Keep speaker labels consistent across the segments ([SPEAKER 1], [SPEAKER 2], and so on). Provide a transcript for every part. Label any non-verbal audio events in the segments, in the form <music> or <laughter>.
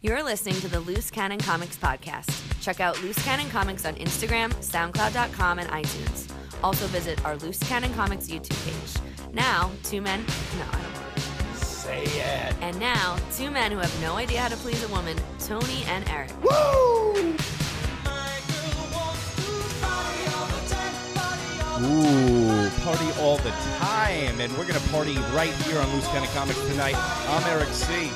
[SPEAKER 1] You're listening to the Loose Cannon Comics podcast. Check out Loose Cannon Comics on Instagram, SoundCloud.com, and iTunes. Also visit our Loose Cannon Comics YouTube page. Now, two men. No, I don't want to.
[SPEAKER 2] Say it.
[SPEAKER 1] And now, two men who have no idea how to please a woman, Tony and Eric.
[SPEAKER 2] Woo! Ooh, party all the time. And we're going to party right here on Loose Cannon Comics tonight. I'm Eric C.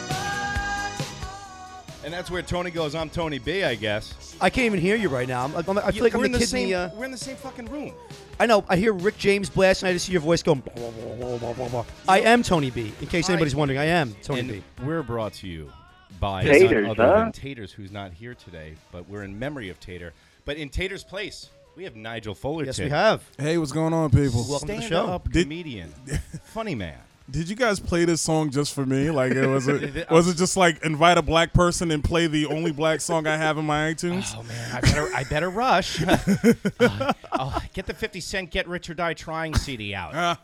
[SPEAKER 2] And that's where Tony goes. I'm Tony B, I guess.
[SPEAKER 3] I can't even hear you right now. I'm, I'm, I feel
[SPEAKER 2] You-
[SPEAKER 3] like
[SPEAKER 2] we're
[SPEAKER 3] I'm
[SPEAKER 2] in the
[SPEAKER 3] kid
[SPEAKER 2] same.
[SPEAKER 3] in the, uh,
[SPEAKER 2] we're in the same fucking room.
[SPEAKER 3] I know. I hear Rick James blast, and I just hear your voice going. Blah, blah, blah, blah, blah, blah, blah. I am Tony B. In case
[SPEAKER 2] I-
[SPEAKER 3] anybody's wondering, I am Tony
[SPEAKER 2] and
[SPEAKER 3] B.
[SPEAKER 2] we're brought to you by
[SPEAKER 4] Taters,
[SPEAKER 2] none other
[SPEAKER 4] huh?
[SPEAKER 2] than Taters, who's not here today, but we're in memory of Tater. But in Tater's place, we have Nigel Fullerton.
[SPEAKER 3] Yes, we have.
[SPEAKER 5] Hey, what's going on, people?
[SPEAKER 3] Welcome to the
[SPEAKER 2] Stand
[SPEAKER 3] show.
[SPEAKER 2] up
[SPEAKER 3] <laughs>
[SPEAKER 5] Did-
[SPEAKER 2] comedian, funny man.
[SPEAKER 5] Did you guys play this song just for me? Like, it was it
[SPEAKER 2] Th-
[SPEAKER 5] was it just like invite a black person and play the only black song I have in my iTunes?
[SPEAKER 2] Oh man, I better I better rush. <laughs> oh, get the fifty cent Get Rich or Die Trying CD out.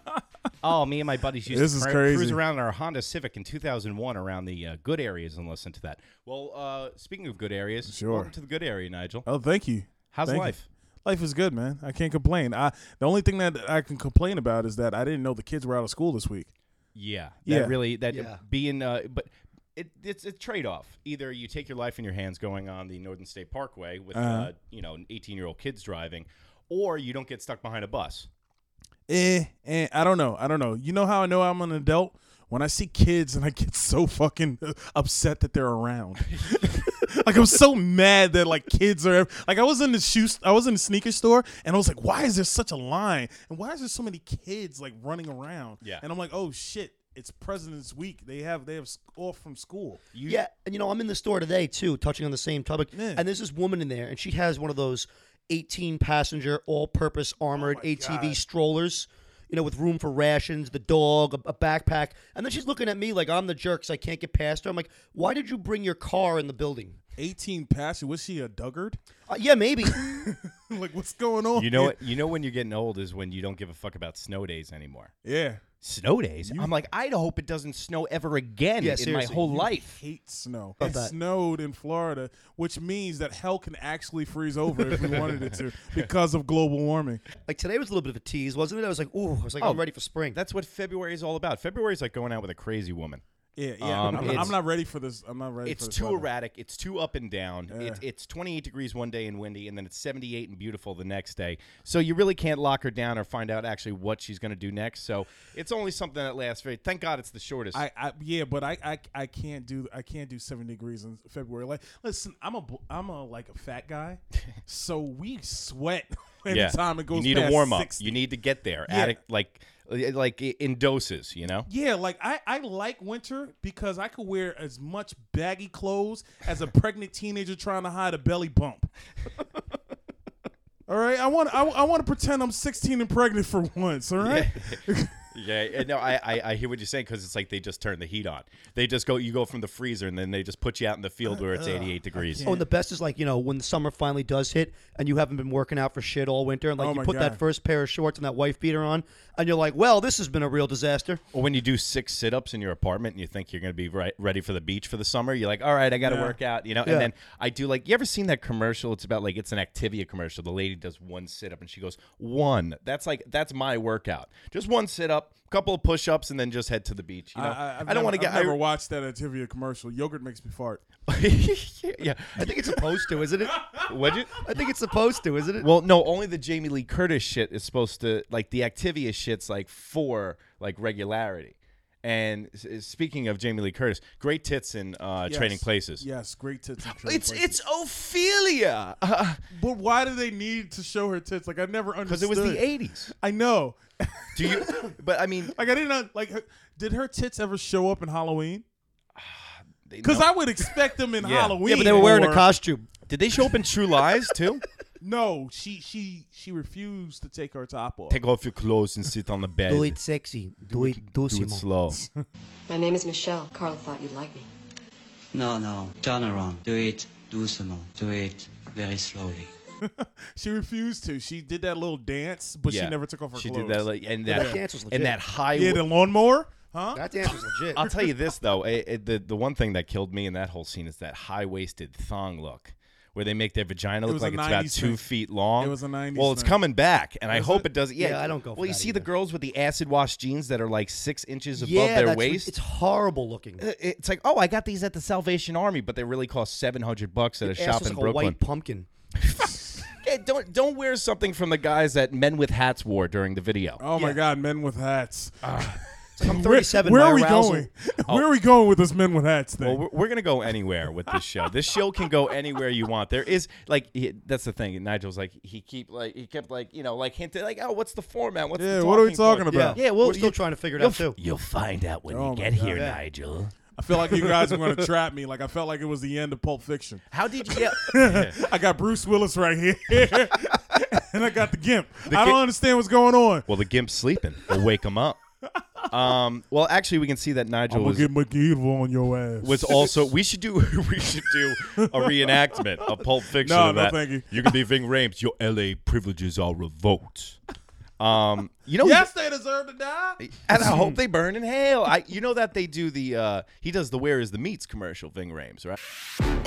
[SPEAKER 2] oh, me and my buddies used
[SPEAKER 5] Uh. This
[SPEAKER 2] to
[SPEAKER 5] is
[SPEAKER 2] cru-
[SPEAKER 5] crazy.
[SPEAKER 2] cruise around in our Honda Civic in two thousand one around the uh, good areas and listen to that. Well, uh, speaking of good areas,
[SPEAKER 5] Sure.
[SPEAKER 2] welcome to the good area, Nigel.
[SPEAKER 5] Oh, thank you.
[SPEAKER 2] How's
[SPEAKER 5] Thank you.
[SPEAKER 2] life?
[SPEAKER 5] Life is good, man. I can't complain. I the only thing that I can complain about is that I didn't know the kids were out of school this week.
[SPEAKER 2] Yeah, that
[SPEAKER 5] Yeah.
[SPEAKER 2] really that
[SPEAKER 3] Yeah.
[SPEAKER 2] being uh, but it, it's a trade off. Either you take your life in your hands going on the Northern State Parkway with uh
[SPEAKER 5] Uh-huh.
[SPEAKER 2] you know eighteen year old kids driving, or you don't get stuck behind a bus.
[SPEAKER 5] Eh, eh, I don't know. I don't know. You know how I know I'm an adult? When I see kids and I get so fucking upset that they're around. <laughs> like I'm so mad that like kids are like I was in the shoe I was in the sneaker store and I was like, why is there such a line? And why is there so many kids like running around?
[SPEAKER 2] Yeah.
[SPEAKER 5] And I'm like, oh shit, it's President's Week. They have they have s- off from school.
[SPEAKER 2] You,
[SPEAKER 3] yeah, and you know, I'm in the store today too, touching on the same topic.
[SPEAKER 5] Yeah.
[SPEAKER 3] And there's this woman in there, and she has one of those 18 passenger all purpose
[SPEAKER 2] Oh,
[SPEAKER 3] armored ATV strollers, you know, with room for rations, the dog, a, a backpack. And then she's looking at me like I'm the jerk, so I can't get past her. I'm like, why did you bring your car in the building?
[SPEAKER 5] 18 passion. Was she a duggard? <laughs>
[SPEAKER 3] Uh, yeah, maybe.
[SPEAKER 5] like what's
[SPEAKER 2] <laughs>
[SPEAKER 5] going on?
[SPEAKER 2] You know
[SPEAKER 5] here?
[SPEAKER 2] what? You know when you're getting old is when you don't give a fuck about snow days anymore.
[SPEAKER 5] Yeah.
[SPEAKER 2] Snow days? I'm like, I'd hope it doesn't snow ever again
[SPEAKER 3] Yeah,
[SPEAKER 2] in my
[SPEAKER 3] seriously.
[SPEAKER 2] whole life.
[SPEAKER 5] hate snow.
[SPEAKER 3] Love
[SPEAKER 5] It
[SPEAKER 3] that.
[SPEAKER 5] snowed in Florida, which means that hell can actually freeze over if we wanted it
[SPEAKER 3] <laughs>
[SPEAKER 5] to because of global warming.
[SPEAKER 3] like today was a little bit of a tease, wasn't it? I was like, ooh, I was like,
[SPEAKER 2] Oh,
[SPEAKER 3] I'm ready for spring.
[SPEAKER 2] That's what February is all about. February is like going out with a crazy woman.
[SPEAKER 5] Yeah, yeah.
[SPEAKER 2] Um,
[SPEAKER 5] I'm,
[SPEAKER 2] it's-
[SPEAKER 5] I'm not ready for this. I'm not ready
[SPEAKER 2] It's
[SPEAKER 5] for this.
[SPEAKER 2] too
[SPEAKER 5] weather.
[SPEAKER 2] erratic. It's too up and down. It's,
[SPEAKER 5] Yeah.
[SPEAKER 2] it's 28 degrees one day and windy, and then it's 78 and beautiful the next day. So you really can't lock her down or find out actually what she's going to do next. So it's only something that lasts very. Thank God it's the shortest.
[SPEAKER 5] I, I yeah, but I, I I can't do I can't do seven degrees in February. Like, listen, I'm a bl- I'm a like a fat
[SPEAKER 2] <laughs>
[SPEAKER 5] guy, so we sweat <laughs> every time it goes.
[SPEAKER 2] you need a
[SPEAKER 5] past
[SPEAKER 2] warm up.
[SPEAKER 5] 60.
[SPEAKER 2] You need to get there.
[SPEAKER 5] Yeah.
[SPEAKER 2] At it, like like in doses. You know.
[SPEAKER 5] Yeah, like I, I like winter because I could wear as much baggy clothes as a pregnant teenager trying to hide a
[SPEAKER 2] <laughs>
[SPEAKER 5] belly bump. all right, I want I, I want to pretend I'm 16 and pregnant for once. All right,
[SPEAKER 2] <laughs> Yeah, and no, I, I I hear what you're saying because it's like they just turn the heat on. They just go, you go from the freezer, and then they just put you out in the field where
[SPEAKER 5] Uh,
[SPEAKER 2] it's 88 degrees.
[SPEAKER 3] Oh, and the best is like you know when summer finally does hit, and you haven't been working out for shit all winter, and like
[SPEAKER 5] Oh
[SPEAKER 3] you
[SPEAKER 5] my
[SPEAKER 3] put that
[SPEAKER 5] God.
[SPEAKER 3] first pair of shorts and that wife beater on, and you're like, well, this has been a real disaster.
[SPEAKER 2] Or when you do six sit-ups in your apartment, and you think you're gonna be right, ready for the beach for the summer, you're like, all right, I got to
[SPEAKER 5] Yeah.
[SPEAKER 2] work out, you know.
[SPEAKER 3] Yeah.
[SPEAKER 2] And then I do like, you ever seen that commercial? It's about like it's an Activia commercial. The lady does one sit-up, and she goes, one. That's like that's my workout. Just one sit-up, couple of push-ups, and then just head to the beach. You know,
[SPEAKER 5] I've
[SPEAKER 2] don't want to
[SPEAKER 5] never-
[SPEAKER 2] get.
[SPEAKER 5] I've never watched that Activia commercial. Yogurt makes me fart.
[SPEAKER 2] I, <laughs> yeah,
[SPEAKER 3] I think it's supposed to, isn't it?
[SPEAKER 2] would you?
[SPEAKER 3] I think it's supposed to, isn't it?
[SPEAKER 2] Well, no, only the Jamie Lee Curtis shit is supposed to like the Activia shit's like for like regularity. And s- s- speaking of Jamie Lee Curtis, great tits in uh,
[SPEAKER 5] Yes.
[SPEAKER 2] Trading Places.
[SPEAKER 5] Yes, great tits. in Trading
[SPEAKER 2] It's
[SPEAKER 5] Places.
[SPEAKER 2] it's Ophelia <laughs>
[SPEAKER 5] But why do they need to show her tits? Like I never understood.
[SPEAKER 2] because it was the '80s.
[SPEAKER 5] I know.
[SPEAKER 2] Do you? But I mean,
[SPEAKER 5] Like I didn't un- like. her- Did her tits ever show up in Halloween?
[SPEAKER 2] <sighs> they-
[SPEAKER 5] Because
[SPEAKER 2] no.
[SPEAKER 5] I would expect them
[SPEAKER 2] <laughs>
[SPEAKER 5] in
[SPEAKER 2] Yeah. Yeah, but
[SPEAKER 5] Halloween.
[SPEAKER 3] yeah, but they were wearing a
[SPEAKER 5] or-
[SPEAKER 3] costume.
[SPEAKER 2] did they show up in True Lies too?
[SPEAKER 5] No, she she she refused to take her top
[SPEAKER 2] <laughs>
[SPEAKER 5] off.
[SPEAKER 2] Take off your clothes and sit on the bed.
[SPEAKER 3] sexy. Do it,
[SPEAKER 2] Do it slow.
[SPEAKER 6] My name is Michelle. Carl thought you'd like me.
[SPEAKER 7] No, no, turn around. Do it doucement. Do it very slowly.
[SPEAKER 5] she refused to. She did that little dance, but
[SPEAKER 2] Yeah.
[SPEAKER 5] she never took off her
[SPEAKER 2] She
[SPEAKER 5] clothes.
[SPEAKER 2] did that, like, and
[SPEAKER 3] But
[SPEAKER 2] that,
[SPEAKER 3] that dance was
[SPEAKER 2] and
[SPEAKER 3] legit.
[SPEAKER 2] that high.
[SPEAKER 5] yeah, the lawnmower. Huh?
[SPEAKER 3] That dance was legit.
[SPEAKER 2] I'll tell you this though, it, it- the the one thing that killed me in that whole scene is that high waisted thong look, where they make their vagina
[SPEAKER 5] It
[SPEAKER 2] look
[SPEAKER 5] was
[SPEAKER 2] like
[SPEAKER 5] a
[SPEAKER 2] it's about
[SPEAKER 5] 90s
[SPEAKER 2] two
[SPEAKER 5] thing.
[SPEAKER 2] feet long.
[SPEAKER 5] It was a 90s
[SPEAKER 2] Well, it's
[SPEAKER 5] thing.
[SPEAKER 2] coming back, and I
[SPEAKER 5] Is
[SPEAKER 2] hope
[SPEAKER 5] it?
[SPEAKER 2] it, doesn't. Yeah,
[SPEAKER 3] Yeah, I don't go for
[SPEAKER 2] Well, you
[SPEAKER 3] that
[SPEAKER 2] see the
[SPEAKER 3] either.
[SPEAKER 2] girls with the acid wash jeans that are like six inches above
[SPEAKER 3] yeah,
[SPEAKER 2] their
[SPEAKER 3] that's-
[SPEAKER 2] waist.
[SPEAKER 3] It's horrible looking.
[SPEAKER 2] Uh, <laughs> it's like, oh, I got these at the Salvation Army, but they really cost seven hundred bucks at a
[SPEAKER 3] Ass
[SPEAKER 2] shop
[SPEAKER 3] was
[SPEAKER 2] in
[SPEAKER 3] like a
[SPEAKER 2] Brooklyn.
[SPEAKER 3] white pumpkin.
[SPEAKER 2] Yeah, don't don't wear something from the guys that men with hats wore during the video.
[SPEAKER 5] Oh my God, men with hats.
[SPEAKER 3] I'm 37.
[SPEAKER 5] Where,
[SPEAKER 3] my
[SPEAKER 5] where are we
[SPEAKER 3] arousal-
[SPEAKER 5] going? <laughs> Where are we going with this men with hats thing?
[SPEAKER 2] Oh. Well, we're, we're gonna go anywhere with this show. this show can go anywhere you want. There is like he, that's the thing. Nigel's like he keep like he kept like you know like hinted like oh what's the format? What's
[SPEAKER 5] yeah,
[SPEAKER 2] the
[SPEAKER 5] what are we
[SPEAKER 2] talking
[SPEAKER 5] talking
[SPEAKER 2] point?
[SPEAKER 5] about?
[SPEAKER 3] Yeah, well, we're still
[SPEAKER 2] you-
[SPEAKER 3] trying to figure it
[SPEAKER 2] You'll,
[SPEAKER 3] out too.
[SPEAKER 2] f- you'll find out when
[SPEAKER 5] Oh
[SPEAKER 2] you
[SPEAKER 5] my
[SPEAKER 2] get
[SPEAKER 5] God.
[SPEAKER 2] here,
[SPEAKER 3] Yeah.
[SPEAKER 2] Nigel.
[SPEAKER 5] I feel like you guys are going to trap me. Like I felt like it was the end of Pulp Fiction.
[SPEAKER 2] How did
[SPEAKER 5] <laughs>
[SPEAKER 2] you? Yeah.
[SPEAKER 5] I got Bruce Willis right here, <laughs> and I got the Gimp. I
[SPEAKER 2] Gimp-
[SPEAKER 5] don't understand what's going on.
[SPEAKER 2] <laughs> well, the gimp's sleeping. We'll wake him up. Um. Well, actually, we can see that Nigel
[SPEAKER 5] I'm gonna
[SPEAKER 2] was
[SPEAKER 5] get McGeevil on your ass.
[SPEAKER 2] was also we should do <laughs> we should do a reenactment of Pulp
[SPEAKER 5] <laughs>
[SPEAKER 2] Fiction.
[SPEAKER 5] No,
[SPEAKER 2] of
[SPEAKER 5] no,
[SPEAKER 2] that.
[SPEAKER 5] thank you.
[SPEAKER 2] You can be Ving Rhames. Your L.A. privileges are revoked. Um, you know,
[SPEAKER 5] yes, they deserve to die.
[SPEAKER 2] and I
[SPEAKER 5] <laughs>
[SPEAKER 2] hope they burn in hell. I, you know that they do the uh, he does the Where Is the Meats commercial. Ving Rhames, right?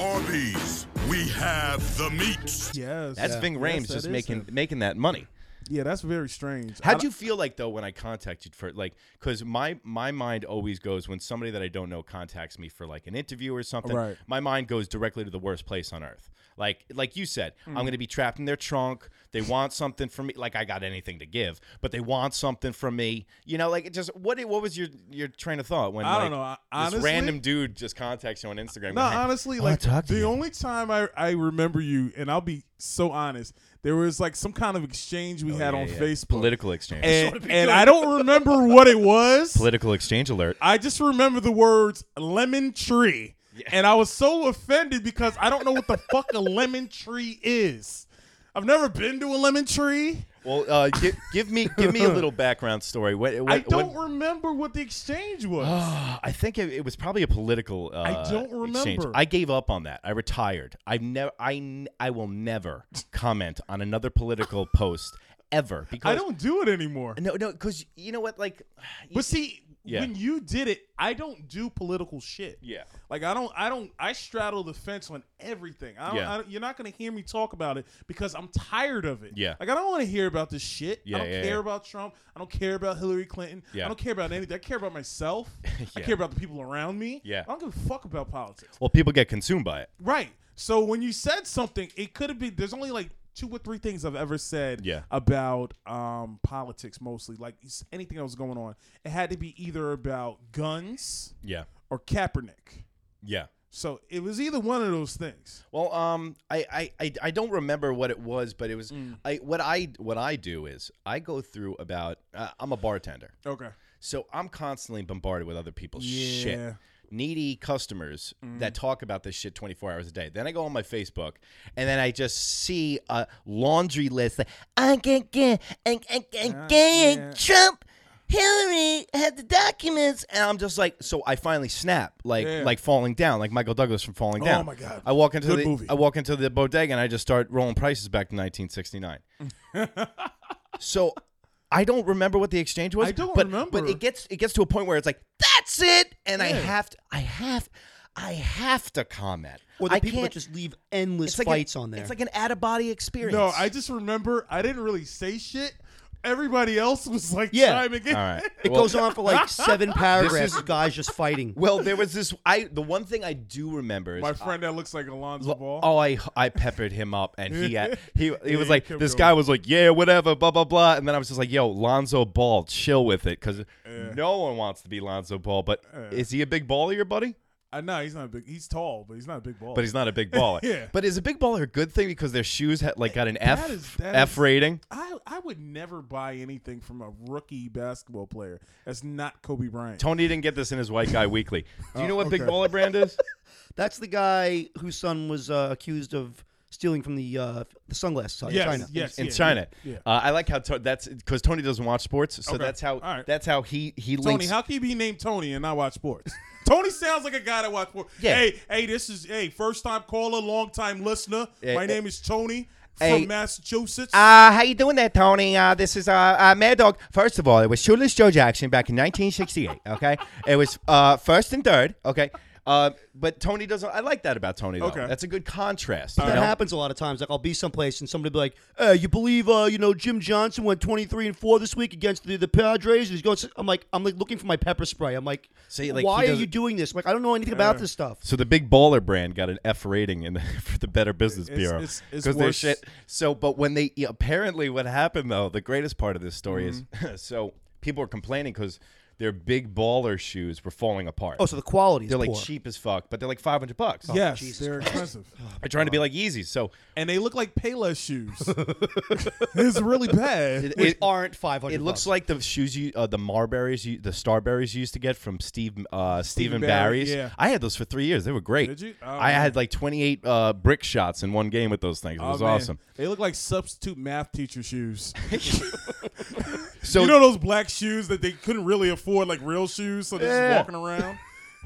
[SPEAKER 8] Arby's, we have the meats.
[SPEAKER 5] Yes,
[SPEAKER 2] That's
[SPEAKER 5] yeah.
[SPEAKER 2] Ving
[SPEAKER 5] Yes,
[SPEAKER 2] Rhames
[SPEAKER 5] that
[SPEAKER 2] just
[SPEAKER 5] is
[SPEAKER 2] making
[SPEAKER 5] him.
[SPEAKER 2] making that money.
[SPEAKER 5] Yeah, that's very strange. I
[SPEAKER 2] How'd you feel like though when I contacted for like because my my mind always goes when somebody that I don't know contacts me for like an interview or something.
[SPEAKER 5] Right.
[SPEAKER 2] My mind goes directly to the worst place on earth. Like like you said,
[SPEAKER 5] Mm.
[SPEAKER 2] I'm gonna be trapped in their trunk. They want something from me. Like I got anything to give, but they want something from me. You know, like it just what what was your your train of thought when
[SPEAKER 5] I
[SPEAKER 2] like,
[SPEAKER 5] don't know. I-
[SPEAKER 2] this
[SPEAKER 5] honestly-
[SPEAKER 2] random dude just contacts you on Instagram? <laughs>
[SPEAKER 5] No,
[SPEAKER 2] Like, "Hey,
[SPEAKER 5] honestly,
[SPEAKER 2] Oh, I wanna
[SPEAKER 5] like
[SPEAKER 2] talk to
[SPEAKER 5] the
[SPEAKER 2] you."
[SPEAKER 5] only time I, I remember you, and I'll be so honest, there was like some kind of exchange we had
[SPEAKER 2] Oh, Yeah,
[SPEAKER 5] on
[SPEAKER 2] yeah.
[SPEAKER 5] Facebook.
[SPEAKER 2] political exchange,
[SPEAKER 5] <laughs> and, and I don't remember what it was.
[SPEAKER 2] political exchange alert.
[SPEAKER 5] I just remember the words lemon tree. And I was so offended because I don't know what the fuck a lemon tree is. I've never been to a lemon tree.
[SPEAKER 2] Well, uh, give, give me give me a
[SPEAKER 5] <laughs>
[SPEAKER 2] little background story. What, what,
[SPEAKER 5] I don't
[SPEAKER 2] what-
[SPEAKER 5] remember what the exchange was.
[SPEAKER 2] Uh, I think it, it was probably a political. Uh,
[SPEAKER 5] don't
[SPEAKER 2] exchange.
[SPEAKER 5] remember.
[SPEAKER 2] I gave up on that. I retired. I've never. I n- I will
[SPEAKER 5] <laughs>
[SPEAKER 2] never comment on another political post ever because
[SPEAKER 5] I don't do it anymore.
[SPEAKER 2] No, no, because you know what? Like,
[SPEAKER 5] But see,
[SPEAKER 2] Yeah.
[SPEAKER 5] when you did it, I don't do political shit.
[SPEAKER 2] Yeah.
[SPEAKER 5] Like I don't I don't I straddle the fence on everything. I don't,
[SPEAKER 2] Yeah.
[SPEAKER 5] I don't- you're not going to hear me talk about it because I'm tired of it.
[SPEAKER 2] Yeah.
[SPEAKER 5] Like I don't want to hear about this shit.
[SPEAKER 2] Yeah,
[SPEAKER 5] I don't
[SPEAKER 2] yeah,
[SPEAKER 5] care
[SPEAKER 2] yeah.
[SPEAKER 5] about Trump. I don't care about Hillary Clinton.
[SPEAKER 2] Yeah.
[SPEAKER 5] I don't care about anything. I care about
[SPEAKER 2] <laughs>
[SPEAKER 5] myself. I
[SPEAKER 2] Yeah.
[SPEAKER 5] care about the people around me.
[SPEAKER 2] Yeah.
[SPEAKER 5] I don't give a fuck about politics.
[SPEAKER 2] well, people get consumed by it.
[SPEAKER 5] Right. So when you said something, it could have been. There's only like two or three things I've ever said
[SPEAKER 2] Yeah.
[SPEAKER 5] about um, politics, mostly like s- anything that was going on. It had to be either about guns
[SPEAKER 2] Yeah,
[SPEAKER 5] or Kaepernick.
[SPEAKER 2] yeah.
[SPEAKER 5] So it was either one of those things.
[SPEAKER 2] Well, um, I, I, I, I don't remember what it was, but it was
[SPEAKER 5] Mm.
[SPEAKER 2] I. What I what I do is I go through about. Uh, I'm a bartender.
[SPEAKER 5] Okay.
[SPEAKER 2] So I'm constantly bombarded with other people's
[SPEAKER 5] Yeah. Mm-hmm.
[SPEAKER 2] shit. Needy customers that talk about this shit 24 hours a day. Then I go on my Facebook and then I just see a laundry list that I get get and
[SPEAKER 5] Ah,
[SPEAKER 2] gay and Trump Hillary had the documents and I'm just like so I finally snap like
[SPEAKER 5] Yeah. Oh
[SPEAKER 2] like falling down like Michael Douglas from falling down.
[SPEAKER 5] my God.
[SPEAKER 2] I walk into
[SPEAKER 5] Good
[SPEAKER 2] the
[SPEAKER 5] movie.
[SPEAKER 2] I walk into the bodega and I just start rolling prices back to 1969. so I don't remember what the exchange was.
[SPEAKER 5] I don't
[SPEAKER 2] but,
[SPEAKER 5] remember.
[SPEAKER 2] But it gets it gets to a point where it's like that's it, and I
[SPEAKER 5] Yeah.
[SPEAKER 2] have to I have I have to comment.
[SPEAKER 3] Or the
[SPEAKER 2] I
[SPEAKER 3] people that
[SPEAKER 2] can't-
[SPEAKER 3] just leave endless
[SPEAKER 2] it's like an-
[SPEAKER 3] fights on there.
[SPEAKER 2] It's like an out of body experience.
[SPEAKER 5] No, I just remember I didn't really say shit. Everybody else was like
[SPEAKER 3] Yeah.
[SPEAKER 5] chiming in.
[SPEAKER 2] all right.
[SPEAKER 3] it
[SPEAKER 2] Well-
[SPEAKER 3] goes on for like
[SPEAKER 2] <laughs>
[SPEAKER 3] seven paragraphs.
[SPEAKER 2] is-
[SPEAKER 3] of guys just fighting.
[SPEAKER 2] Well, there was this. I the one thing I do remember is
[SPEAKER 5] My friend that looks like Alonzo Ball.
[SPEAKER 2] Oh, I I peppered him up, and he had,
[SPEAKER 5] <laughs>
[SPEAKER 2] he he was
[SPEAKER 5] he
[SPEAKER 2] like,
[SPEAKER 5] kept
[SPEAKER 2] this
[SPEAKER 5] going.
[SPEAKER 2] guy was like, yeah, whatever, blah blah blah, and then I was just like, yo, Lonzo Ball, chill with it, because no one wants to be Lonzo Ball, but is he a big baller, your buddy?
[SPEAKER 5] I know Uh, he's not a big. He's tall, but he's not a big ball.
[SPEAKER 2] But he's not a big baller.
[SPEAKER 5] <laughs> Yeah.
[SPEAKER 2] But is a big baller a good thing because their shoes had like got an F
[SPEAKER 5] That is- that
[SPEAKER 2] F
[SPEAKER 5] is-
[SPEAKER 2] rating?
[SPEAKER 5] I, I would never buy anything from a rookie basketball player that's not Kobe Bryant.
[SPEAKER 2] Tony didn't get this in his White Guy Weekly. Do you know what big
[SPEAKER 5] Oh, okay.
[SPEAKER 2] baller brand is?
[SPEAKER 3] That's the guy whose son was uh, accused of stealing from the uh, the sunglasses out of
[SPEAKER 5] Yes,
[SPEAKER 3] China.
[SPEAKER 5] yes,
[SPEAKER 2] in
[SPEAKER 5] <laughs> yeah,
[SPEAKER 2] China.
[SPEAKER 5] yeah, yeah.
[SPEAKER 2] Uh, I like how to- that's because Tony doesn't watch sports, so
[SPEAKER 5] Okay.
[SPEAKER 2] that's how
[SPEAKER 5] All right.
[SPEAKER 2] that's how he he
[SPEAKER 5] Tony,
[SPEAKER 2] links.
[SPEAKER 5] how can you be named Tony and not watch sports? <laughs> Tony sounds like a guy that watch sports.
[SPEAKER 2] Yeah.
[SPEAKER 5] Hey, hey, this is hey, first time caller, long time listener.
[SPEAKER 2] Yeah,
[SPEAKER 5] My
[SPEAKER 2] yeah.
[SPEAKER 5] name is Tony. from
[SPEAKER 2] Hey.
[SPEAKER 5] Massachusetts.
[SPEAKER 2] Uh, how you doing there, Tony? Uh, this is uh, uh, Mad Dog. First of all, it was Shoeless Joe Jackson back in 1968. Okay, it was uh, first and third. Okay, uh, but Tony doesn't. I like that about Tony. Though.
[SPEAKER 5] Okay.
[SPEAKER 2] that's a good contrast. you
[SPEAKER 3] That
[SPEAKER 2] know?
[SPEAKER 3] happens a lot of times. Like I'll be someplace and somebody be like, "Hey, you believe uh, you know Jim Johnson went twenty three and four this week against the, the Padres?" And he's going. I'm like, I'm like looking for my pepper spray. I'm like,
[SPEAKER 2] See, like,
[SPEAKER 3] why
[SPEAKER 2] he
[SPEAKER 3] are
[SPEAKER 2] doesn't-
[SPEAKER 3] you doing this? Like I don't know anything about this stuff.
[SPEAKER 2] So the big baller brand got an F rating in the, <laughs> for the Better Business
[SPEAKER 5] It's-
[SPEAKER 2] Bureau
[SPEAKER 5] it's- it's
[SPEAKER 2] they're
[SPEAKER 5] worse.
[SPEAKER 2] shit. So, but when they yeah, apparently what happened though, the greatest part of this story
[SPEAKER 5] Mm-hmm.
[SPEAKER 2] is <laughs> so people are complaining because their big baller shoes were falling apart.
[SPEAKER 3] Oh, so the quality is
[SPEAKER 2] they're like
[SPEAKER 3] poor.
[SPEAKER 2] cheap as fuck, but they're like five hundred bucks.
[SPEAKER 5] yes, they're
[SPEAKER 2] <laughs>
[SPEAKER 5] expensive,
[SPEAKER 2] they're trying to be like Yeezys. So
[SPEAKER 5] and they look like
[SPEAKER 2] <laughs>
[SPEAKER 5] Payless shoes. it's really bad.
[SPEAKER 2] it,
[SPEAKER 3] which
[SPEAKER 2] it-
[SPEAKER 3] aren't five hundred.
[SPEAKER 2] It looks like the shoes you, uh, the Marberries, you, the Starberries you used to get from Steve, uh, Stephen
[SPEAKER 5] Barry,
[SPEAKER 2] Barry's.
[SPEAKER 5] yeah.
[SPEAKER 2] I had those for three years. They were great.
[SPEAKER 5] Did you? Oh,
[SPEAKER 2] I
[SPEAKER 5] man.
[SPEAKER 2] had like 28 uh, brick shots in one game with those things. It
[SPEAKER 5] Oh,
[SPEAKER 2] was
[SPEAKER 5] man.
[SPEAKER 2] awesome.
[SPEAKER 5] They look like substitute math teacher shoes.
[SPEAKER 2] So
[SPEAKER 5] you know those black shoes that they couldn't really afford, like real shoes, so they're
[SPEAKER 2] Yeah.
[SPEAKER 5] just walking around.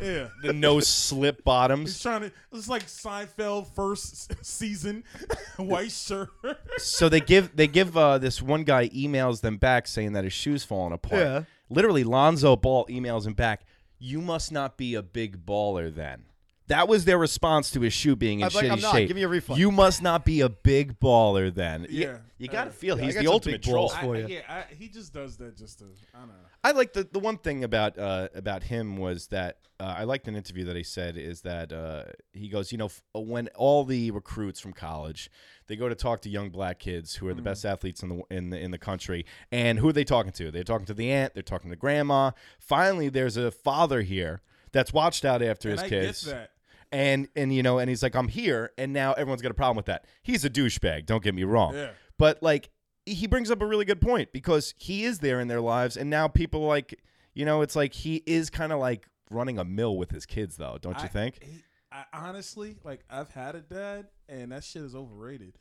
[SPEAKER 5] Yeah.
[SPEAKER 2] <laughs> the no slip
[SPEAKER 5] He's
[SPEAKER 2] bottoms.
[SPEAKER 5] trying to. It's like Seinfeld first s- season, <laughs> white shirt.
[SPEAKER 2] So they give they give uh, this one guy emails them back saying that his shoes falling apart.
[SPEAKER 3] Yeah.
[SPEAKER 2] Literally, Lonzo Ball emails him back. You must not be a big baller then. That was their response to his shoe being in
[SPEAKER 3] I'm like,
[SPEAKER 2] shitty
[SPEAKER 3] I'm not.
[SPEAKER 2] shape.
[SPEAKER 3] Give me a refund.
[SPEAKER 2] You must not be a big baller then. You-
[SPEAKER 5] Yeah.
[SPEAKER 2] You, got to
[SPEAKER 5] Uh,
[SPEAKER 2] feel
[SPEAKER 3] yeah, I
[SPEAKER 2] he's
[SPEAKER 3] got
[SPEAKER 2] the
[SPEAKER 3] some
[SPEAKER 2] ultimate
[SPEAKER 3] big
[SPEAKER 2] troll.
[SPEAKER 3] balls.
[SPEAKER 5] I-
[SPEAKER 3] For
[SPEAKER 5] I-
[SPEAKER 3] ya.
[SPEAKER 5] yeah, I, he just does that just to. I don't know.
[SPEAKER 2] I like the the one thing about uh, about him was that uh, I liked an interview that he said is that uh, he goes, you know, f- uh, when all the recruits from college they go to talk to young black kids who are the
[SPEAKER 5] Mm-hmm.
[SPEAKER 2] best athletes in the in the in the country, and who are they talking to? They're talking to the aunt, they're talking to grandma. Finally, there's a father here that's watched out after
[SPEAKER 5] And
[SPEAKER 2] his
[SPEAKER 5] I get
[SPEAKER 2] kids.
[SPEAKER 5] that.
[SPEAKER 2] And and you know, and he's like, I'm here, and now everyone's got a problem with that. He's a douchebag. Don't get me wrong.
[SPEAKER 5] Yeah.
[SPEAKER 2] But like, he brings up a really good point because he is there in their lives, and now people like, you know, it's like he is kind of like running a mill with his kids, though. Don't you
[SPEAKER 5] I- <laughs>
[SPEAKER 2] think? <laughs>
[SPEAKER 5] he- I honestly like. I've had a dad, and that shit is overrated.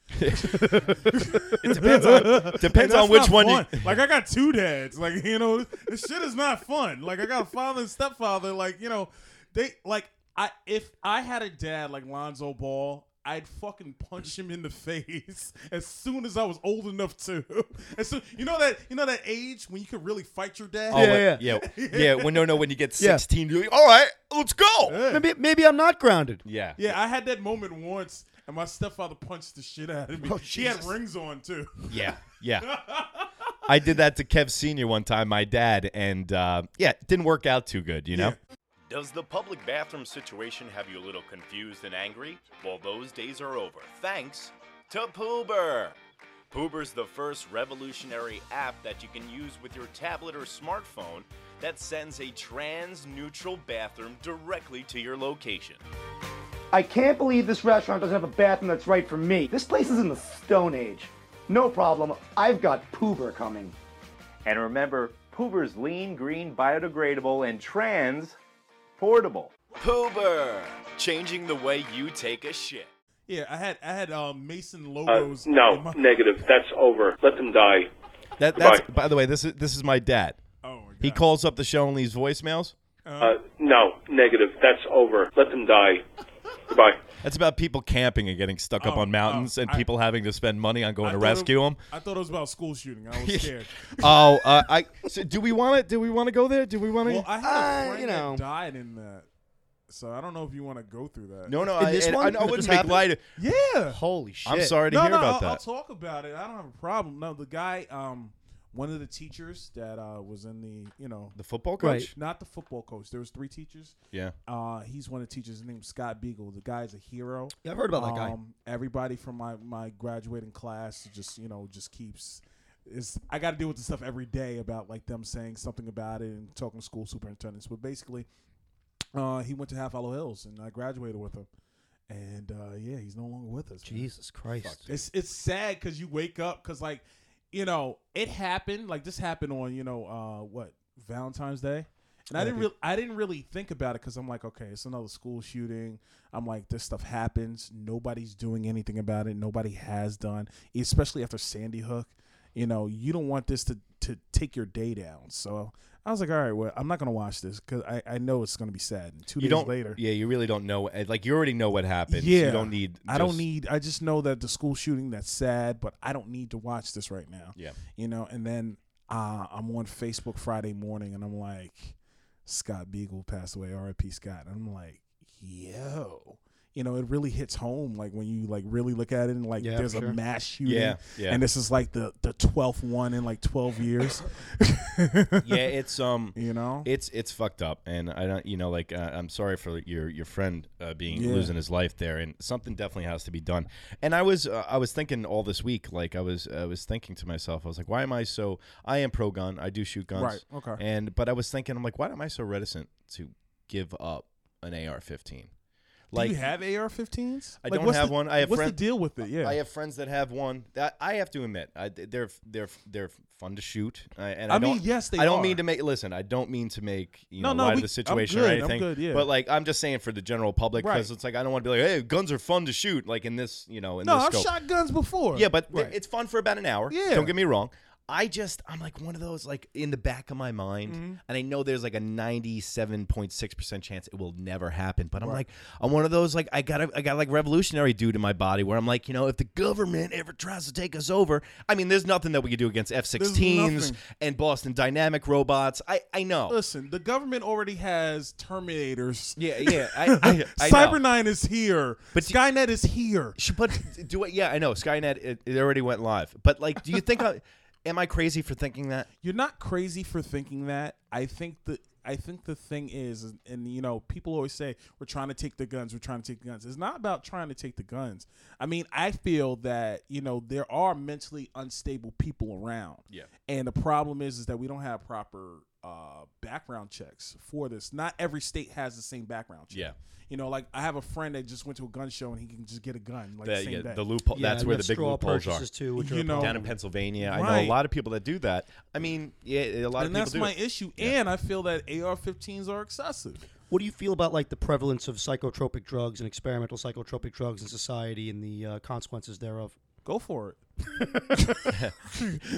[SPEAKER 2] It depends
[SPEAKER 5] <laughs>
[SPEAKER 2] on depends on which one. You,
[SPEAKER 5] like I got two dads. Like you know, this shit is not fun. Like I got a father and stepfather. Like you know, they like I if I had a dad like Lonzo Ball. I'd fucking punch him in the face <laughs> as soon as I was old enough to. <laughs> And so you know that you know that age when you could really fight your dad.
[SPEAKER 2] Oh,
[SPEAKER 3] Yeah,
[SPEAKER 2] yeah, yeah, yeah. When no, no, when you get
[SPEAKER 3] Yeah.
[SPEAKER 2] sixteen, you're like, all right, let's go.
[SPEAKER 5] Yeah.
[SPEAKER 3] Maybe maybe I'm not grounded.
[SPEAKER 2] Yeah,
[SPEAKER 5] Yeah, I had that moment once, and my stepfather punched the shit out of me.
[SPEAKER 3] Oh,
[SPEAKER 5] she had
[SPEAKER 3] Jesus.
[SPEAKER 5] rings on too.
[SPEAKER 2] Yeah, yeah. I did that to Kev Senior one time, my dad, and uh, yeah, it didn't work out too good, you know.
[SPEAKER 5] Yeah.
[SPEAKER 2] Does the public bathroom situation have you a little confused and angry? Well, those days are over. Thanks to Poober. Poober's the first revolutionary app that you can use with your tablet or smartphone that sends a trans-neutral bathroom directly to your location.
[SPEAKER 9] I can't believe this restaurant doesn't have a bathroom that's right for me. This place is in the Stone Age. No problem, I've got Poober coming.
[SPEAKER 10] And remember, Poober's lean, green, biodegradable, and trans portable.
[SPEAKER 2] Poober, changing the way you take a shit.
[SPEAKER 5] Yeah, I had I had um, Mason logos. in my-
[SPEAKER 11] Uh, negative. That's over. Let them die.
[SPEAKER 2] That, that's by the way, this is this is my dad.
[SPEAKER 5] Oh my god.
[SPEAKER 2] He calls up the show and leaves voicemails.
[SPEAKER 11] Uh, no, negative. That's over. Let them die. Goodbye.
[SPEAKER 2] That's about people camping and getting stuck up
[SPEAKER 5] Oh,
[SPEAKER 2] on mountains
[SPEAKER 5] oh,
[SPEAKER 2] and
[SPEAKER 5] I-
[SPEAKER 2] people having to spend money on going
[SPEAKER 5] I
[SPEAKER 2] to
[SPEAKER 5] thought it-
[SPEAKER 2] rescue them.
[SPEAKER 5] I thought it was about school shooting. I
[SPEAKER 2] <laughs>
[SPEAKER 5] was scared.
[SPEAKER 2] oh, uh, I so do we want to do we want to go there? Do we want to?
[SPEAKER 5] well, I had a
[SPEAKER 3] Uh,
[SPEAKER 5] friend
[SPEAKER 3] you know.
[SPEAKER 5] that died in that, so I don't know if you want to go through that.
[SPEAKER 2] no, no,
[SPEAKER 3] In
[SPEAKER 2] I,
[SPEAKER 3] this
[SPEAKER 2] and
[SPEAKER 3] one?
[SPEAKER 2] I, I wouldn't
[SPEAKER 3] Just
[SPEAKER 2] make
[SPEAKER 3] happened?
[SPEAKER 2] light. Of,
[SPEAKER 5] Yeah.
[SPEAKER 3] Holy shit!
[SPEAKER 2] I'm sorry to
[SPEAKER 5] no,
[SPEAKER 2] hear
[SPEAKER 5] no,
[SPEAKER 2] about
[SPEAKER 5] I'll, I'll
[SPEAKER 2] that.
[SPEAKER 5] talk about it. I don't have a problem. No, the guy, um, one of the teachers that uh, was in the, you know,
[SPEAKER 2] the football coach.
[SPEAKER 3] Right.
[SPEAKER 5] not the football coach. There was three teachers.
[SPEAKER 2] Yeah.
[SPEAKER 5] Uh, he's one of the teachers. His name's Scott Beagle. The guy's a hero.
[SPEAKER 3] Yeah, I've heard about that guy.
[SPEAKER 5] Um, everybody from my my graduating class just you know just keeps. Is I got to deal with the stuff every day about like them saying something about it and talking to school superintendents. But basically, uh, he went to Half Hollow Hills and I graduated with him. And uh, yeah, he's no longer with us. man.
[SPEAKER 3] Jesus Christ!
[SPEAKER 5] It's it's sad because you wake up because like you know it happened like this happened on you know uh what Valentine's Day. And I didn't really, I didn't really think about it because I'm like, okay, it's another school shooting. I'm like, this stuff happens. Nobody's doing anything about it. Nobody has done, especially after Sandy Hook. you know, you don't want this to to take your day down. So I was like, all right, well, I'm not gonna watch this because I, I know it's gonna be sad. And two
[SPEAKER 12] you
[SPEAKER 5] days
[SPEAKER 12] don't
[SPEAKER 5] later,
[SPEAKER 12] Yeah, you really don't know.
[SPEAKER 3] eh,
[SPEAKER 12] Like you already know what happened.
[SPEAKER 5] yeah,
[SPEAKER 12] you don't need.
[SPEAKER 5] I don't
[SPEAKER 12] just-
[SPEAKER 5] need. I just know that the school shooting that's sad, but I don't need to watch this right now.
[SPEAKER 12] Yeah.
[SPEAKER 5] you know. And then uh, I'm on Facebook Friday morning, and I'm like, Scott Beagle passed away. R.I.P. Scott. And I'm like, yo. You know, it really hits home, like when you like really look at it, and like
[SPEAKER 12] Yeah,
[SPEAKER 5] there's a
[SPEAKER 12] sure.
[SPEAKER 5] mass shooting,
[SPEAKER 12] Yeah, yeah.
[SPEAKER 5] and this is like the the twelfth one in like
[SPEAKER 12] <laughs>
[SPEAKER 5] twelve years.
[SPEAKER 12] yeah, it's um,
[SPEAKER 5] you know,
[SPEAKER 12] it's it's fucked up, and I don't, you know, like uh, I'm sorry for your your friend uh, being
[SPEAKER 5] Yeah.
[SPEAKER 12] losing his life there, and something definitely has to be done. And I was uh, I was thinking all this week, like I was I was thinking to myself, I was like, why am I so? I am pro gun, I do shoot guns,
[SPEAKER 5] Right, okay.
[SPEAKER 12] And but I was thinking, I'm like, why am I so reticent to give up an AR-15?
[SPEAKER 5] Do you have AR-15s?
[SPEAKER 12] I
[SPEAKER 5] Like,
[SPEAKER 12] don't
[SPEAKER 5] what's
[SPEAKER 12] have
[SPEAKER 5] the-
[SPEAKER 12] one. I have
[SPEAKER 5] what's
[SPEAKER 12] friend-
[SPEAKER 5] the deal with it? Yeah,
[SPEAKER 12] I have friends that have one. That I have to admit, I, they're they're they're fun to shoot. I, and I,
[SPEAKER 5] I mean,
[SPEAKER 12] don't-
[SPEAKER 5] yes, they
[SPEAKER 12] I don't
[SPEAKER 5] are.
[SPEAKER 12] mean to make. Listen, I don't mean to make you
[SPEAKER 5] No, no,
[SPEAKER 12] know light
[SPEAKER 5] we-
[SPEAKER 12] of the
[SPEAKER 5] I'm
[SPEAKER 12] situation
[SPEAKER 5] good,
[SPEAKER 12] or
[SPEAKER 5] I'm
[SPEAKER 12] anything.
[SPEAKER 5] good, yeah.
[SPEAKER 12] But like, I'm just saying for the general public because
[SPEAKER 5] Right.
[SPEAKER 12] it's like I don't want to be like, hey, guns are fun to shoot. Like in this, you know, in
[SPEAKER 5] no,
[SPEAKER 12] this
[SPEAKER 5] I've
[SPEAKER 12] scope.
[SPEAKER 5] shot guns before.
[SPEAKER 12] Yeah, but th-
[SPEAKER 5] Right.
[SPEAKER 12] it's fun for about an hour.
[SPEAKER 5] Yeah.
[SPEAKER 12] Don't get me wrong. I just I'm like one of those like in the back of my mind,
[SPEAKER 3] Mm-hmm.
[SPEAKER 12] and I know there's like a 97.6 percent chance it will never happen. But I'm like I'm one of those like I got a, I got like revolutionary dude in my body where I'm like you know if the government ever tries to take us over, I mean there's nothing that we can do against F-16s
[SPEAKER 5] nothing.
[SPEAKER 12] and Boston Dynamic robots. I I know.
[SPEAKER 5] Listen, the government already has Terminators.
[SPEAKER 3] <laughs>
[SPEAKER 12] Yeah, yeah. I, I, I know.
[SPEAKER 5] Cyber Nine is here. But Skynet is here.
[SPEAKER 12] Sh- But do it. Yeah, I know. Skynet it, it already went live. But like, do you think I am I crazy for thinking that?
[SPEAKER 5] You're not crazy for thinking that. I think the I think the thing is, and you know, people always say we're trying to take the guns. We're trying to take the guns. It's not about trying to take the guns. I mean, I feel that you know there are mentally unstable people around.
[SPEAKER 12] Yeah.
[SPEAKER 5] And the problem is, is that we don't have proper uh, background checks for this. Not every state has the same background check.
[SPEAKER 12] Yeah.
[SPEAKER 5] You know, like I have a friend that just went to a gun show and he can just get a gun like
[SPEAKER 12] the,
[SPEAKER 5] same
[SPEAKER 12] yeah,
[SPEAKER 5] day.
[SPEAKER 12] the loophole.
[SPEAKER 3] Yeah,
[SPEAKER 12] that's
[SPEAKER 3] you
[SPEAKER 12] where
[SPEAKER 3] have
[SPEAKER 12] the big
[SPEAKER 3] straw
[SPEAKER 12] loopholes are.
[SPEAKER 3] purchases too, which are
[SPEAKER 5] You
[SPEAKER 3] a
[SPEAKER 5] know-
[SPEAKER 12] Down in
[SPEAKER 3] problem.
[SPEAKER 12] Pennsylvania, I know
[SPEAKER 5] Right.
[SPEAKER 12] a lot of people that do that. I mean, yeah, a lot
[SPEAKER 5] and
[SPEAKER 12] of people
[SPEAKER 5] that's
[SPEAKER 12] do.
[SPEAKER 5] my
[SPEAKER 12] it.
[SPEAKER 5] issue. And I feel that AR-15s are excessive.
[SPEAKER 3] What do you feel about like the prevalence of psychotropic drugs and experimental psychotropic drugs in society and the uh, consequences thereof?
[SPEAKER 5] Go for it.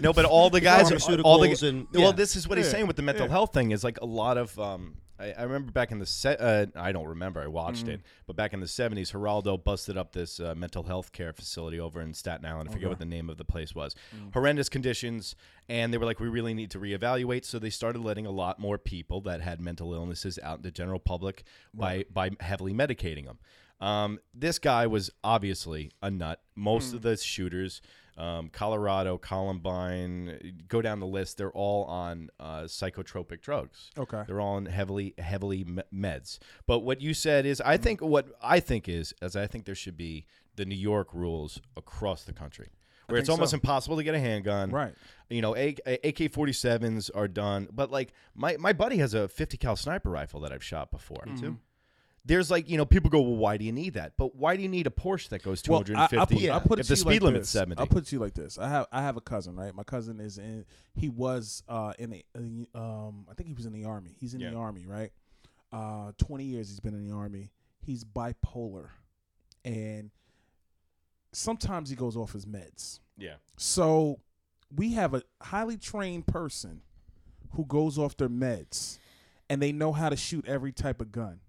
[SPEAKER 12] No,
[SPEAKER 3] <laughs>
[SPEAKER 12] but all the guys are all
[SPEAKER 3] Pharmaceuticals
[SPEAKER 12] the
[SPEAKER 3] and-
[SPEAKER 12] well.
[SPEAKER 3] yeah.
[SPEAKER 12] This is what he's
[SPEAKER 5] Yeah,
[SPEAKER 12] saying with the mental
[SPEAKER 5] yeah.
[SPEAKER 12] health thing is like a lot of. Um, I, I remember back in the set. Uh, I don't remember. I watched
[SPEAKER 3] Mm.
[SPEAKER 12] it, but back in the seventies, Geraldo busted up this uh, mental health care facility over in Staten Island. I forget what the name of the place was.
[SPEAKER 3] Mm.
[SPEAKER 12] Horrendous conditions, and they were like, "We really need to reevaluate." So they started letting a lot more people that had mental illnesses out in the general public by by heavily medicating them. Um, this guy was obviously a nut. Most of
[SPEAKER 5] Hmm.
[SPEAKER 12] the shooters, um, Colorado, Columbine, go down the list. They're all on uh, psychotropic drugs.
[SPEAKER 5] Okay.
[SPEAKER 12] they're all on heavily heavily me- meds. But what you said is, I think what I think is, as I think there should be the New York rules across the country, where it's
[SPEAKER 5] think
[SPEAKER 12] almost
[SPEAKER 5] so.
[SPEAKER 12] impossible to get a handgun.
[SPEAKER 5] Right.
[SPEAKER 12] You know, AK forty sevens are done, but like my my buddy has a fifty cal sniper rifle that I've shot before. Me
[SPEAKER 5] Mm-hmm.
[SPEAKER 12] too there's like you know people go well why do you need that but why do you need a Porsche that goes
[SPEAKER 5] Well,
[SPEAKER 12] 250
[SPEAKER 5] I, I put, I put it
[SPEAKER 12] if
[SPEAKER 5] to
[SPEAKER 12] the
[SPEAKER 5] you
[SPEAKER 12] speed
[SPEAKER 5] like
[SPEAKER 12] limit's
[SPEAKER 5] this.
[SPEAKER 12] 70
[SPEAKER 5] I'll put it to you like this. I have I have a cousin, right? My cousin is in. He was uh, in a, a, um, I think he was in the army. He's in
[SPEAKER 12] Yeah.
[SPEAKER 5] the army, right? Uh, Twenty years he's been in the army. He's bipolar, and sometimes he goes off his meds.
[SPEAKER 12] yeah
[SPEAKER 5] So we have a highly trained person who goes off their meds, and they know how to shoot every type of gun.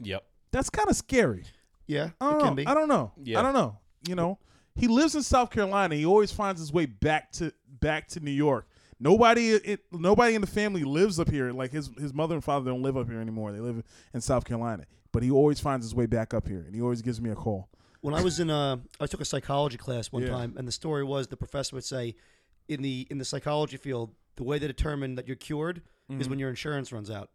[SPEAKER 12] yep
[SPEAKER 5] That's kind of scary.
[SPEAKER 3] Yeah,
[SPEAKER 5] I don't
[SPEAKER 3] it
[SPEAKER 5] know.
[SPEAKER 3] can be.
[SPEAKER 5] I don't know.
[SPEAKER 12] Yeah.
[SPEAKER 5] I don't know. You know, he lives in South Carolina. He always finds his way back to back to New York. Nobody, it, nobody in the family lives up here. Like his his mother and father don't live up here anymore. They live in South Carolina. But he always finds his way back up here, and he always gives me a call.
[SPEAKER 3] when I was in a, I took a psychology class one
[SPEAKER 5] Yeah.
[SPEAKER 3] time, and the story was the professor would say, in the in the psychology field, the way they determine that you're cured is
[SPEAKER 5] Mm-hmm.
[SPEAKER 3] when your insurance runs
[SPEAKER 5] <laughs>
[SPEAKER 3] out.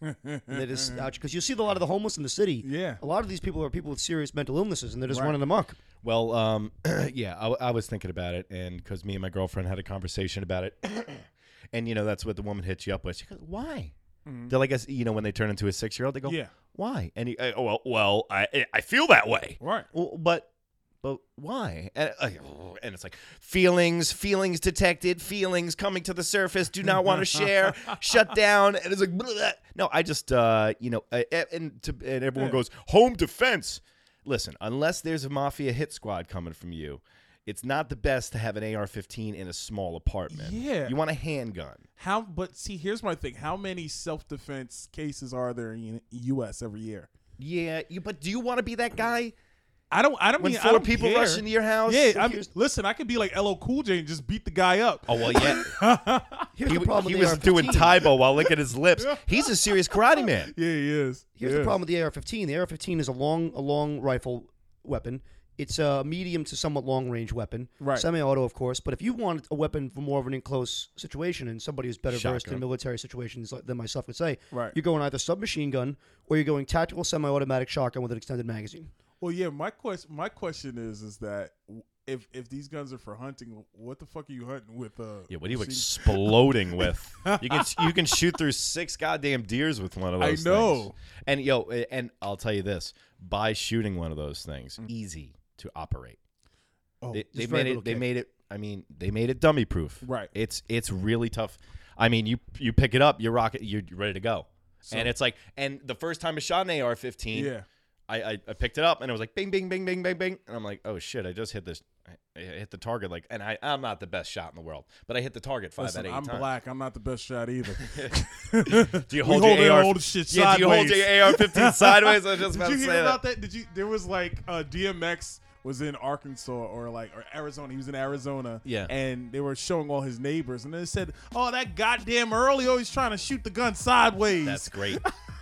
[SPEAKER 3] that is because you see a lot of the homeless in the city.
[SPEAKER 5] Yeah.
[SPEAKER 3] a lot of these people are people with serious mental illnesses, and they're just
[SPEAKER 5] Right.
[SPEAKER 3] running amok.
[SPEAKER 12] well um <clears throat> yeah I, I was thinking about it and because me and my girlfriend had a conversation about it <clears throat> and you know that's what the woman hits you up with she goes why they're like us you know when they turn into a six-year-old they go
[SPEAKER 5] Mm-hmm. Yeah.
[SPEAKER 12] why and he, oh well well I I feel that way
[SPEAKER 5] Right.
[SPEAKER 12] well, but but why? And, uh, <sighs> and it's like feelings, feelings detected, feelings coming to the surface. Do not want to share. <laughs> shut down. And it's like blah, blah. no. I just uh, you know, uh, and- and to, and everyone goes home defense. Listen, unless there's a mafia hit squad coming from you, It's not the best to have an AR-15 in a small apartment.
[SPEAKER 5] Yeah.
[SPEAKER 12] you want a handgun.
[SPEAKER 5] How? But see, here's my thing. How many self defense cases are there in the U.S. every year?
[SPEAKER 12] Yeah, you, but do you want to be that guy?
[SPEAKER 5] I don't. I don't
[SPEAKER 12] When
[SPEAKER 5] mean I
[SPEAKER 12] four
[SPEAKER 5] don't
[SPEAKER 12] people
[SPEAKER 5] care.
[SPEAKER 12] rush into your house?
[SPEAKER 5] Yeah.
[SPEAKER 12] Well,
[SPEAKER 5] I'm,
[SPEAKER 12] here's-
[SPEAKER 5] listen, I could be like LL Cool J and just beat the guy up.
[SPEAKER 12] Oh well, yeah. <laughs>
[SPEAKER 3] Here's
[SPEAKER 12] he
[SPEAKER 3] the problem
[SPEAKER 12] he
[SPEAKER 3] with the
[SPEAKER 12] was doing
[SPEAKER 3] AR-15.
[SPEAKER 12] Taibo while licking his lips. He's a serious karate man.
[SPEAKER 5] Yeah, he is.
[SPEAKER 3] Here's
[SPEAKER 5] yeah.
[SPEAKER 3] the problem with the AR-15. The AR-15 is a long, a long rifle weapon. It's a medium to somewhat long-range weapon,
[SPEAKER 5] Right.
[SPEAKER 3] semi-auto, of course. But if you want a weapon for more of an enclosed situation, and somebody who's better versed
[SPEAKER 12] Shotgun.
[SPEAKER 3] in military situations like- than myself would say,
[SPEAKER 5] Right.
[SPEAKER 3] you're going either submachine gun or you're going tactical semi-automatic shotgun with an extended magazine.
[SPEAKER 5] Well, yeah. My question. My question is, is that if if these guns are for hunting, what the fuck are you hunting with? Uh,
[SPEAKER 12] Yeah, what are you
[SPEAKER 5] machine-
[SPEAKER 12] exploding with? You can you can shoot through six goddamn deers with one of
[SPEAKER 5] I
[SPEAKER 12] those.
[SPEAKER 5] know.
[SPEAKER 12] things. And yo, and I'll tell you this: by shooting one of those things, easy to operate.
[SPEAKER 5] Oh,
[SPEAKER 12] they, they
[SPEAKER 3] just very
[SPEAKER 12] made
[SPEAKER 3] little
[SPEAKER 12] it. They
[SPEAKER 3] kick.
[SPEAKER 12] made it. I mean, they made it dummy proof.
[SPEAKER 5] Right.
[SPEAKER 12] It's it's really tough. I mean, you you pick it up, you rock it, you're ready to go. and it's like, and the first time I shot an AR-15,
[SPEAKER 5] Yeah.
[SPEAKER 12] I, I I picked it up and it was like bing bing bing bing bing bing, and I'm like, oh shit, I just hit this, I I hit the target like, and I I'm not the best shot in the world, but I hit the target five
[SPEAKER 5] Listen,
[SPEAKER 12] out of 8
[SPEAKER 5] I'm
[SPEAKER 12] times.
[SPEAKER 5] black. I'm not the best shot
[SPEAKER 12] <laughs>
[SPEAKER 5] either.
[SPEAKER 12] Do you
[SPEAKER 5] We
[SPEAKER 12] hold,
[SPEAKER 5] hold
[SPEAKER 12] your
[SPEAKER 5] our
[SPEAKER 12] AR?
[SPEAKER 5] old shit
[SPEAKER 12] yeah, do you hold
[SPEAKER 5] sideways. <laughs>
[SPEAKER 12] your AR-15 sideways? I was just
[SPEAKER 5] Did
[SPEAKER 12] about
[SPEAKER 5] you
[SPEAKER 12] to
[SPEAKER 5] hear
[SPEAKER 12] say
[SPEAKER 5] about
[SPEAKER 12] that.
[SPEAKER 5] that? Did you? There was like uh, DMX was in Arkansas or like or Arizona. He was in Arizona.
[SPEAKER 12] Yeah.
[SPEAKER 5] And they were showing all his neighbors, and they said, "Oh, that goddamn Early always trying to shoot the gun sideways."
[SPEAKER 12] That's great.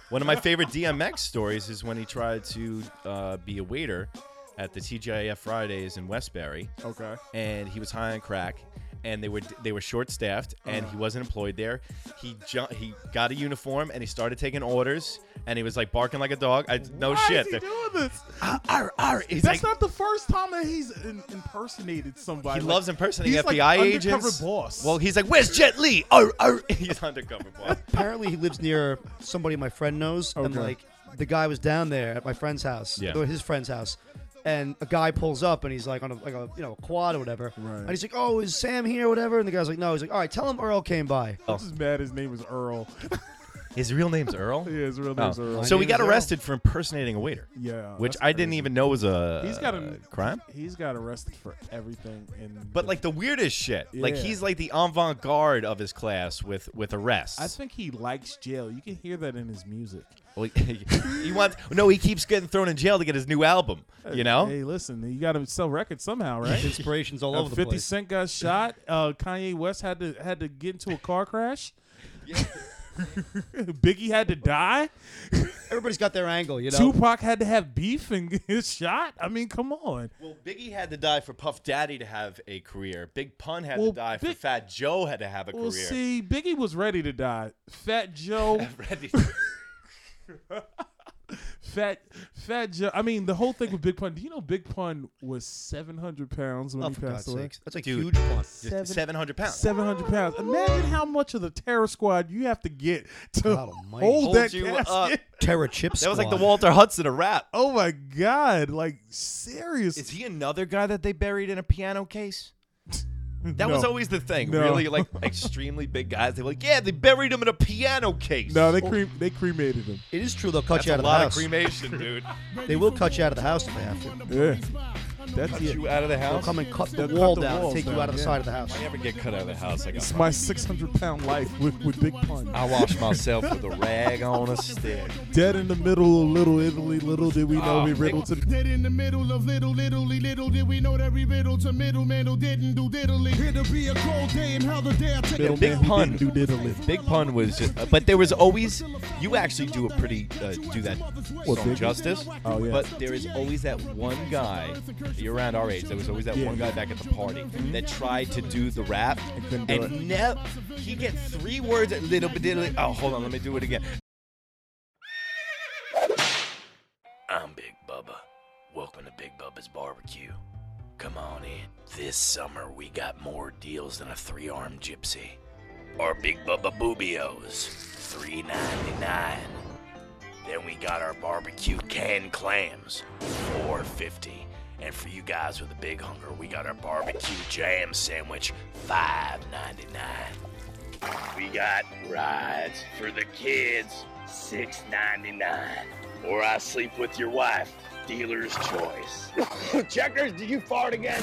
[SPEAKER 12] One of my favorite DMX stories is when he tried to uh, be a waiter at the TGIF Fridays in Westbury,
[SPEAKER 5] okay.
[SPEAKER 12] and he was high on crack, and they were they were short staffed, and
[SPEAKER 5] Uh.
[SPEAKER 12] he wasn't employed there. He ju- he got a uniform, and he started taking orders, and he was like barking like a dog. I no
[SPEAKER 5] Why
[SPEAKER 12] Oh, shit.
[SPEAKER 5] is he doing this?
[SPEAKER 12] Arr, arr, arr. He's
[SPEAKER 5] That's
[SPEAKER 12] like-
[SPEAKER 5] not the first time that he's in- impersonated somebody.
[SPEAKER 12] He
[SPEAKER 5] Like,
[SPEAKER 12] loves impersonating
[SPEAKER 5] he's
[SPEAKER 12] FBI
[SPEAKER 5] like
[SPEAKER 12] agents.
[SPEAKER 5] Undercover boss.
[SPEAKER 12] Well, he's like, "Where's Jet Li?" Arr, arr. <laughs>
[SPEAKER 5] <laughs>
[SPEAKER 12] He's undercover boss.
[SPEAKER 3] Apparently, he lives near somebody my friend knows, and
[SPEAKER 5] Okay.
[SPEAKER 3] like the guy was down there at my friend's house,
[SPEAKER 12] Yeah.
[SPEAKER 3] or his friend's house, and a guy pulls up and he's like on a like a you know a quad or whatever,
[SPEAKER 5] Right.
[SPEAKER 3] and he's like, "Oh, is Sam here?" or Whatever, and the guy's like, "No." He's like, "All right, tell him Earl came by."
[SPEAKER 5] I'm just mad his name is Earl. <laughs>
[SPEAKER 12] His real name's Earl.
[SPEAKER 5] yeah, his real
[SPEAKER 12] Oh.
[SPEAKER 5] name's Earl.
[SPEAKER 12] So we
[SPEAKER 3] name
[SPEAKER 12] got
[SPEAKER 3] is Earl.
[SPEAKER 12] arrested for impersonating a waiter.
[SPEAKER 5] Yeah,
[SPEAKER 12] which
[SPEAKER 5] that's
[SPEAKER 12] I didn't
[SPEAKER 5] crazy.
[SPEAKER 12] even know was a
[SPEAKER 5] he's got a
[SPEAKER 12] Uh, crime.
[SPEAKER 5] He's got arrested for everything. In
[SPEAKER 12] But like the weirdest shit. Like
[SPEAKER 5] Yeah.
[SPEAKER 12] he's like the avant-garde of his class with with arrests.
[SPEAKER 5] I think he likes jail. You can hear that in his music.
[SPEAKER 12] Well, <laughs> he wants no. He keeps getting thrown in jail to get his new album. You know.
[SPEAKER 5] Hey, listen, you got to sell records
[SPEAKER 12] <laughs>
[SPEAKER 5] somehow, right?
[SPEAKER 3] Inspirations all
[SPEAKER 5] Uh,
[SPEAKER 3] over the
[SPEAKER 5] Fifty
[SPEAKER 3] place.
[SPEAKER 5] Cent got shot. Uh, Kanye West had to had to get into a car crash. <laughs> Biggie had to die.
[SPEAKER 3] Everybody's got their angle, you know.
[SPEAKER 5] Tupac had to have beef and <laughs> get shot. I mean, come on.
[SPEAKER 12] Well, Biggie had to die for Puff Daddy to have a career. Big Pun had
[SPEAKER 5] Well,
[SPEAKER 12] to die
[SPEAKER 5] Big-
[SPEAKER 12] for Fat Joe had to have a
[SPEAKER 5] Well,
[SPEAKER 12] career. <laughs>
[SPEAKER 5] see, Biggie was ready to die. Fat Joe, <laughs>
[SPEAKER 12] Ready-
[SPEAKER 5] Fat Fat Joe. I mean, the whole thing with Big Pun. Do you know Big Pun was seven hundred pounds when
[SPEAKER 3] Oh,
[SPEAKER 5] he
[SPEAKER 3] for
[SPEAKER 5] passed
[SPEAKER 3] God's
[SPEAKER 5] away?
[SPEAKER 3] sakes. That's a
[SPEAKER 12] Dude.
[SPEAKER 3] huge one.
[SPEAKER 5] Seven-
[SPEAKER 12] Seven hundred pounds.
[SPEAKER 5] 700 pounds. Imagine how much of the terror squad you have to get to
[SPEAKER 3] God almighty.
[SPEAKER 5] hold,
[SPEAKER 12] Hold
[SPEAKER 5] that
[SPEAKER 12] you
[SPEAKER 5] casket.
[SPEAKER 12] up.
[SPEAKER 3] Terra Chip
[SPEAKER 12] That was like the
[SPEAKER 3] Squad.
[SPEAKER 12] Walter Hudson of rap.
[SPEAKER 5] <laughs> Oh my god, like serious. <laughs>
[SPEAKER 12] Is he another guy that they buried in a piano case? That was
[SPEAKER 5] No.
[SPEAKER 12] always the thing.
[SPEAKER 5] No.
[SPEAKER 12] Really,
[SPEAKER 5] <laughs>
[SPEAKER 12] like extremely big guys. They were like, yeah, they buried him in a piano case. Oh,
[SPEAKER 5] No, they crem- they cremated him.
[SPEAKER 3] It is true they'll cut
[SPEAKER 12] That's
[SPEAKER 3] you
[SPEAKER 12] a
[SPEAKER 3] out of the
[SPEAKER 12] lot of
[SPEAKER 3] house.
[SPEAKER 5] <laughs>
[SPEAKER 12] cremation, dude.
[SPEAKER 3] they will cut you out of the house if they have to.
[SPEAKER 5] Yeah. That's
[SPEAKER 12] Cut
[SPEAKER 5] it.
[SPEAKER 12] you out of the
[SPEAKER 3] They'll
[SPEAKER 12] house.
[SPEAKER 3] come and cut the
[SPEAKER 5] They'll
[SPEAKER 3] wall
[SPEAKER 5] cut the
[SPEAKER 3] down
[SPEAKER 5] walls
[SPEAKER 3] and take you
[SPEAKER 5] down,
[SPEAKER 3] out of the
[SPEAKER 5] yeah.
[SPEAKER 3] side of the house.
[SPEAKER 12] I never get cut out of
[SPEAKER 5] <laughs>
[SPEAKER 12] the house. I got.
[SPEAKER 5] It's my 600 pound life with, with Big Pun.
[SPEAKER 12] I wash myself with a rag on a stick.
[SPEAKER 5] Dead in the middle of Little Italy. Little did we know we riddled to the.
[SPEAKER 2] Oh, Dead in the middle of little, little, little did we know that we riddled to middle man who didn't do diddly. Here to be a cold day and how the day I take
[SPEAKER 12] Yeah,
[SPEAKER 5] Middle
[SPEAKER 12] Big
[SPEAKER 5] man who
[SPEAKER 12] Pun.
[SPEAKER 5] didn't do diddly.
[SPEAKER 12] Big pun was, just, but there was always. You actually do a pretty uh, do that song
[SPEAKER 5] Big-
[SPEAKER 12] justice.
[SPEAKER 5] Oh, yeah.
[SPEAKER 12] But there is always that one guy. You're around our age. There was always that
[SPEAKER 5] Yeah. Mm-hmm.
[SPEAKER 12] one guy back at the party that tried to do the rap
[SPEAKER 5] couldn't do it.
[SPEAKER 12] and never. He get three words. A little bit. little- Oh, hold on. Let me do it again.
[SPEAKER 2] I'm Big Bubba. Welcome to Big Bubba's Barbecue. Come on in. This summer we got more deals than a three-armed gypsy. Our Big Bubba Boobios, three ninety-nine. Then we got our barbecue canned clams, four fifty. And for you guys with a big hunger, we got our barbecue jam sandwich, five ninety-nine. We got rides for the kids, six ninety nine. Or I sleep with your wife, dealer's choice. Checkers, did you fart again?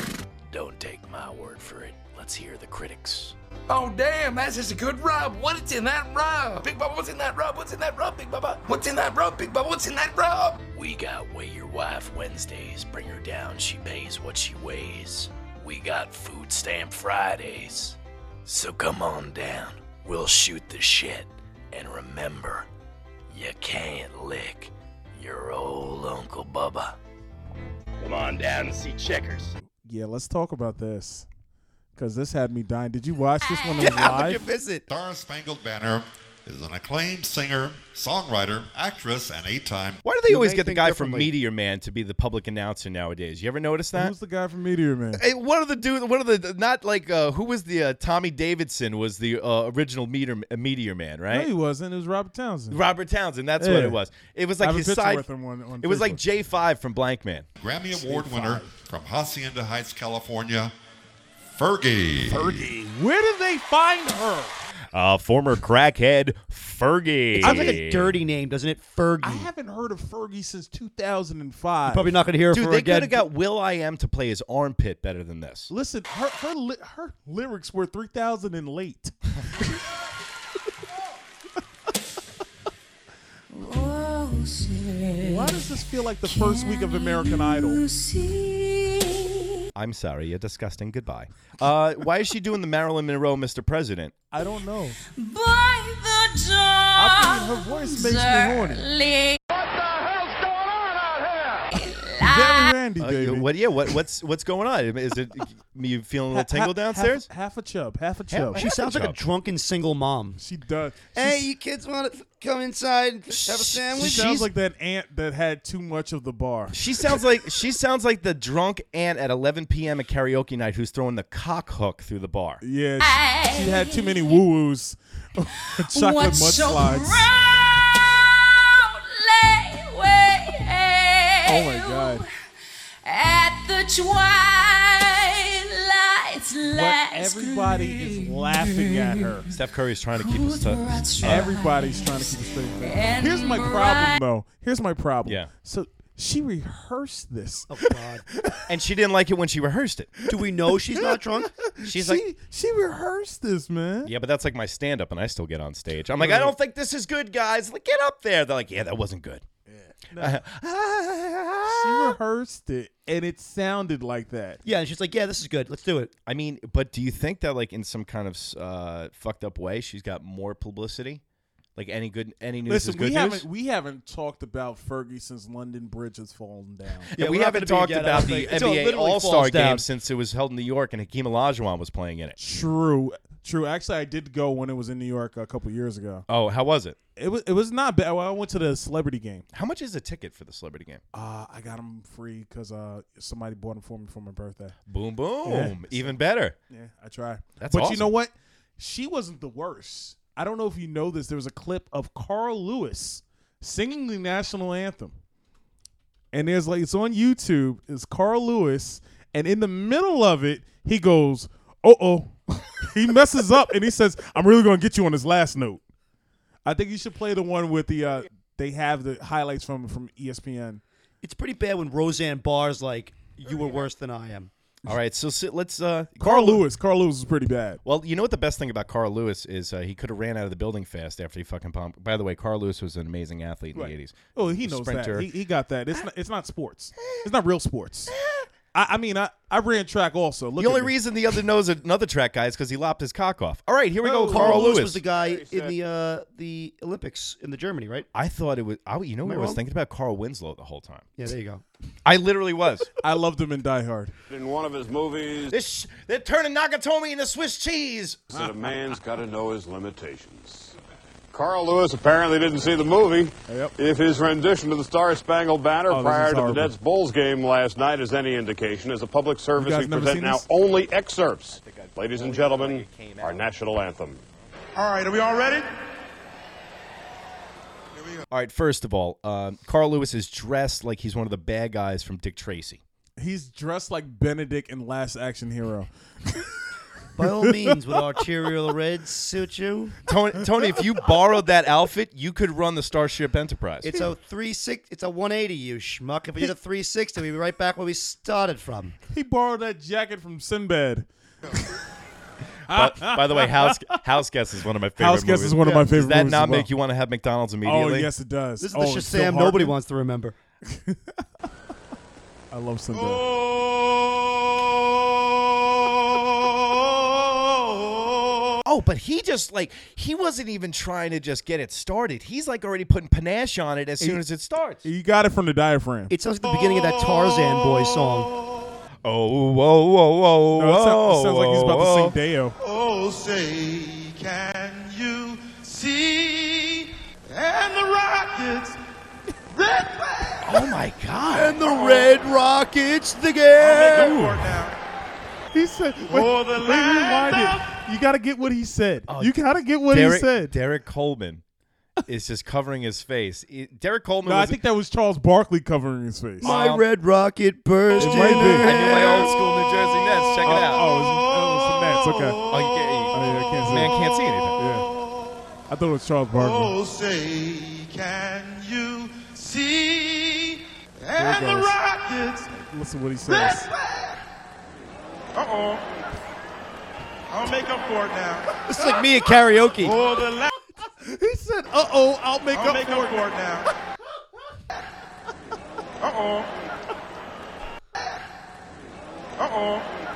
[SPEAKER 2] Don't take my word for it. Let's hear the critics.
[SPEAKER 13] Oh damn, that's just a good rub. What is in that rub? Big Bubba, what's in that rub? What's in that rub, Big Bubba? What's in that rub, Big Bubba? What's in that rub?
[SPEAKER 2] We got Weigh Your Wife Wednesdays. Bring her down. She pays what she weighs. We got Food Stamp Fridays. So come on down. We'll shoot the shit. And remember, you can't lick your old Uncle Bubba.
[SPEAKER 14] Come on down and see Checkers.
[SPEAKER 5] Yeah, let's talk about this. Because this had me dying. Did you watch this one <laughs>
[SPEAKER 15] Yeah,
[SPEAKER 5] live?
[SPEAKER 15] visit. Star Spangled Banner is an acclaimed singer, songwriter, actress, and eight-time.
[SPEAKER 12] Why do they always get the guy from Meteor Man to be the public announcer nowadays? You ever notice that?
[SPEAKER 5] Who's the guy from Meteor Man?
[SPEAKER 12] Hey, one of the dude, one of the not like uh, who was the uh, Tommy Davidson was the uh, original meteor uh, meteor man,
[SPEAKER 5] No,
[SPEAKER 12] right?
[SPEAKER 5] he wasn't. It was Robert Townsend.
[SPEAKER 12] Robert Townsend, that's what
[SPEAKER 5] Yeah.
[SPEAKER 12] it was. It was
[SPEAKER 5] I
[SPEAKER 12] like
[SPEAKER 5] have a
[SPEAKER 12] his
[SPEAKER 5] picture
[SPEAKER 12] side.
[SPEAKER 5] with him on- on
[SPEAKER 12] it was like
[SPEAKER 5] Facebook.
[SPEAKER 12] J Five from Blank Man.
[SPEAKER 15] Grammy Award winner from Hacienda Heights, California, Fergie. Fergie.
[SPEAKER 5] Where did they find her?
[SPEAKER 12] Uh, former crackhead Fergie.
[SPEAKER 3] It sounds like a dirty name, doesn't it? Fergie.
[SPEAKER 5] I haven't heard of Fergie since 2005.
[SPEAKER 12] Dude, they could have got Will I Am to play his armpit better than this.
[SPEAKER 5] Listen, her her, li- her lyrics were 3,000 and late. Why does this feel like the first week of American Idol?
[SPEAKER 12] I'm sorry, you're disgusting. Goodbye. Uh, why is she doing the Marilyn Monroe, Mr. President?
[SPEAKER 5] I don't know.
[SPEAKER 16] By the dawn's
[SPEAKER 5] her voice makes me horny.
[SPEAKER 16] early
[SPEAKER 5] Very Randy,
[SPEAKER 12] Uh, you- what? Yeah. What? What's What's going on? Is it you feeling a little tingle
[SPEAKER 5] Ha- half-
[SPEAKER 12] downstairs?
[SPEAKER 5] Half, a chub, half a
[SPEAKER 12] Half-
[SPEAKER 5] chub.
[SPEAKER 12] half a She sounds like a chub.
[SPEAKER 3] drunken single mom.
[SPEAKER 5] She does.
[SPEAKER 3] Hey, you kids want to come inside and have a sandwich?
[SPEAKER 5] She sounds like that aunt that had too much of the bar.
[SPEAKER 12] She sounds like she sounds like the drunk aunt at 11 p.m. at karaoke night who's throwing the cock hook through the bar.
[SPEAKER 5] Yeah, she, she had too many woo woos. <laughs> Chocolate
[SPEAKER 16] What's so
[SPEAKER 5] mudslides. Oh my
[SPEAKER 16] way
[SPEAKER 5] god.
[SPEAKER 16] at the twilight's
[SPEAKER 5] But
[SPEAKER 16] last
[SPEAKER 5] everybody is laughing at her.
[SPEAKER 12] Steph Curry is trying to keep us. T-
[SPEAKER 5] Everybody's trying to keep a straight face.
[SPEAKER 16] And
[SPEAKER 5] Here's my problem,
[SPEAKER 16] bright-
[SPEAKER 5] though. Here's my problem.
[SPEAKER 12] Yeah.
[SPEAKER 5] So she rehearsed this. Oh
[SPEAKER 3] God.
[SPEAKER 12] and she didn't like it when she rehearsed it.
[SPEAKER 3] Do we know she's not drunk?
[SPEAKER 12] She's
[SPEAKER 5] she,
[SPEAKER 12] like,
[SPEAKER 5] she rehearsed this, man.
[SPEAKER 12] yeah, but that's like my stand up, and I still get on stage. I'm like, I don't think this is good, guys. Like, get up there. They're like, yeah, that wasn't good.
[SPEAKER 5] she rehearsed it, and it sounded like that.
[SPEAKER 3] <laughs> Yeah, and she's like, yeah, this is good. Let's do it.
[SPEAKER 12] <laughs> I mean, but do you think that like in some kind of uh, fucked up way, she's got more publicity? Like any good, any news
[SPEAKER 5] Listen,
[SPEAKER 12] is
[SPEAKER 5] we
[SPEAKER 12] good news.
[SPEAKER 5] haven't we haven't talked about Fergie since London Bridge has fallen down.
[SPEAKER 12] Yeah, we haven't talked
[SPEAKER 5] <laughs>
[SPEAKER 12] about the NBA All Star game since it was held in New York and Hakeem Olajuwon was playing in it.
[SPEAKER 5] True, true. Actually, I did go when it was in New York a couple years ago.
[SPEAKER 12] Oh, how was it?
[SPEAKER 5] It was it was not bad. Well, I went to the celebrity game.
[SPEAKER 12] How much is a ticket for the celebrity game?
[SPEAKER 5] Uh, I got them free because uh, somebody bought them for me for my birthday.
[SPEAKER 12] Boom, boom.
[SPEAKER 5] Yeah.
[SPEAKER 12] Even better.
[SPEAKER 5] Yeah, I try.
[SPEAKER 12] That's
[SPEAKER 5] but
[SPEAKER 12] awesome.
[SPEAKER 5] you know what? She wasn't the worst. I don't know if you know this. There was a clip of Carl Lewis singing the national anthem, and there's like it's on YouTube. It's Carl Lewis, and in the middle of it, he goes, "Uh oh." <laughs> he messes up and he says, "I'm really gonna get you on this last note." I think you should play the one with the. Uh, they have the highlights from from E ESPN.
[SPEAKER 3] It's pretty bad when Roseanne Barr's like, you were worse than I am.
[SPEAKER 12] All right, so sit, let's. Uh,
[SPEAKER 5] Carl Lewis. Carl Lewis is pretty bad.
[SPEAKER 12] Well, you know what the best thing about Carl Lewis is? Uh, he could have ran out of the building fast after he fucking pumped. By the way, Carl Lewis was an amazing athlete in
[SPEAKER 5] Right.
[SPEAKER 12] the 80s.
[SPEAKER 5] Oh, he knows
[SPEAKER 12] Sprinter.
[SPEAKER 5] that. He, he got that. It's not, it's not sports. It's not real sports. I, I mean, I, I ran track also. Look
[SPEAKER 12] the only
[SPEAKER 5] at me.
[SPEAKER 12] reason the other knows another track guy is because he lopped his cock off. All right, here we go.
[SPEAKER 3] Oh, Carl, Lewis. was the guy in the uh, the Olympics in the Germany, right?
[SPEAKER 12] I thought it was. I, you know,
[SPEAKER 3] Am
[SPEAKER 12] what
[SPEAKER 3] I
[SPEAKER 12] I was
[SPEAKER 3] wrong?
[SPEAKER 12] thinking about Carl Winslow the whole time.
[SPEAKER 3] Yeah, there you go.
[SPEAKER 12] I
[SPEAKER 3] <laughs>
[SPEAKER 12] literally was.
[SPEAKER 5] I loved him in Die Hard.
[SPEAKER 17] In one of his movies,
[SPEAKER 12] this they're turning Nakatomi into Swiss cheese.
[SPEAKER 5] <laughs>
[SPEAKER 17] that a man's got to know his limitations. Carl Lewis apparently didn't see the movie. If his rendition of the Star Spangled Banner
[SPEAKER 5] Oh, this is
[SPEAKER 17] prior to the
[SPEAKER 5] horrible.
[SPEAKER 17] Nets Bulls game last night is any indication, as a public service,
[SPEAKER 5] guys
[SPEAKER 17] we
[SPEAKER 5] never
[SPEAKER 17] present
[SPEAKER 5] seen
[SPEAKER 17] now
[SPEAKER 5] this?
[SPEAKER 17] only excerpts. Ladies and gentlemen, our national anthem.
[SPEAKER 18] All right, are we all ready?
[SPEAKER 12] All right, first of all, um, Carl Lewis is dressed like he's one of the bad guys from Dick Tracy.
[SPEAKER 5] He's dressed like Benedict in Last Action Hero.
[SPEAKER 3] By all means, would arterial reds suit you?
[SPEAKER 12] Tony, Tony, if you borrowed that outfit, you could run the Starship Enterprise.
[SPEAKER 3] It's a three six. It's a one eighty. You schmuck. If we did a three sixty, we'd be right back where we started from.
[SPEAKER 5] He borrowed that jacket from
[SPEAKER 12] <laughs>
[SPEAKER 5] Sinbad.
[SPEAKER 12] by,
[SPEAKER 5] <laughs>
[SPEAKER 12] by the way, House House Guest is one of my favorite.
[SPEAKER 5] House Guest
[SPEAKER 12] movies.
[SPEAKER 5] is one of my favorite
[SPEAKER 12] Does that
[SPEAKER 5] movies
[SPEAKER 12] not
[SPEAKER 5] as well.
[SPEAKER 12] make you want to have McDonald's
[SPEAKER 5] Oh
[SPEAKER 12] immediately?
[SPEAKER 5] yes, it does.
[SPEAKER 3] This is
[SPEAKER 5] oh,
[SPEAKER 3] the
[SPEAKER 5] it's so
[SPEAKER 3] Shazam nobody
[SPEAKER 5] heartening.
[SPEAKER 3] wants to remember.
[SPEAKER 5] I love Sinbad.
[SPEAKER 12] Oh, but he just like he wasn't even trying to just get it started. He's like already putting panache on it as soon as it starts.
[SPEAKER 5] You got it from the diaphragm.
[SPEAKER 3] It sounds like the beginning of that Tarzan boy song.
[SPEAKER 12] Oh, whoa, whoa, whoa,
[SPEAKER 5] No, it sounds- it sounds like he's about to
[SPEAKER 12] whoa,
[SPEAKER 5] sing
[SPEAKER 12] whoa.
[SPEAKER 5] Deo.
[SPEAKER 18] Oh, say, can you see? And the Rockets.
[SPEAKER 12] Oh my God!
[SPEAKER 3] And the Red Rockets, the game.
[SPEAKER 5] He said, wait,
[SPEAKER 18] Oh, the
[SPEAKER 5] let me
[SPEAKER 18] land
[SPEAKER 5] rewind it. You got to get what he said. you got to get what he
[SPEAKER 12] Oh, Derek,
[SPEAKER 5] said.
[SPEAKER 12] Derek Coleman is just covering his face. It- Derek Coleman.
[SPEAKER 5] No, I
[SPEAKER 12] was
[SPEAKER 5] think that was Charles Barkley covering his face.
[SPEAKER 3] My
[SPEAKER 12] Um,
[SPEAKER 3] red rocket burst.
[SPEAKER 5] It might be.
[SPEAKER 12] I knew my old school New Jersey Nets. Check it out.
[SPEAKER 5] Oh, it's, oh, it's the Nets. Okay.
[SPEAKER 12] Oh, you can't-
[SPEAKER 5] Oh, yeah, I can't see
[SPEAKER 12] man
[SPEAKER 5] it.
[SPEAKER 12] can't see anything.
[SPEAKER 5] I thought it was Charles Barkley.
[SPEAKER 18] Oh, say, can you see?
[SPEAKER 5] There it
[SPEAKER 18] And the
[SPEAKER 5] goes.
[SPEAKER 18] Rockets.
[SPEAKER 5] Listen what he says.
[SPEAKER 18] Uh oh. I'll make up for it now.
[SPEAKER 3] It's like me at karaoke.
[SPEAKER 18] Oh, the la-
[SPEAKER 5] He said, "Uh oh, I'll make
[SPEAKER 18] I'll
[SPEAKER 5] up
[SPEAKER 18] make
[SPEAKER 5] for
[SPEAKER 18] up for it now. Uh oh. Uh oh.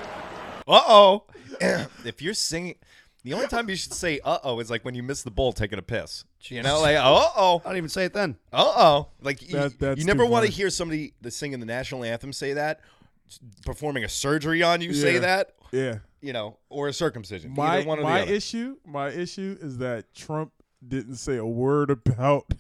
[SPEAKER 12] Uh oh. <clears throat> if you're singing, the only time you should say uh oh is like when you miss the bowl taking a piss. You know, like uh oh,
[SPEAKER 3] I don't even say it then.
[SPEAKER 12] uh oh. Like you-
[SPEAKER 5] That-
[SPEAKER 12] you,
[SPEAKER 5] that's
[SPEAKER 12] never
[SPEAKER 5] too
[SPEAKER 12] want to
[SPEAKER 5] funny.
[SPEAKER 12] hear somebody that's singing the national anthem say that, s- performing a surgery on you say
[SPEAKER 5] Yeah.
[SPEAKER 12] that.
[SPEAKER 5] Yeah.
[SPEAKER 12] You know, or a circumcision.
[SPEAKER 5] My
[SPEAKER 12] Either one or
[SPEAKER 5] my
[SPEAKER 12] the other.
[SPEAKER 5] issue, my issue is that Trump didn't say a word about <laughs>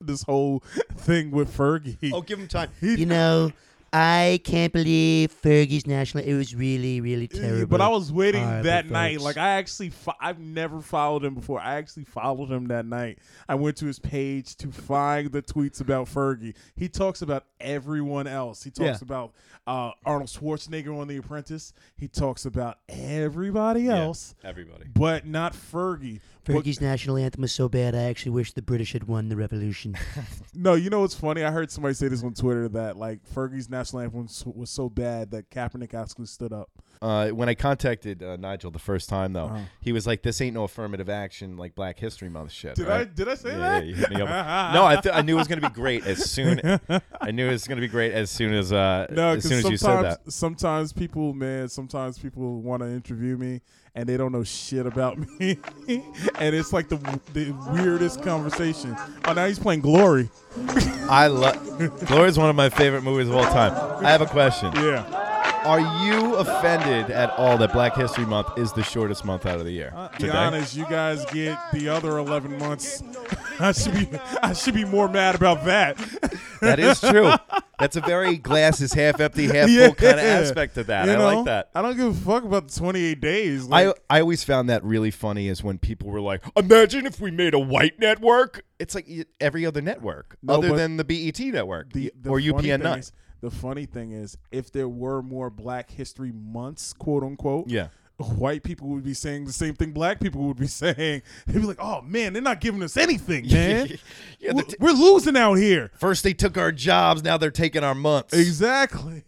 [SPEAKER 5] this whole thing with Fergie.
[SPEAKER 12] oh, give him time.
[SPEAKER 3] You know, I can't believe Fergie's national. It was really, really terrible.
[SPEAKER 5] But I was waiting
[SPEAKER 3] Horrible,
[SPEAKER 5] that night.
[SPEAKER 3] folks.
[SPEAKER 5] Like I actually, fo- I've never followed him before. I actually followed him that night. I went to his page to find the tweets about Fergie. He talks about everyone else. He talks
[SPEAKER 3] Yeah.
[SPEAKER 5] about uh, Arnold Schwarzenegger on The Apprentice. He talks about everybody else,
[SPEAKER 12] Everybody.
[SPEAKER 5] but not Fergie. But-
[SPEAKER 3] Fergie's national anthem was so bad. I actually wish the British had won the revolution.
[SPEAKER 5] No, you know what's funny? I heard somebody say this on Twitter that like Fergie's national anthem was, was so bad that Kaepernick actually stood up.
[SPEAKER 12] Uh, when I contacted uh, Nigel the first time, though,
[SPEAKER 5] Uh-huh.
[SPEAKER 12] he was like, "This ain't no affirmative action, like Black History Month shit."
[SPEAKER 5] Did
[SPEAKER 12] right?
[SPEAKER 5] I- did I say
[SPEAKER 12] yeah,
[SPEAKER 5] that?
[SPEAKER 12] Yeah, you
[SPEAKER 5] <laughs>
[SPEAKER 12] hit me up. no, I, th- I knew it was gonna be great as soon. I knew it was gonna be great as soon as uh,
[SPEAKER 5] No,
[SPEAKER 12] as
[SPEAKER 5] because
[SPEAKER 12] soon as
[SPEAKER 5] sometimes
[SPEAKER 12] you said that.
[SPEAKER 5] sometimes people, man, sometimes people want to interview me and they don't know shit about <laughs> me, and it's like the the weirdest conversation. Oh, now he's playing Glory.
[SPEAKER 12] I love Glory is one of my favorite movies of all time. I have a question.
[SPEAKER 5] Yeah,
[SPEAKER 12] Are you offended at all that Black History Month is the shortest month out of the year?
[SPEAKER 5] Uh, be honest, you guys get the other eleven months. <laughs> I should be I should be more mad about that.
[SPEAKER 12] That
[SPEAKER 5] <laughs>
[SPEAKER 12] is true. That's a very glass is half empty, half full kind of aspect to that.
[SPEAKER 5] You
[SPEAKER 12] I
[SPEAKER 5] know?
[SPEAKER 12] like that.
[SPEAKER 5] I don't give a fuck about the twenty eight days. Like,
[SPEAKER 12] I, I always found that really funny is when people were like, imagine if we made a white network. It's like y- every other network
[SPEAKER 5] No,
[SPEAKER 12] other
[SPEAKER 5] but
[SPEAKER 12] than the BET network
[SPEAKER 5] the, the
[SPEAKER 12] or
[SPEAKER 5] funny
[SPEAKER 12] UPN
[SPEAKER 5] thing
[SPEAKER 12] 9.
[SPEAKER 5] is- the funny thing is, if there were more Black History Months, quote unquote,
[SPEAKER 12] Yeah.
[SPEAKER 5] white people would be saying the same thing black people would be <laughs> saying. They'd be like, "Oh man, they're not giving us anything, man.
[SPEAKER 12] Yeah,
[SPEAKER 5] we're,
[SPEAKER 12] the t-
[SPEAKER 5] we're losing out here."
[SPEAKER 12] First they took our jobs, now they're taking our months.
[SPEAKER 5] Exactly.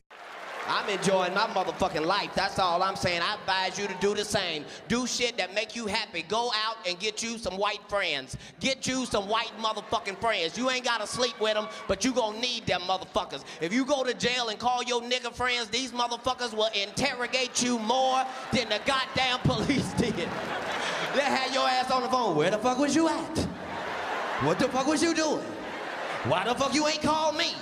[SPEAKER 11] I'm enjoying my motherfucking life. That's all I'm saying. I advise you to do the same. Do shit that make you happy. Go out and get you some white friends. Get you some white motherfucking friends. You ain't gotta sleep with them, but you gonna need them motherfuckers. If you go to jail and call your nigga friends, these motherfuckers will interrogate you more than the goddamn <laughs> police did. They had your ass on the phone. Where the fuck was you at? What the fuck was you doing? Why the fuck you ain't called me?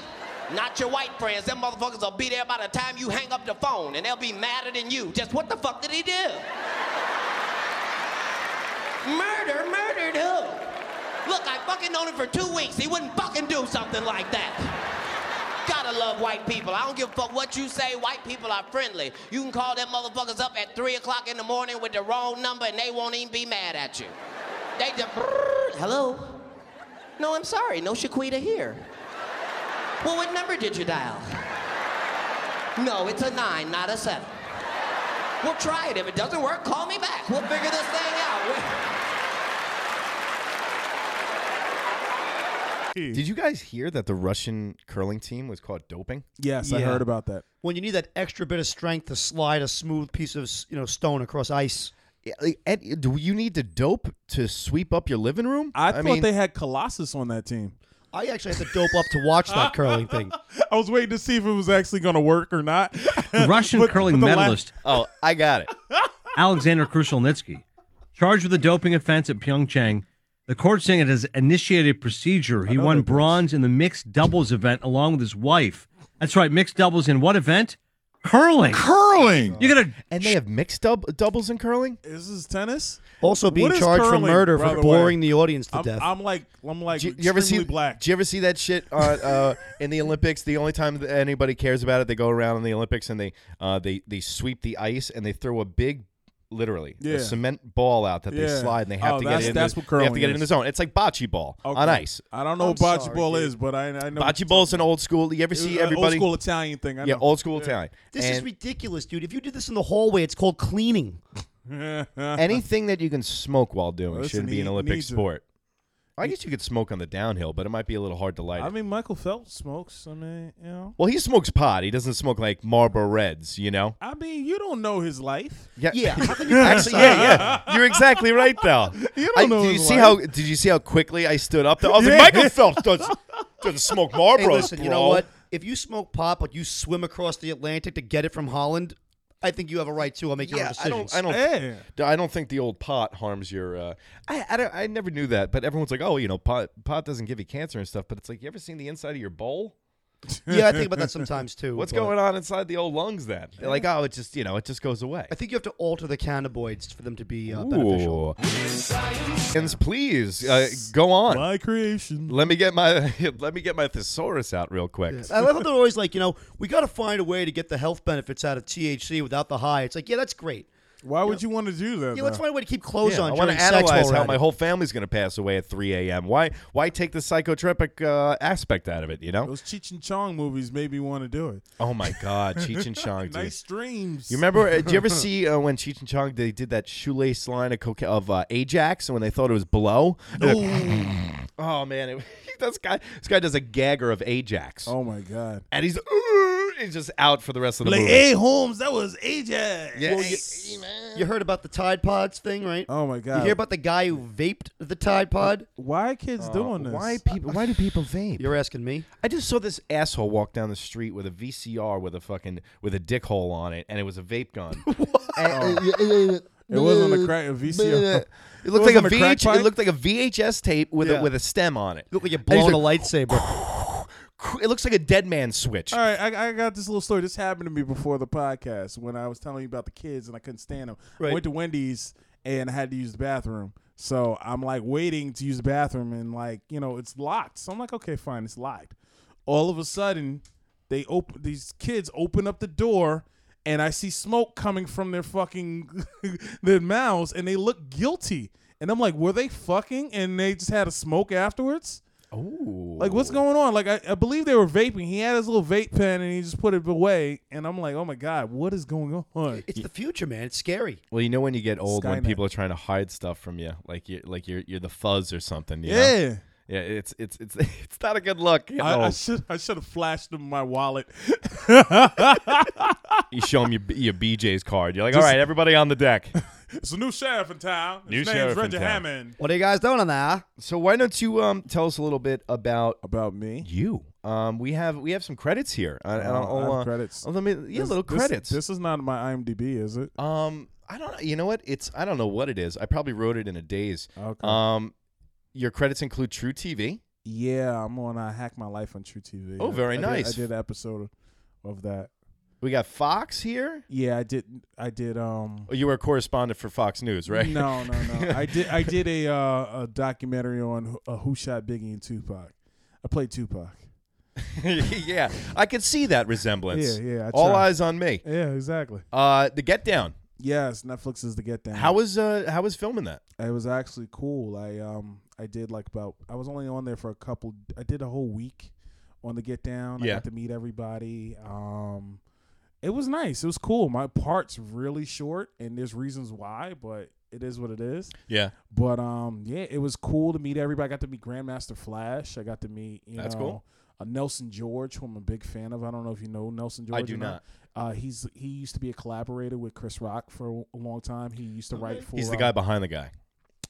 [SPEAKER 11] Not your white friends. Them motherfuckers will be there by the time you hang up the phone and they'll be madder than you. Just what the fuck did he do? Murder, murdered who? Look, I fucking known him for two weeks. He wouldn't fucking do something like that. Gotta love white people. I don't give a fuck what you say. White people are friendly. You can call them motherfuckers up at 3 o'clock in the morning with the wrong number and they won't even be mad at you. They just, hello? No, I'm sorry. No Shaquita here. Well, what number did you dial? No, it's a nine, not a seven. We'll try it. If it doesn't work, call me back. We'll figure this thing out. We-
[SPEAKER 12] Did you guys hear that the Russian curling team was caught doping?
[SPEAKER 5] Yes, I
[SPEAKER 3] Yeah.
[SPEAKER 5] heard about that.
[SPEAKER 3] <laughs> When you need that extra bit of strength to slide a smooth piece of s- you know stone across ice.
[SPEAKER 12] And do you need to dope to sweep up your living room?
[SPEAKER 5] I, thought they had Colossus on that team. <laughs>
[SPEAKER 3] I actually had to dope up to watch that curling thing.
[SPEAKER 5] I was waiting to see if it was actually going to work or not.
[SPEAKER 19] Russian
[SPEAKER 5] <laughs> But-
[SPEAKER 19] curling
[SPEAKER 5] but the la-
[SPEAKER 19] medalist.
[SPEAKER 12] oh,
[SPEAKER 5] <laughs>
[SPEAKER 12] I got it.
[SPEAKER 19] Alexander Kruselnitsky, charged with a doping offense at Pyeongchang. The court saying it has initiated procedure. He won bronze in the mixed doubles event along with his wife. That's right, mixed doubles in what event? Curling.
[SPEAKER 5] Curling.
[SPEAKER 19] You're gonna
[SPEAKER 12] and they have mixed dub- doubles in curling.
[SPEAKER 5] Is this tennis?
[SPEAKER 3] Also being
[SPEAKER 5] What is
[SPEAKER 3] charged for
[SPEAKER 5] curling,
[SPEAKER 3] murder
[SPEAKER 5] by
[SPEAKER 3] for
[SPEAKER 5] the
[SPEAKER 3] boring
[SPEAKER 5] way?
[SPEAKER 3] the audience to
[SPEAKER 5] I'm,
[SPEAKER 3] death.
[SPEAKER 5] I'm like, I'm like,
[SPEAKER 12] Do you, you ever see?
[SPEAKER 5] extremely black?
[SPEAKER 12] Do you ever see that shit on, uh, in the Olympics? The only time that anybody cares about it, they go around in the Olympics and they uh, they they sweep the ice and they throw a big, literally
[SPEAKER 5] Yeah.
[SPEAKER 12] a cement ball out that they
[SPEAKER 5] Yeah.
[SPEAKER 12] slide and they have
[SPEAKER 5] Oh,
[SPEAKER 12] to get
[SPEAKER 5] that's-
[SPEAKER 12] it. in
[SPEAKER 5] that's
[SPEAKER 12] the,
[SPEAKER 5] what
[SPEAKER 12] They have to
[SPEAKER 5] curling
[SPEAKER 12] get it in
[SPEAKER 5] is.
[SPEAKER 12] the zone. It's like bocce ball on
[SPEAKER 5] Okay.
[SPEAKER 12] ice.
[SPEAKER 5] I don't know what bocce ball is, but I, I know
[SPEAKER 12] Bocce ball's an old school. You ever
[SPEAKER 5] It was
[SPEAKER 12] see
[SPEAKER 5] an old
[SPEAKER 12] everybody
[SPEAKER 5] school Italian thing, I
[SPEAKER 12] yeah,
[SPEAKER 5] know. <laughs>
[SPEAKER 12] old school
[SPEAKER 5] Yeah.
[SPEAKER 12] Italian.
[SPEAKER 3] This
[SPEAKER 12] and
[SPEAKER 3] is ridiculous, dude. If you did this in the hallway, it's called cleaning.
[SPEAKER 12] anything that you can smoke while doing
[SPEAKER 5] Listen,
[SPEAKER 12] shouldn't be an
[SPEAKER 5] he
[SPEAKER 12] Olympic
[SPEAKER 5] needs to-
[SPEAKER 12] sport. I guess you could smoke on the downhill, but it might be a little hard to light. it.
[SPEAKER 5] I mean, Michael Phelps smokes. I mean, you know.
[SPEAKER 12] Well, he smokes pot. He doesn't smoke like Marlboro Reds, you know.
[SPEAKER 5] I mean, you don't know his life.
[SPEAKER 12] <laughs> Actually, yeah, yeah. You're exactly right, though.
[SPEAKER 5] You don't
[SPEAKER 12] I,
[SPEAKER 5] know
[SPEAKER 12] did <laughs> you
[SPEAKER 5] his
[SPEAKER 12] see
[SPEAKER 5] life.
[SPEAKER 12] how? Did you see how quickly I stood up? There? I was
[SPEAKER 5] Yeah.
[SPEAKER 12] like, Michael Phelps doesn't, doesn't smoke Marlboros,
[SPEAKER 3] Hey, listen,
[SPEAKER 12] bro.
[SPEAKER 3] you know what? If you smoke pot, but you swim across the Atlantic to get it from Holland, I think you have a right to. I'll make your own
[SPEAKER 12] Yeah, I
[SPEAKER 3] decisions.
[SPEAKER 12] don't.
[SPEAKER 5] Oh,
[SPEAKER 12] I don't. I don't think the old pot harms your. Uh, I I, don't, I never knew that, but everyone's like, oh, you know, pot pot doesn't give you cancer and stuff. But it's like, you ever seen the inside of your bowl? <laughs>
[SPEAKER 3] Yeah, I think about that sometimes, too,
[SPEAKER 12] What's
[SPEAKER 3] but-
[SPEAKER 12] going on inside the old lungs? Then they're like, oh, it just you know, it just goes away.
[SPEAKER 3] I think you have to alter the cannabinoids for them to be uh, beneficial.
[SPEAKER 12] Ooh. And please uh, go on.
[SPEAKER 5] My creation.
[SPEAKER 12] Let me get my <laughs> let me get my thesaurus out real quick.
[SPEAKER 3] I love how they're always like, you know, we got to find a way to get the health benefits out of THC without the high. It's like, yeah, that's great.
[SPEAKER 5] Why would you want to do that?
[SPEAKER 3] Yeah, let's
[SPEAKER 5] though?
[SPEAKER 3] find a way to keep clothes
[SPEAKER 12] Yeah,
[SPEAKER 3] on.
[SPEAKER 12] I want to
[SPEAKER 3] during sex
[SPEAKER 12] analyze
[SPEAKER 3] while we're
[SPEAKER 12] how
[SPEAKER 3] at
[SPEAKER 12] my
[SPEAKER 3] it.
[SPEAKER 12] whole family's going to pass away at 3 a.m. Why why take the psychotropic uh, aspect out of it? You know?
[SPEAKER 5] Those Cheech and Chong movies made me want to do it.
[SPEAKER 12] oh my God, Cheech and Chong, dude.
[SPEAKER 5] Nice dreams.
[SPEAKER 12] You remember? Uh, did you ever see uh, when Cheech and Chong they did that shoelace line of coca- of uh, Ajax when they thought it was blow? <laughs> oh man, it, <laughs> this guy this guy does a gagger of Ajax.
[SPEAKER 5] Oh my god!
[SPEAKER 12] And he's <laughs> "Ooh," he's just out for the rest of the
[SPEAKER 5] Like,
[SPEAKER 12] movie.
[SPEAKER 5] hey, Holmes, that was Ajax.
[SPEAKER 12] Yeah.
[SPEAKER 3] Well, you, you heard about the Tide Pods thing, right?
[SPEAKER 5] Oh my
[SPEAKER 3] You
[SPEAKER 5] God.
[SPEAKER 3] hear about the guy who vaped the Tide Pod?
[SPEAKER 5] Why are kids
[SPEAKER 12] Uh,
[SPEAKER 5] doing this?
[SPEAKER 12] Why people? Why do people vape?
[SPEAKER 3] You're asking me.
[SPEAKER 12] I just saw this asshole walk down the street with a VCR with a fucking with a dick hole on it, and it was a
[SPEAKER 5] <laughs>
[SPEAKER 12] vape gun.
[SPEAKER 5] It wasn't a crack a VCR.
[SPEAKER 12] It looked like a
[SPEAKER 5] wasn't crack
[SPEAKER 12] VH,
[SPEAKER 5] pipe?
[SPEAKER 12] It looked like a VHS tape with
[SPEAKER 5] Yeah.
[SPEAKER 12] a with a stem on it.
[SPEAKER 3] Looked like you
[SPEAKER 5] blowing
[SPEAKER 3] a lightsaber.
[SPEAKER 12] It looks like a dead man switch.
[SPEAKER 5] All right, I, I got this little story. This happened to me before the podcast when I was telling you about the kids and I couldn't stand them. I
[SPEAKER 3] Right.
[SPEAKER 5] went to Wendy's and I had to use the bathroom. So I'm like waiting to use the bathroom and like, you know, it's locked. So I'm like, okay, fine, it's locked. All of a sudden, they open these kids open up the door and I see smoke coming from their fucking <laughs> their mouths and they look guilty. And I'm like, were they fucking and they just had a smoke afterwards?
[SPEAKER 12] Oh.
[SPEAKER 5] Like what's going on? Like I, I believe they were vaping. He had his little vape pen and he just put it away. And I'm like, oh my god, what is going on?
[SPEAKER 3] It's the future, man. It's scary.
[SPEAKER 12] Well, you know when you get old, when
[SPEAKER 5] Skynet.
[SPEAKER 12] people are trying to hide stuff from you, like you like you're you're the fuzz or something. you know?
[SPEAKER 5] Yeah.
[SPEAKER 12] <laughs> Yeah, it's it's it's <laughs> it's not a good look. Oh, getting
[SPEAKER 5] I, I
[SPEAKER 12] old.
[SPEAKER 5] should I should have flashed him my wallet.
[SPEAKER 12] you show them your, B- your BJ's card. You're like,
[SPEAKER 5] Just-
[SPEAKER 12] all right, everybody on the deck.
[SPEAKER 5] It's a new sheriff in town.
[SPEAKER 12] New
[SPEAKER 5] His name's
[SPEAKER 12] sheriff in
[SPEAKER 5] Reggie
[SPEAKER 12] town.
[SPEAKER 5] Hammond.
[SPEAKER 3] What are you guys doing on that?
[SPEAKER 12] <laughs> So why don't you um, tell us a little bit about
[SPEAKER 5] about me?
[SPEAKER 12] You. Um, we have we have some credits here. I, I,
[SPEAKER 5] Oh, I
[SPEAKER 12] will
[SPEAKER 5] have
[SPEAKER 12] uh,
[SPEAKER 5] credits.
[SPEAKER 12] oh, Let me yeah,
[SPEAKER 5] This-
[SPEAKER 12] little
[SPEAKER 5] this-
[SPEAKER 12] credits.
[SPEAKER 5] This is not my IMDb, is it?
[SPEAKER 12] Um, I don't. know. You know what? It's I don't know what it is. I probably wrote it in a daze.
[SPEAKER 5] Okay.
[SPEAKER 12] Um, your credits include True TV.
[SPEAKER 5] Yeah, I'm on uh, Hack My Life on True TV.
[SPEAKER 12] Oh,
[SPEAKER 5] I-
[SPEAKER 12] very
[SPEAKER 5] I did-
[SPEAKER 12] nice.
[SPEAKER 5] I did an episode of that.
[SPEAKER 12] We got Fox here.
[SPEAKER 5] Yeah, I did. I did. Um,
[SPEAKER 12] Oh, you were a correspondent for Fox News, right?
[SPEAKER 5] No, no, no. I did. I did a uh, a documentary on who- uh, who shot Biggie and Tupac. I played Tupac.
[SPEAKER 12] <laughs> yeah, I could see that resemblance.
[SPEAKER 5] Yeah, yeah, I
[SPEAKER 12] All
[SPEAKER 5] tried.
[SPEAKER 12] eyes on me.
[SPEAKER 5] Yeah, exactly.
[SPEAKER 12] Uh, the Get Down.
[SPEAKER 5] Yes, Netflix is the get down.
[SPEAKER 12] How was uh how was filming that?
[SPEAKER 5] It was actually cool. I um I did like about I was only on there for a couple. I did a whole week on the get down. I
[SPEAKER 12] Yeah.
[SPEAKER 5] got to meet everybody. Um, It was nice. It was cool. My part's really short, and there's reasons why, but it is what it is.
[SPEAKER 12] Yeah.
[SPEAKER 5] But um, yeah, it was cool to meet everybody. I got to meet Grandmaster Flash. I got to meet you
[SPEAKER 12] That's
[SPEAKER 5] know,
[SPEAKER 12] cool.
[SPEAKER 5] Uh, Nelson George, who I'm a big fan of. I don't know if you know Nelson George.
[SPEAKER 12] I
[SPEAKER 5] or
[SPEAKER 12] do not.
[SPEAKER 5] Uh, he's he used to be a collaborator with Chris Rock for a long time. He used to write for.
[SPEAKER 12] He's the
[SPEAKER 5] uh,
[SPEAKER 12] guy behind the guy.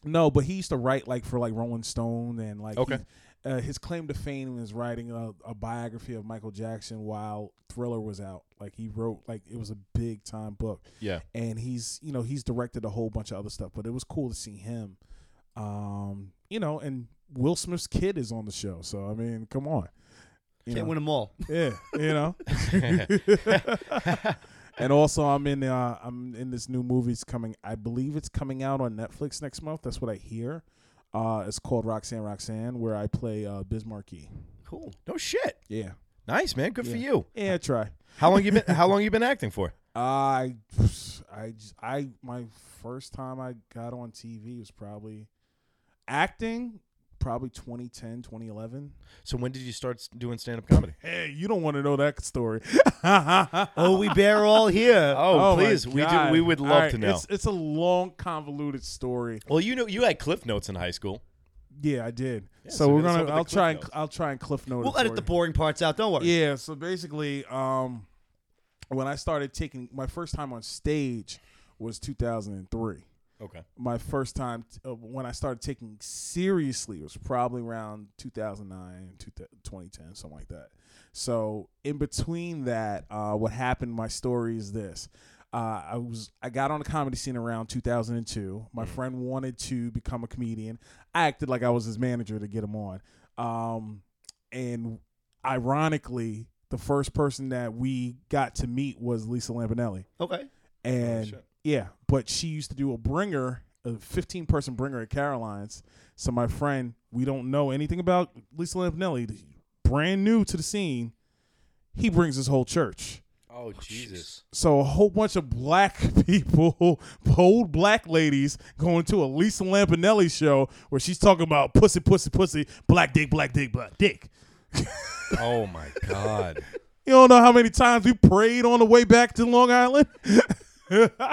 [SPEAKER 5] no, but he used to write like for like Rolling Stone and like
[SPEAKER 12] Okay.
[SPEAKER 5] he- uh, his claim to fame is writing a, a biography of Michael Jackson while Thriller was out. Like he wrote like it was a big time book.
[SPEAKER 12] Yeah.
[SPEAKER 5] and he's you know he's directed a whole bunch of other stuff, but it was cool to see him. Um, you know, and Will Smith's kid is on the show, so I mean, come on, You
[SPEAKER 3] Can't
[SPEAKER 5] know?
[SPEAKER 3] win 'em all.
[SPEAKER 5] Yeah, you know. <laughs> and also, I'm in uh, I'm in this new movie. It's coming. I believe it's coming out on Netflix next month. That's what I hear. Uh, it's called Roxanne, Roxanne, where I play uh, Bismarcky.
[SPEAKER 12] Cool. No shit.
[SPEAKER 5] Yeah.
[SPEAKER 12] Nice man. Good for
[SPEAKER 5] Yeah.
[SPEAKER 12] you.
[SPEAKER 5] Yeah, try.
[SPEAKER 12] How long you been? How long you been acting for?
[SPEAKER 5] I, I, j- I, my first time I got on TV was probably acting, probably 2010, 2011.
[SPEAKER 12] So when did you start s- doing stand up comedy?
[SPEAKER 5] Hey, you don't want to know that story.
[SPEAKER 12] <laughs> Oh, we bear all here. <laughs> Oh,
[SPEAKER 5] my
[SPEAKER 12] please, we do-
[SPEAKER 5] God.
[SPEAKER 12] we would love
[SPEAKER 5] All
[SPEAKER 12] to know.
[SPEAKER 5] It's, it's a long, convoluted story.
[SPEAKER 12] Well, you know, you had Cliff Notes in high school.
[SPEAKER 5] Yeah, I did.
[SPEAKER 12] Yeah,
[SPEAKER 5] so,
[SPEAKER 12] so
[SPEAKER 5] we're
[SPEAKER 12] hit us
[SPEAKER 5] gonna.
[SPEAKER 12] up with the
[SPEAKER 5] I'll
[SPEAKER 12] cliff
[SPEAKER 5] try and I'll try and cliff note.
[SPEAKER 3] We'll
[SPEAKER 5] it
[SPEAKER 3] edit
[SPEAKER 5] for
[SPEAKER 3] the
[SPEAKER 5] you.
[SPEAKER 3] boring parts out. Don't worry.
[SPEAKER 5] Yeah. So basically, um, when I started taking my first time on stage was 2003.
[SPEAKER 12] Okay.
[SPEAKER 5] My first time t- uh, when I started taking seriously was probably around 2009, 2000 2010, something like that. So in between that, uh, what happened? My story is this. Uh, I was I got on the comedy scene around 2002. My friend wanted to become a comedian. I acted like I was his manager to get him on. Um, and ironically, the first person that we got to meet was Lisa Lampanelli.
[SPEAKER 3] Okay.
[SPEAKER 5] And yeah, but she used to do a bringer, a 15 person bringer at Caroline's. So my friend, we don't know anything about Lisa Lampanelli, brand new to the scene. He brings his whole church.
[SPEAKER 12] Oh Jesus.
[SPEAKER 5] So a whole bunch of black <laughs> people, bold black ladies, going to a Lisa Lampanelli show where she's talking about pussy, pussy, pussy, black dick, black dick, black dick.
[SPEAKER 12] Oh my God.
[SPEAKER 5] You don't know how many times we prayed on the way back to Long Island. <laughs>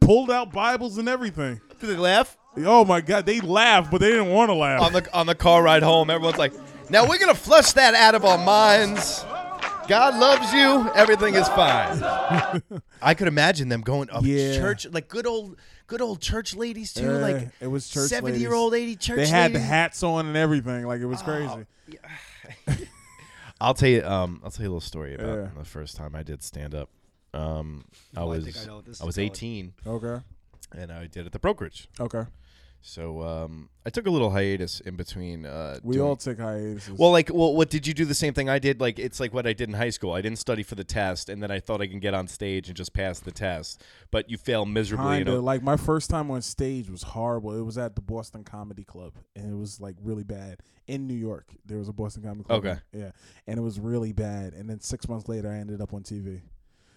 [SPEAKER 5] Pulled out Bibles and everything.
[SPEAKER 3] Did they laugh?
[SPEAKER 5] Oh my God, they laughed, but they didn't want to laugh.
[SPEAKER 12] <laughs> on the on the car ride home, everyone's like, "Now we're gonna flush that out of our minds." God loves you. Everything is fine. <laughs> I could imagine them going up
[SPEAKER 5] Yeah.
[SPEAKER 12] church, like good old, good old church ladies too.
[SPEAKER 5] Yeah,
[SPEAKER 12] like
[SPEAKER 5] it was church
[SPEAKER 12] seventy-year-old,
[SPEAKER 5] ladies.
[SPEAKER 12] eighty church.
[SPEAKER 5] They had the
[SPEAKER 12] ladies. Oh.
[SPEAKER 5] hats on and everything. Like it was crazy.
[SPEAKER 12] I'll tell you. Um, I'll tell you a little story about
[SPEAKER 5] Yeah.
[SPEAKER 12] the first time I did stand up. Um, I was I,
[SPEAKER 5] think I know what this is
[SPEAKER 12] was
[SPEAKER 5] going.
[SPEAKER 12] eighteen.
[SPEAKER 5] Okay.
[SPEAKER 12] And I did it at the brokerage.
[SPEAKER 5] Okay.
[SPEAKER 12] So um, I took a little hiatus in between. Uh,
[SPEAKER 5] We
[SPEAKER 12] doing-
[SPEAKER 5] all took hiatuses.
[SPEAKER 12] Well, like, well, what did you do? The same thing I did. Like, it's like what I did in high school. I didn't study for the test, and then I thought I can get on stage and just pass the test, but you fail miserably. You
[SPEAKER 5] Kinda
[SPEAKER 12] know?
[SPEAKER 5] like my first time on stage was horrible. It was at the Boston Comedy Club, and it was like really bad in New York. There was a Boston Comedy Club.
[SPEAKER 12] Okay.
[SPEAKER 5] yeah, and it was really bad. And then six months later, I ended up on <laughs> TV.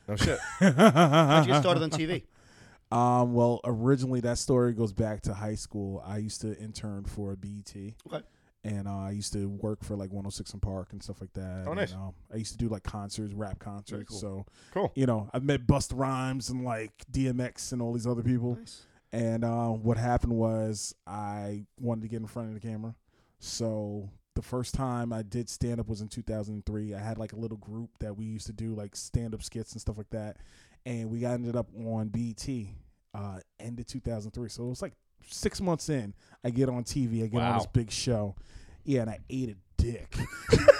[SPEAKER 12] No Oh, shit.
[SPEAKER 3] How'd you get started on TV?
[SPEAKER 5] Um, well, originally that story goes back to high school. I used to intern for BET.
[SPEAKER 3] Okay.
[SPEAKER 5] And uh, I used to work for like 106 and Park and stuff like that.
[SPEAKER 12] Oh, nice.
[SPEAKER 5] And, um, I used to do like concerts, rap concerts.
[SPEAKER 12] cool.
[SPEAKER 5] So
[SPEAKER 12] Cool.
[SPEAKER 5] You know, I've met Bust Rhymes and like DMX and all these other people. And uh, what happened was I wanted to get in front of the camera. So the first time I did stand up was in 2003. I had like a little group that we used to do like stand up skits and stuff like that. And we got ended up on BT uh, end of 2003. So it was like six months in. I get on TV. I get on
[SPEAKER 12] Wow.
[SPEAKER 5] this big show. Yeah, and I ate a dick. <laughs>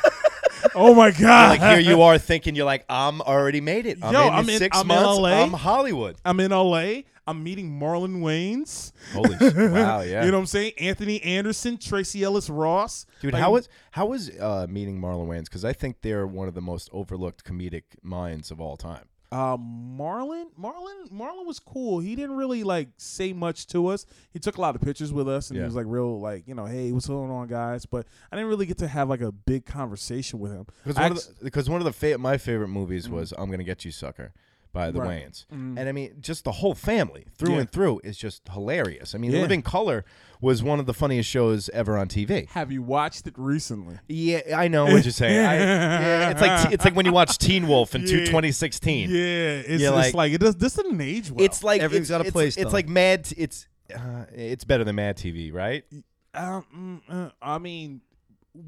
[SPEAKER 5] oh my god!
[SPEAKER 12] Like here you are thinking you're like I'm already made it. I'm
[SPEAKER 5] Yo,
[SPEAKER 12] in
[SPEAKER 5] I'm
[SPEAKER 12] this
[SPEAKER 5] in-
[SPEAKER 12] six
[SPEAKER 5] I'm in
[SPEAKER 12] months.
[SPEAKER 5] LA.
[SPEAKER 12] I'm Hollywood.
[SPEAKER 5] <laughs> I'm in LA. I'm meeting Marlon Wayans.
[SPEAKER 12] Holy sh- wow, yeah.
[SPEAKER 5] you know what I'm saying? Anthony Anderson, Tracy Ellis Ross.
[SPEAKER 12] Dude,
[SPEAKER 5] Like,
[SPEAKER 12] how was how was uh, meeting Marlon Wayans? Because I think they're one of the most overlooked comedic minds of all time.
[SPEAKER 5] Uh, Marlon, Marlon, Marlon was cool. He didn't really like say much to us. He took a lot of pictures with us, and
[SPEAKER 12] Yeah.
[SPEAKER 5] he was like real, like you know, hey, what's going on, guys? But I didn't really get to have like a big conversation with him.
[SPEAKER 12] Because
[SPEAKER 5] I
[SPEAKER 12] one, of
[SPEAKER 5] act-
[SPEAKER 12] the- 'cause one of the fa- my favorite movies
[SPEAKER 5] Mhm.
[SPEAKER 12] was I'm gonna get you, sucker. by the
[SPEAKER 5] Right.
[SPEAKER 12] Wayans.
[SPEAKER 5] Mm.
[SPEAKER 12] And I mean, just the whole family through
[SPEAKER 5] Yeah.
[SPEAKER 12] and through is just hilarious. I mean,
[SPEAKER 5] Yeah.
[SPEAKER 12] Living Color was one of the funniest shows ever on TV.
[SPEAKER 5] Have you watched it recently?
[SPEAKER 12] Yeah, I know what you're
[SPEAKER 5] <laughs>
[SPEAKER 12] saying. I- yeah, it's like it's like when you watch Teen Wolf in
[SPEAKER 5] Yeah.
[SPEAKER 12] 2016.
[SPEAKER 5] Yeah, it's,
[SPEAKER 12] You're
[SPEAKER 5] it's like it does. This doesn't age well.
[SPEAKER 12] it's like it's, it's, It's like Mad. T- It's uh, it's better than Mad TV, right?
[SPEAKER 5] Um, mm, uh, I mean,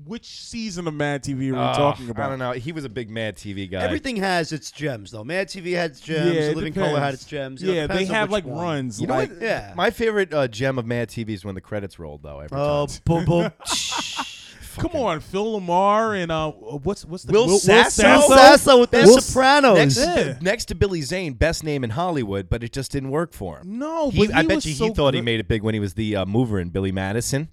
[SPEAKER 5] which season of Mad TV are we
[SPEAKER 12] Oh,
[SPEAKER 5] talking about?
[SPEAKER 12] I don't know. He was a big Mad TV guy.
[SPEAKER 3] Everything has its gems, though. Mad TV had its gems.
[SPEAKER 12] Yeah, it
[SPEAKER 3] Living
[SPEAKER 12] depends.
[SPEAKER 3] Color had its gems. You know, it depends on which one.
[SPEAKER 12] You know what? <laughs>
[SPEAKER 3] Yeah.
[SPEAKER 12] My favorite uh, gem of Mad TV is when the credits rolled, though. Every
[SPEAKER 3] Oh,
[SPEAKER 12] time.
[SPEAKER 3] boom, boom.
[SPEAKER 5] Come on, Phil Lamar and uh, what's what's the
[SPEAKER 12] Will, Sasso,
[SPEAKER 5] the
[SPEAKER 12] Best- Next, to, next to Billy Zane, best name in Hollywood, but it just didn't work for him.
[SPEAKER 5] No,
[SPEAKER 12] He-
[SPEAKER 5] but
[SPEAKER 12] I
[SPEAKER 5] he
[SPEAKER 12] bet
[SPEAKER 5] was
[SPEAKER 12] you
[SPEAKER 5] so
[SPEAKER 12] he thought he
[SPEAKER 5] good.
[SPEAKER 12] made it big when he was the uh, mover in Billy Madison.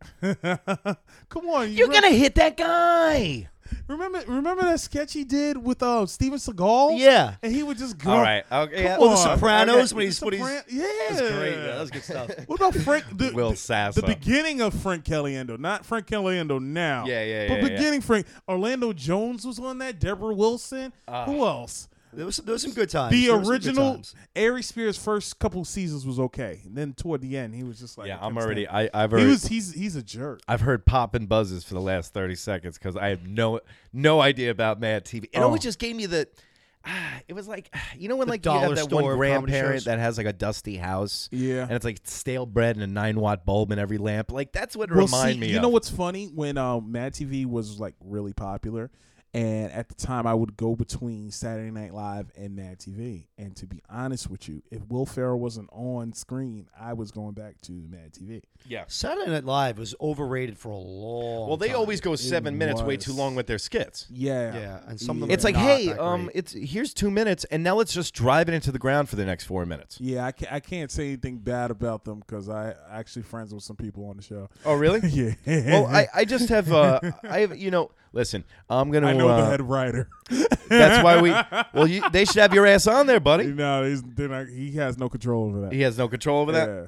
[SPEAKER 5] Come on,
[SPEAKER 12] You're gonna hit that guy.
[SPEAKER 5] Remember, remember that sketch he did with uh Steven Seagal?
[SPEAKER 3] Yeah.
[SPEAKER 5] and he would just go.
[SPEAKER 12] All right, okay,
[SPEAKER 5] Come
[SPEAKER 12] yeah. oh,
[SPEAKER 3] Well, The
[SPEAKER 5] on.
[SPEAKER 3] Sopranos
[SPEAKER 5] Okay.
[SPEAKER 3] when he's- when he's-
[SPEAKER 5] Sopran- yeah,
[SPEAKER 3] That's great, yeah, that was good stuff.
[SPEAKER 5] What about Frank? The,
[SPEAKER 12] <laughs> Will
[SPEAKER 5] the-
[SPEAKER 12] Sasso.
[SPEAKER 5] The beginning of Frank Caliendo, not Frank Caliendo now.
[SPEAKER 12] Yeah, yeah,
[SPEAKER 5] But
[SPEAKER 12] yeah, yeah.
[SPEAKER 5] beginning Frank Orlando Jones was on that. Deborah Wilson.
[SPEAKER 3] Ah.
[SPEAKER 5] Who else?
[SPEAKER 3] There was, there was some good times.
[SPEAKER 5] The
[SPEAKER 3] There was some good
[SPEAKER 5] original
[SPEAKER 3] times.
[SPEAKER 5] Ari Spears first couple seasons was okay, and then toward the end he was just like,
[SPEAKER 12] Yeah,
[SPEAKER 5] I
[SPEAKER 12] I'm
[SPEAKER 5] can't
[SPEAKER 12] already.
[SPEAKER 5] stand
[SPEAKER 12] I,
[SPEAKER 5] it.
[SPEAKER 12] I've
[SPEAKER 5] he
[SPEAKER 12] already,
[SPEAKER 5] was he's he's a jerk.
[SPEAKER 12] I've heard pop and buzzes for the last thirty seconds because I have no no idea about Mad TV. It
[SPEAKER 5] Oh.
[SPEAKER 12] always just gave me the. ah, It was like <sighs> ah, you know when
[SPEAKER 3] The
[SPEAKER 12] like you have
[SPEAKER 3] dollar
[SPEAKER 12] that
[SPEAKER 3] store
[SPEAKER 12] one
[SPEAKER 3] of comedy
[SPEAKER 12] grandparent
[SPEAKER 3] shows.
[SPEAKER 12] that has like a dusty house,
[SPEAKER 5] Yeah.
[SPEAKER 12] and it's like stale bread and a nine watt bulb in every lamp. Like that's what it
[SPEAKER 5] Well,
[SPEAKER 12] reminded
[SPEAKER 5] see,
[SPEAKER 12] me.
[SPEAKER 5] You
[SPEAKER 12] of.
[SPEAKER 5] know what's funny? When um, Mad TV was like really popular, and at the time I would go between Saturday Night Live and Mad TV. And to be honest with you, if Will Ferrell wasn't on screen, I was going back to Mad TV.
[SPEAKER 12] Yeah.
[SPEAKER 3] Saturday Night Live was overrated for a long.
[SPEAKER 12] Well, they
[SPEAKER 3] time.
[SPEAKER 12] always go seven minutes way too
[SPEAKER 5] was.
[SPEAKER 12] long with their skits.
[SPEAKER 5] Yeah.
[SPEAKER 3] Yeah, and some of them
[SPEAKER 12] It's
[SPEAKER 3] are
[SPEAKER 12] like,
[SPEAKER 3] not
[SPEAKER 12] hey,
[SPEAKER 3] that
[SPEAKER 12] um, it's here's two minutes, and now let's just drive it into the ground for the next
[SPEAKER 5] <laughs>
[SPEAKER 12] four minutes.
[SPEAKER 5] Yeah, I can't, I can't say anything bad about them because I actually friends with some people on the show. <laughs>
[SPEAKER 12] Oh, really?
[SPEAKER 5] yeah.
[SPEAKER 12] Well, I, I just have uh, I have you know. Listen, I'm
[SPEAKER 5] <laughs>
[SPEAKER 12] gonna.
[SPEAKER 5] I know the
[SPEAKER 12] uh,
[SPEAKER 5] head writer.
[SPEAKER 12] <laughs> That's
[SPEAKER 5] <laughs>
[SPEAKER 12] why we. Well, you, they should have your ass on there, buddy.
[SPEAKER 5] no, he's, they're not, he has no control over that.
[SPEAKER 12] He has no control over that.
[SPEAKER 5] Yeah.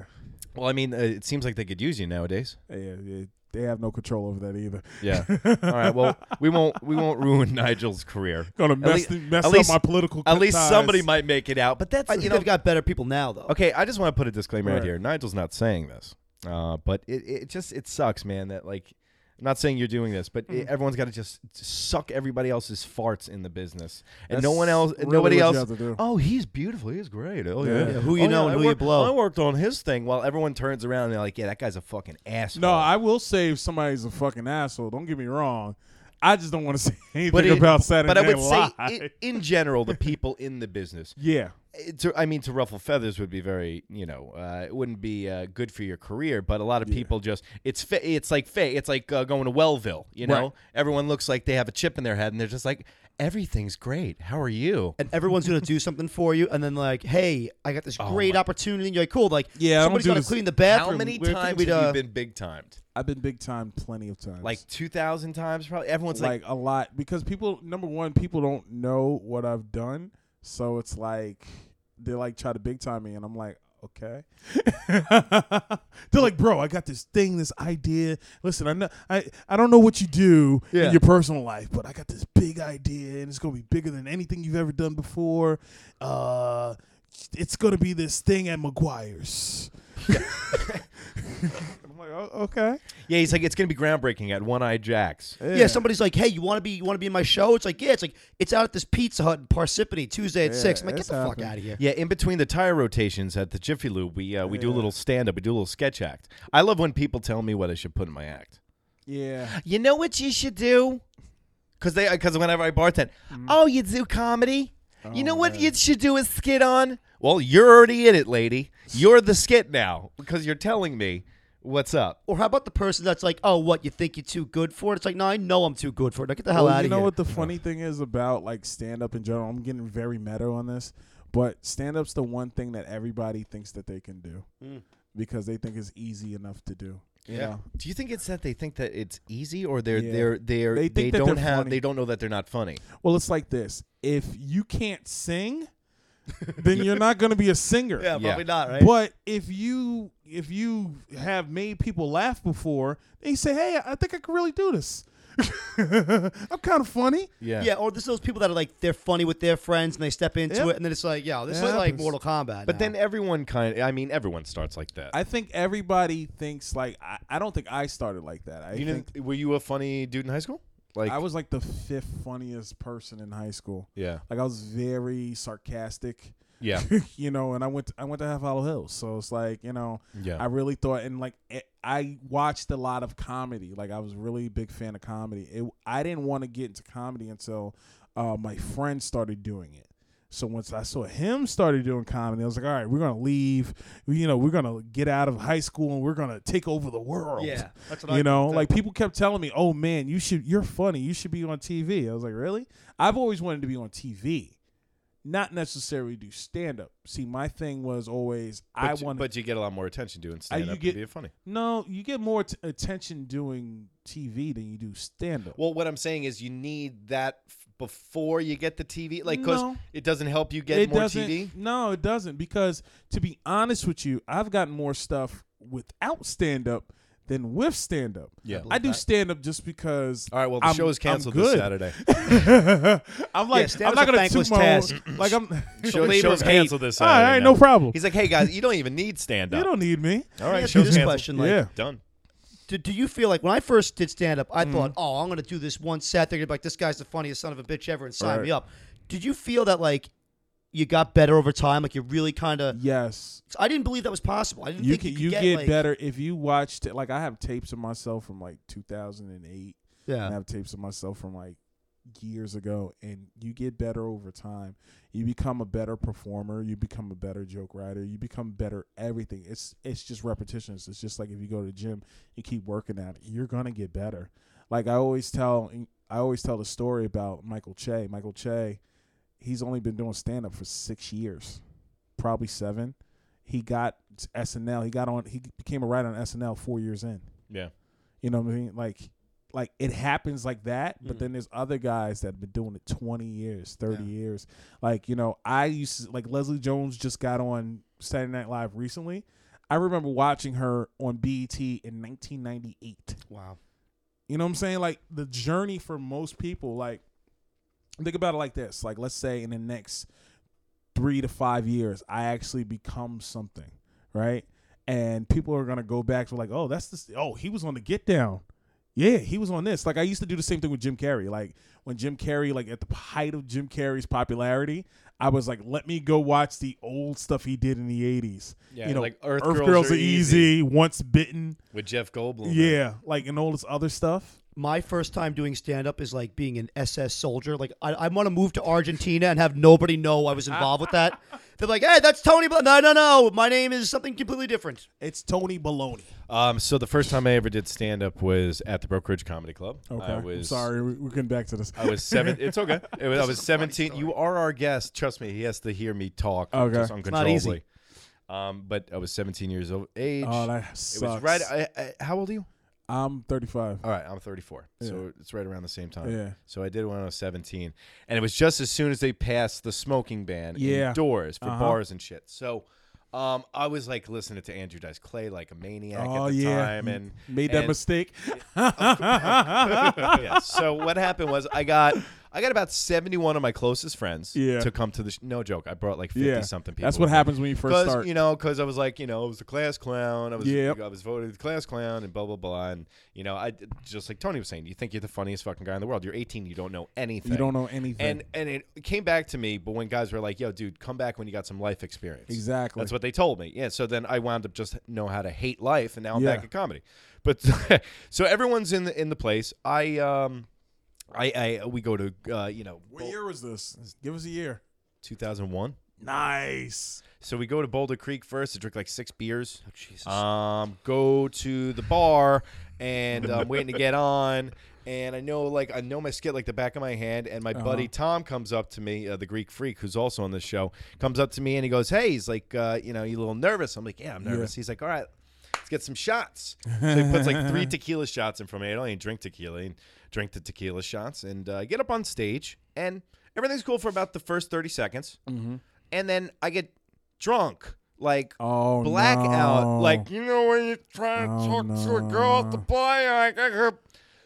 [SPEAKER 12] Well, I mean, uh, it seems like they could use you nowadays.
[SPEAKER 5] Yeah, yeah, they have no control over that either. <laughs>
[SPEAKER 12] Yeah. All right. Well, we won't we won't ruin <laughs> Nigel's career.
[SPEAKER 5] Gonna
[SPEAKER 12] At
[SPEAKER 5] mess the- mess up my political
[SPEAKER 12] At least
[SPEAKER 5] ties.
[SPEAKER 12] somebody might make it out. But that's
[SPEAKER 3] I
[SPEAKER 12] you
[SPEAKER 3] think
[SPEAKER 12] know.
[SPEAKER 3] they've got better people now, though.
[SPEAKER 12] Okay, I just want to put a disclaimer right
[SPEAKER 3] Right.
[SPEAKER 12] here. Nigel's not saying this, uh, but it, it just it sucks, man. That like, I'm not saying you're doing this, but
[SPEAKER 5] Mm-hmm.
[SPEAKER 12] it- everyone's got to just suck everybody else's farts in the business, and no
[SPEAKER 5] That's
[SPEAKER 12] one else, and
[SPEAKER 5] really
[SPEAKER 12] nobody
[SPEAKER 5] what you
[SPEAKER 12] else.
[SPEAKER 5] have to do.
[SPEAKER 12] Oh, he's beautiful. He's great. Oh yeah.
[SPEAKER 5] Yeah. Yeah, who you
[SPEAKER 12] Oh,
[SPEAKER 5] know
[SPEAKER 12] I
[SPEAKER 5] and who you
[SPEAKER 12] worked-
[SPEAKER 5] blow.
[SPEAKER 12] I worked on his thing while everyone turns around and they're like, yeah, that guy's a fucking asshole.
[SPEAKER 5] No, I will say if somebody's a fucking asshole. Don't get me wrong. I just don't want to say <laughs> anything
[SPEAKER 12] it-
[SPEAKER 5] about Saturday
[SPEAKER 12] but I
[SPEAKER 5] Night
[SPEAKER 12] would
[SPEAKER 5] Live.
[SPEAKER 12] say, i- in general, the people in
[SPEAKER 5] <laughs>
[SPEAKER 12] the business.
[SPEAKER 5] Yeah.
[SPEAKER 12] it- To, I mean, to ruffle feathers would be very, you know, uh, it wouldn't be uh, good for your career. But a lot of people just, it's fa- it's like fa- it's like uh, going to Wellville. You know,
[SPEAKER 3] Right.
[SPEAKER 12] everyone looks like they have a chip in their head, and they're just like, everything's great. How are you?
[SPEAKER 3] And everyone's gonna do something for you, and then like, hey, I got this great opportunity. And you're like, cool. Like,
[SPEAKER 5] Oh Yeah, I don't
[SPEAKER 3] somebody's
[SPEAKER 5] do
[SPEAKER 3] gotta
[SPEAKER 5] this-
[SPEAKER 3] clean the bathroom.
[SPEAKER 12] How many
[SPEAKER 3] We're thinking
[SPEAKER 12] times
[SPEAKER 3] we'd,
[SPEAKER 12] have
[SPEAKER 3] uh,
[SPEAKER 12] you been big timed?
[SPEAKER 5] I've been big time plenty of times.
[SPEAKER 12] Like two thousand times, probably. Everyone's like,
[SPEAKER 5] like, a lot because people number one people don't know what I've done, so it's like they like try to big time me, and I'm like, okay. <laughs> They're like, bro, I got this thing, this idea. Listen, I know I, I don't know what you do
[SPEAKER 18] Yeah.
[SPEAKER 5] in your personal life, but I got this big idea, and it's gonna be bigger than anything you've ever done before. Uh, it's gonna be this thing at McGuire's. <laughs> I'm like, "Oh, okay.
[SPEAKER 12] yeah, he's like, it's gonna be groundbreaking at One Eye Jacks.
[SPEAKER 3] Yeah. somebody's like, "Hey, you want to be you want to be in my show?" It's like, yeah, it's like it's out at this Pizza Hut in Parsippany Tuesday at
[SPEAKER 12] Yeah,
[SPEAKER 3] six. I'm like, get
[SPEAKER 12] it's
[SPEAKER 3] the fuck
[SPEAKER 12] happening.
[SPEAKER 3] out of here.
[SPEAKER 12] Yeah, in between the tire rotations at the Jiffy Lube, we uh, we do a little stand up, we do a little sketch act. I love when people tell me what I should put in my act.
[SPEAKER 5] Yeah.
[SPEAKER 12] You know what you should do? Cause they because whenever I bartend,
[SPEAKER 5] Mm.
[SPEAKER 12] oh, you do comedy.
[SPEAKER 5] Oh,
[SPEAKER 12] you know what you should do is skit on. Well, you're already in it, lady. You're the skit now because you're telling me what's up.
[SPEAKER 3] Or how about the person that's like, "Oh, what you think you're too good for it?" It's like, no, I know I'm too good for it. Now get the hell
[SPEAKER 5] Well,
[SPEAKER 3] out
[SPEAKER 5] you
[SPEAKER 3] of
[SPEAKER 5] know
[SPEAKER 3] here.
[SPEAKER 5] what the funny thing is about like stand up in general? I'm getting very meta on this, but stand up's the one thing that everybody thinks that they can do
[SPEAKER 3] Hmm.
[SPEAKER 12] Mm.
[SPEAKER 5] because they think it's easy enough to do. You know?
[SPEAKER 12] Do you think it's that they think that it's easy, or they're
[SPEAKER 5] Yeah.
[SPEAKER 12] they're they're
[SPEAKER 5] They
[SPEAKER 12] they,
[SPEAKER 5] think that
[SPEAKER 12] don't
[SPEAKER 5] they're
[SPEAKER 12] have
[SPEAKER 5] funny.
[SPEAKER 12] they don't know that they're not funny?
[SPEAKER 5] Well, it's like this: if you
[SPEAKER 3] <laughs>
[SPEAKER 5] can't sing, then you're not going to be a singer.
[SPEAKER 3] Yeah, Yeah. probably not, right?
[SPEAKER 5] But if you if you have made people laugh before, they say, "Hey, I think I can really do this." <laughs> I'm kind of funny.
[SPEAKER 3] Yeah. or there's those people that are like they're funny with their friends and they step into
[SPEAKER 5] Yep.
[SPEAKER 3] it and then it's like, yo, this
[SPEAKER 5] It
[SPEAKER 3] is like
[SPEAKER 5] happens.
[SPEAKER 3] Mortal Kombat.
[SPEAKER 12] But then everyone kind I mean, everyone starts like that.
[SPEAKER 5] I think everybody thinks like I, I don't think I started like that. I
[SPEAKER 12] you
[SPEAKER 5] think
[SPEAKER 12] didn't, were you a funny dude in high school? Like
[SPEAKER 5] I was like the fifth funniest person in high school.
[SPEAKER 12] Yeah.
[SPEAKER 5] Like I was very sarcastic.
[SPEAKER 12] Yeah.
[SPEAKER 5] you know, and I went I went to Half Hollow Hills, so it's like you know,
[SPEAKER 12] Yeah.
[SPEAKER 5] I really thought and like it, I watched a lot of comedy. Like I was really a big fan of comedy. It, I didn't want to get into comedy until uh, my friend started doing it. So once I saw him started doing comedy, I was like, all right, we're gonna leave. We- You know, we're gonna get out of high school and we're gonna take over the world.
[SPEAKER 3] Yeah, that's what
[SPEAKER 5] you
[SPEAKER 3] I
[SPEAKER 5] know,
[SPEAKER 3] thought.
[SPEAKER 5] like people kept telling me, "Oh man, you should. You're funny. You should be on TV." I was like, "Really?" I've always wanted to be on TV, not necessarily do stand up. See, my thing was always <laughs>
[SPEAKER 12] but
[SPEAKER 5] I
[SPEAKER 12] you-
[SPEAKER 5] want.
[SPEAKER 12] But you get a lot more attention doing
[SPEAKER 5] Uh, you
[SPEAKER 12] stand up
[SPEAKER 5] get-
[SPEAKER 12] and being funny.
[SPEAKER 5] No, you get more t- attention doing TV than you do stand up.
[SPEAKER 12] Well, what I'm saying is you need that f- before you get the TV, like because
[SPEAKER 5] No.
[SPEAKER 12] it doesn't help you get
[SPEAKER 5] it
[SPEAKER 12] more
[SPEAKER 5] doesn't,
[SPEAKER 12] TV.
[SPEAKER 5] No, it doesn't. Because to be honest with you, I've gotten more stuff without stand up than with stand up.
[SPEAKER 12] Yeah. I believe
[SPEAKER 5] I do
[SPEAKER 12] that.
[SPEAKER 5] stand up just because.
[SPEAKER 12] All right, well, the
[SPEAKER 5] I'm,
[SPEAKER 12] show is
[SPEAKER 5] I'm
[SPEAKER 12] canceled this
[SPEAKER 5] good.
[SPEAKER 12] Saturday.
[SPEAKER 5] <laughs> I'm
[SPEAKER 12] Yeah,
[SPEAKER 5] like, I'm
[SPEAKER 12] stand-up's
[SPEAKER 5] not
[SPEAKER 12] a
[SPEAKER 5] gonna
[SPEAKER 12] thankless
[SPEAKER 5] toot my own-
[SPEAKER 12] task.
[SPEAKER 5] <laughs> Like I'm. <laughs>
[SPEAKER 12] Show, show's canceled this.
[SPEAKER 5] All
[SPEAKER 12] Saturday
[SPEAKER 5] right,
[SPEAKER 12] now.
[SPEAKER 5] no problem.
[SPEAKER 12] He's like, hey guys, you don't even need stand up.
[SPEAKER 5] You don't need me.
[SPEAKER 12] All
[SPEAKER 3] Let
[SPEAKER 12] right,
[SPEAKER 3] me ask you
[SPEAKER 12] show's
[SPEAKER 3] this
[SPEAKER 12] canceled.
[SPEAKER 3] question, like-
[SPEAKER 5] Yeah.
[SPEAKER 12] done.
[SPEAKER 3] do, do you feel like when I first did stand up, I
[SPEAKER 5] Mm-hmm.
[SPEAKER 12] Mhm.
[SPEAKER 3] thought, oh, I'm going to do this one set. They're going to be like, this guy's the funniest son of a bitch ever and sign
[SPEAKER 5] Right.
[SPEAKER 3] me up. Did you feel that like you got better over time? Like you really kind of.
[SPEAKER 5] Yes.
[SPEAKER 3] I didn't believe that was possible. I didn't
[SPEAKER 5] you
[SPEAKER 3] think
[SPEAKER 5] can
[SPEAKER 3] you could
[SPEAKER 5] you
[SPEAKER 3] get,
[SPEAKER 5] get,
[SPEAKER 3] like-
[SPEAKER 5] better if you watched it. Like I have tapes of myself from like 2008.
[SPEAKER 3] Yeah.
[SPEAKER 5] and I have tapes of myself from like years ago, and you get better over time. You become a better performer. You become a better joke writer. You become better everything. It's it's just repetitions. It's just like if you go to the gym, you keep working at it. You're gonna get better. Like I always tell, I always tell the story about Michael Che. Michael Che, he's only been doing stand up for six years, probably seven. He got SNL. He got on. He became a writer on SNL four years in.
[SPEAKER 12] Yeah.
[SPEAKER 5] You know what I mean? Like, like it happens like that. But then there's other guys that have been doing it 20 years, 30 years. Like you know, I used to like Leslie Jones just got on Saturday Night Live recently. I remember watching her on BET in 1998.
[SPEAKER 3] Wow.
[SPEAKER 5] You know what I'm saying? Like the journey for most people, like think about it like this. Like let's say in the next three to five years, I actually become something, right? And people are gonna go back to like, oh, that's this. Oh, he was on the Get Down. Yeah, he was on this. Like I used to do the same thing with Jim Carrey. Like when Jim Carrey, like at the height of Jim Carrey's popularity, I was like, let me go watch the old stuff he did in the '80s.
[SPEAKER 12] Yeah,
[SPEAKER 5] you know,
[SPEAKER 12] like Earth Girls Are Easy.
[SPEAKER 5] Once Bitten.
[SPEAKER 12] With Jeff Goldblum.
[SPEAKER 5] Yeah, like and all this other stuff.
[SPEAKER 3] My first time doing stand up is like being an SS soldier. Like I, I want to move to Argentina and have nobody know I was involved with that. They're like, hey, that's Tony. Bla-" No, no, no. My name is something completely different.
[SPEAKER 5] It's Tony Baloney.
[SPEAKER 12] Um, so the first time I ever did stand up was at the Brokerage Comedy Club.
[SPEAKER 5] Okay,
[SPEAKER 12] I
[SPEAKER 5] I'm
[SPEAKER 12] was,
[SPEAKER 5] sorry, we- we're getting back to this.
[SPEAKER 12] I
[SPEAKER 5] <laughs>
[SPEAKER 12] was seven. It's okay. It was, I was seventeen. You are our guest. Trust me, he has to hear me talk
[SPEAKER 5] Okay.
[SPEAKER 12] just
[SPEAKER 5] It's not
[SPEAKER 12] uncontrollably.
[SPEAKER 5] easy.
[SPEAKER 12] Um, but I was seventeen years of age.
[SPEAKER 5] Oh, that
[SPEAKER 12] It was
[SPEAKER 5] sucks.
[SPEAKER 12] right. I, Oh, I, how old are you?
[SPEAKER 5] I'm 35.
[SPEAKER 12] All right, I'm 34,
[SPEAKER 5] Yeah.
[SPEAKER 12] so it's right around the same time.
[SPEAKER 5] Yeah.
[SPEAKER 12] So I did when I was 17, and it was just as soon as they passed the smoking ban
[SPEAKER 5] Yeah.
[SPEAKER 12] indoors for
[SPEAKER 5] Uh-huh.
[SPEAKER 12] bars and shit. So. Um, I was like listening to Andrew Dice Clay like a maniac
[SPEAKER 5] Oh,
[SPEAKER 12] at the
[SPEAKER 5] yeah.
[SPEAKER 12] time, and
[SPEAKER 5] <laughs> Made that
[SPEAKER 12] and-
[SPEAKER 5] mistake.
[SPEAKER 12] <laughs>
[SPEAKER 5] <laughs>
[SPEAKER 12] yeah. So what happened was I got I got about seventy one of my closest friends
[SPEAKER 5] Yeah.
[SPEAKER 12] to come to the sh- no joke. I brought like fifty
[SPEAKER 5] Yeah.
[SPEAKER 12] something people.
[SPEAKER 5] That's what
[SPEAKER 12] with me.
[SPEAKER 5] happens when you first
[SPEAKER 12] 'Cause,
[SPEAKER 5] start.
[SPEAKER 12] You know, because I was like, you know, I was the class clown. I was
[SPEAKER 5] Yep.
[SPEAKER 12] I was voted the class clown and blah blah blah. And you know, I just like Tony was saying, you think you're the funniest fucking guy in the world. You're 18, you don't know anything.
[SPEAKER 5] You don't know anything.
[SPEAKER 12] And and it came back to me, but when guys were like, yo, dude, come back when you got some life experience.
[SPEAKER 5] Exactly.
[SPEAKER 12] That's what they told me. Yeah. So then I wound up just know how to hate life, and now I'm
[SPEAKER 5] Yeah.
[SPEAKER 12] back at comedy. But <laughs> so everyone's in the in the place. I um, I I we go to uh, you know
[SPEAKER 5] What year was this? Give us a year.
[SPEAKER 12] 2001.
[SPEAKER 5] Nice.
[SPEAKER 12] So we go to Boulder Creek first to drink like six beers. Oh, Jesus. Um, go to the bar, and I'm waiting to get on. And I know, like, I know my skit like the back of my hand. And my buddy
[SPEAKER 5] Uh-huh.
[SPEAKER 12] Tom comes up to me, uh, the Greek freak, who's also on this show, comes up to me and he goes, "Hey," he's like, uh, "You know, you a little nervous?" I'm like, "Yeah, I'm
[SPEAKER 5] Yeah.
[SPEAKER 12] nervous." He's like, "All right, let's get some shots." So he puts like three tequila shots in for me. I don't even drink tequila. And drink the tequila shots and uh, get up on stage, and everything's cool for about the first thirty seconds
[SPEAKER 5] Mhm.
[SPEAKER 12] and then I get drunk, like
[SPEAKER 5] Oh,
[SPEAKER 12] blackout,
[SPEAKER 5] no.
[SPEAKER 12] like you know when you're trying to
[SPEAKER 5] Oh,
[SPEAKER 12] talk to a girl at the bar, you're like, "Uh, uh."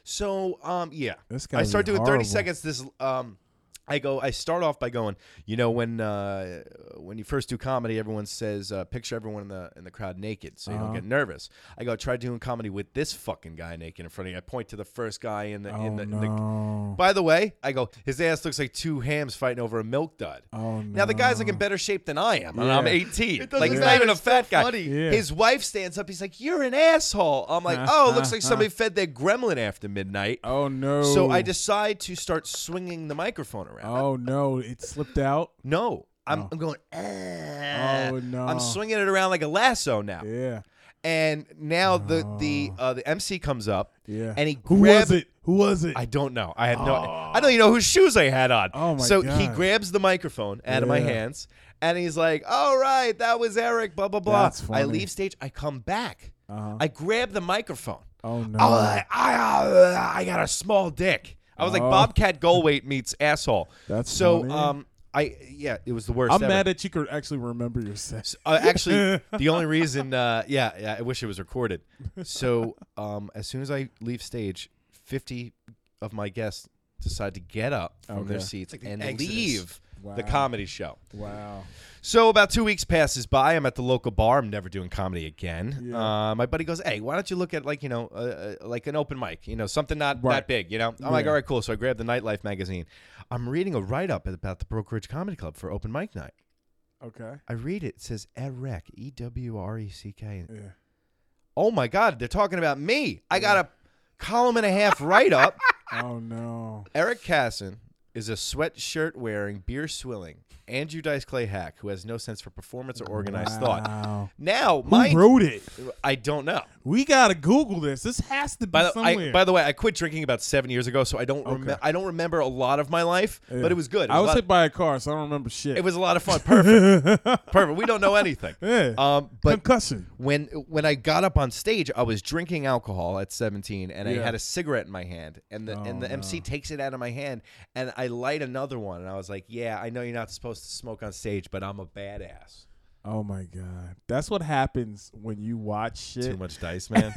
[SPEAKER 12] So, um, yeah, I
[SPEAKER 5] gotta
[SPEAKER 12] start
[SPEAKER 5] be
[SPEAKER 12] doing
[SPEAKER 5] horrible.
[SPEAKER 12] thirty seconds. This, um, I go. I start off by going. You know, when uh, when you first do comedy, everyone says uh, picture everyone in the in the crowd naked, so you
[SPEAKER 5] Uh-huh.
[SPEAKER 12] don't get nervous. I go try doing comedy with this fucking guy naked in front of you. I point to the first guy in the
[SPEAKER 5] Oh,
[SPEAKER 12] in the. In the by the way, I go. His ass looks like two hams fighting over a milk dud.
[SPEAKER 5] Oh,
[SPEAKER 12] Now the guy's like in better shape than I am, and I'm
[SPEAKER 5] Yeah.
[SPEAKER 12] 18.
[SPEAKER 5] It doesn't
[SPEAKER 12] like he's not
[SPEAKER 5] matter,
[SPEAKER 12] even a
[SPEAKER 5] it's
[SPEAKER 12] fat
[SPEAKER 5] still
[SPEAKER 12] guy.
[SPEAKER 5] funny. Yeah.
[SPEAKER 12] His wife stands up. He's like, "You're an asshole." I'm like, "Oh,
[SPEAKER 5] <laughs>
[SPEAKER 12] looks like somebody fed their gremlin after midnight."
[SPEAKER 5] Uh-huh. Oh no!
[SPEAKER 12] So I decide to start swinging the microphone around.
[SPEAKER 5] Oh no! It slipped out.
[SPEAKER 12] No, I'm, I'm going. "Ah."
[SPEAKER 5] Oh no!
[SPEAKER 12] I'm swinging it around like a lasso now.
[SPEAKER 5] Yeah. Oh.
[SPEAKER 12] And now the the uh, the MC comes up.
[SPEAKER 5] Yeah.
[SPEAKER 12] And he
[SPEAKER 5] Who was
[SPEAKER 12] grabbed-
[SPEAKER 5] it? Who was it?
[SPEAKER 12] I don't know. I had no. I don't even know whose shoes I had on.
[SPEAKER 5] Oh, my
[SPEAKER 12] so he
[SPEAKER 5] God.
[SPEAKER 12] grabs the microphone out of my
[SPEAKER 5] Yeah.
[SPEAKER 12] hands, and he's like, "All right, that was Eric." Blah blah blah.
[SPEAKER 5] That's funny.
[SPEAKER 12] I leave stage. I come back.
[SPEAKER 5] Uh-huh.
[SPEAKER 12] I grab the microphone.
[SPEAKER 5] Oh no!
[SPEAKER 12] I, was like, I, I got a small dick. I was like
[SPEAKER 5] Oh.
[SPEAKER 12] Bobcat Goldweight meets asshole.
[SPEAKER 5] <laughs> That's
[SPEAKER 12] so.
[SPEAKER 5] funny.
[SPEAKER 12] Um, I yeah, it was the worst.
[SPEAKER 5] I'm
[SPEAKER 12] ever.
[SPEAKER 5] mad that you could actually remember your sex.
[SPEAKER 12] Uh,
[SPEAKER 5] <laughs>
[SPEAKER 12] actually, the only reason, uh, yeah, yeah, I wish it was recorded.
[SPEAKER 5] <laughs>
[SPEAKER 12] So, um, as soon as I leave stage, fifty of my guests decide to get up from their
[SPEAKER 5] Okay.
[SPEAKER 12] seats
[SPEAKER 5] Like the
[SPEAKER 12] and
[SPEAKER 5] Exodus.
[SPEAKER 12] leave
[SPEAKER 5] Wow.
[SPEAKER 12] the comedy show.
[SPEAKER 5] Wow.
[SPEAKER 12] So about two weeks passes by. I'm at the local bar. I'm never doing comedy again.
[SPEAKER 5] Yeah.
[SPEAKER 12] Uh, my buddy goes, "Hey, why don't you look at like you know, uh, uh, like an open mic? You know, something not
[SPEAKER 5] Right.
[SPEAKER 12] that big. You know." I'm like,
[SPEAKER 5] Yeah.
[SPEAKER 12] "All right, cool." So I grabbed the Nightlife magazine. I'm reading a write up about the Brokerage Comedy Club for open mic night.
[SPEAKER 5] Okay.
[SPEAKER 12] I read it. It says Erec, E W R E C K.
[SPEAKER 5] Yeah.
[SPEAKER 12] Oh my God, they're talking about me. I got a column and a half write up.
[SPEAKER 5] Oh no!
[SPEAKER 12] Eric Casson is a sweatshirt wearing, beer swilling Andrew Dice Clay hack who has no sense for performance or organized
[SPEAKER 5] Wow.
[SPEAKER 12] thought. Now,
[SPEAKER 5] Who
[SPEAKER 12] my
[SPEAKER 5] wrote it?
[SPEAKER 12] I don't know.
[SPEAKER 5] We gotta Google this. This has to be
[SPEAKER 12] By the,
[SPEAKER 5] somewhere.
[SPEAKER 12] I, by the way, I quit drinking about seven years ago, so I don't remem- I don't remember a lot of my life, but it was good. It
[SPEAKER 5] I
[SPEAKER 12] a
[SPEAKER 5] was
[SPEAKER 12] lot-
[SPEAKER 5] hit by a car, so I don't remember shit. <laughs>
[SPEAKER 12] It was a lot of fun. Perfect. Perfect. We don't know anything.
[SPEAKER 5] Yeah.
[SPEAKER 12] Um, but
[SPEAKER 5] Concussion.
[SPEAKER 12] When when I got up on stage, I was drinking alcohol at 17, and
[SPEAKER 5] Yeah. Oh,
[SPEAKER 12] I had a cigarette in my hand, and the and the MC takes it out of my hand, and I light another one, and I was like, "Yeah, I know you're not supposed to smoke on stage, but I'm a badass."
[SPEAKER 5] Oh my god, that's what happens when you watch shit.
[SPEAKER 12] Too much dice, man.
[SPEAKER 5] <laughs>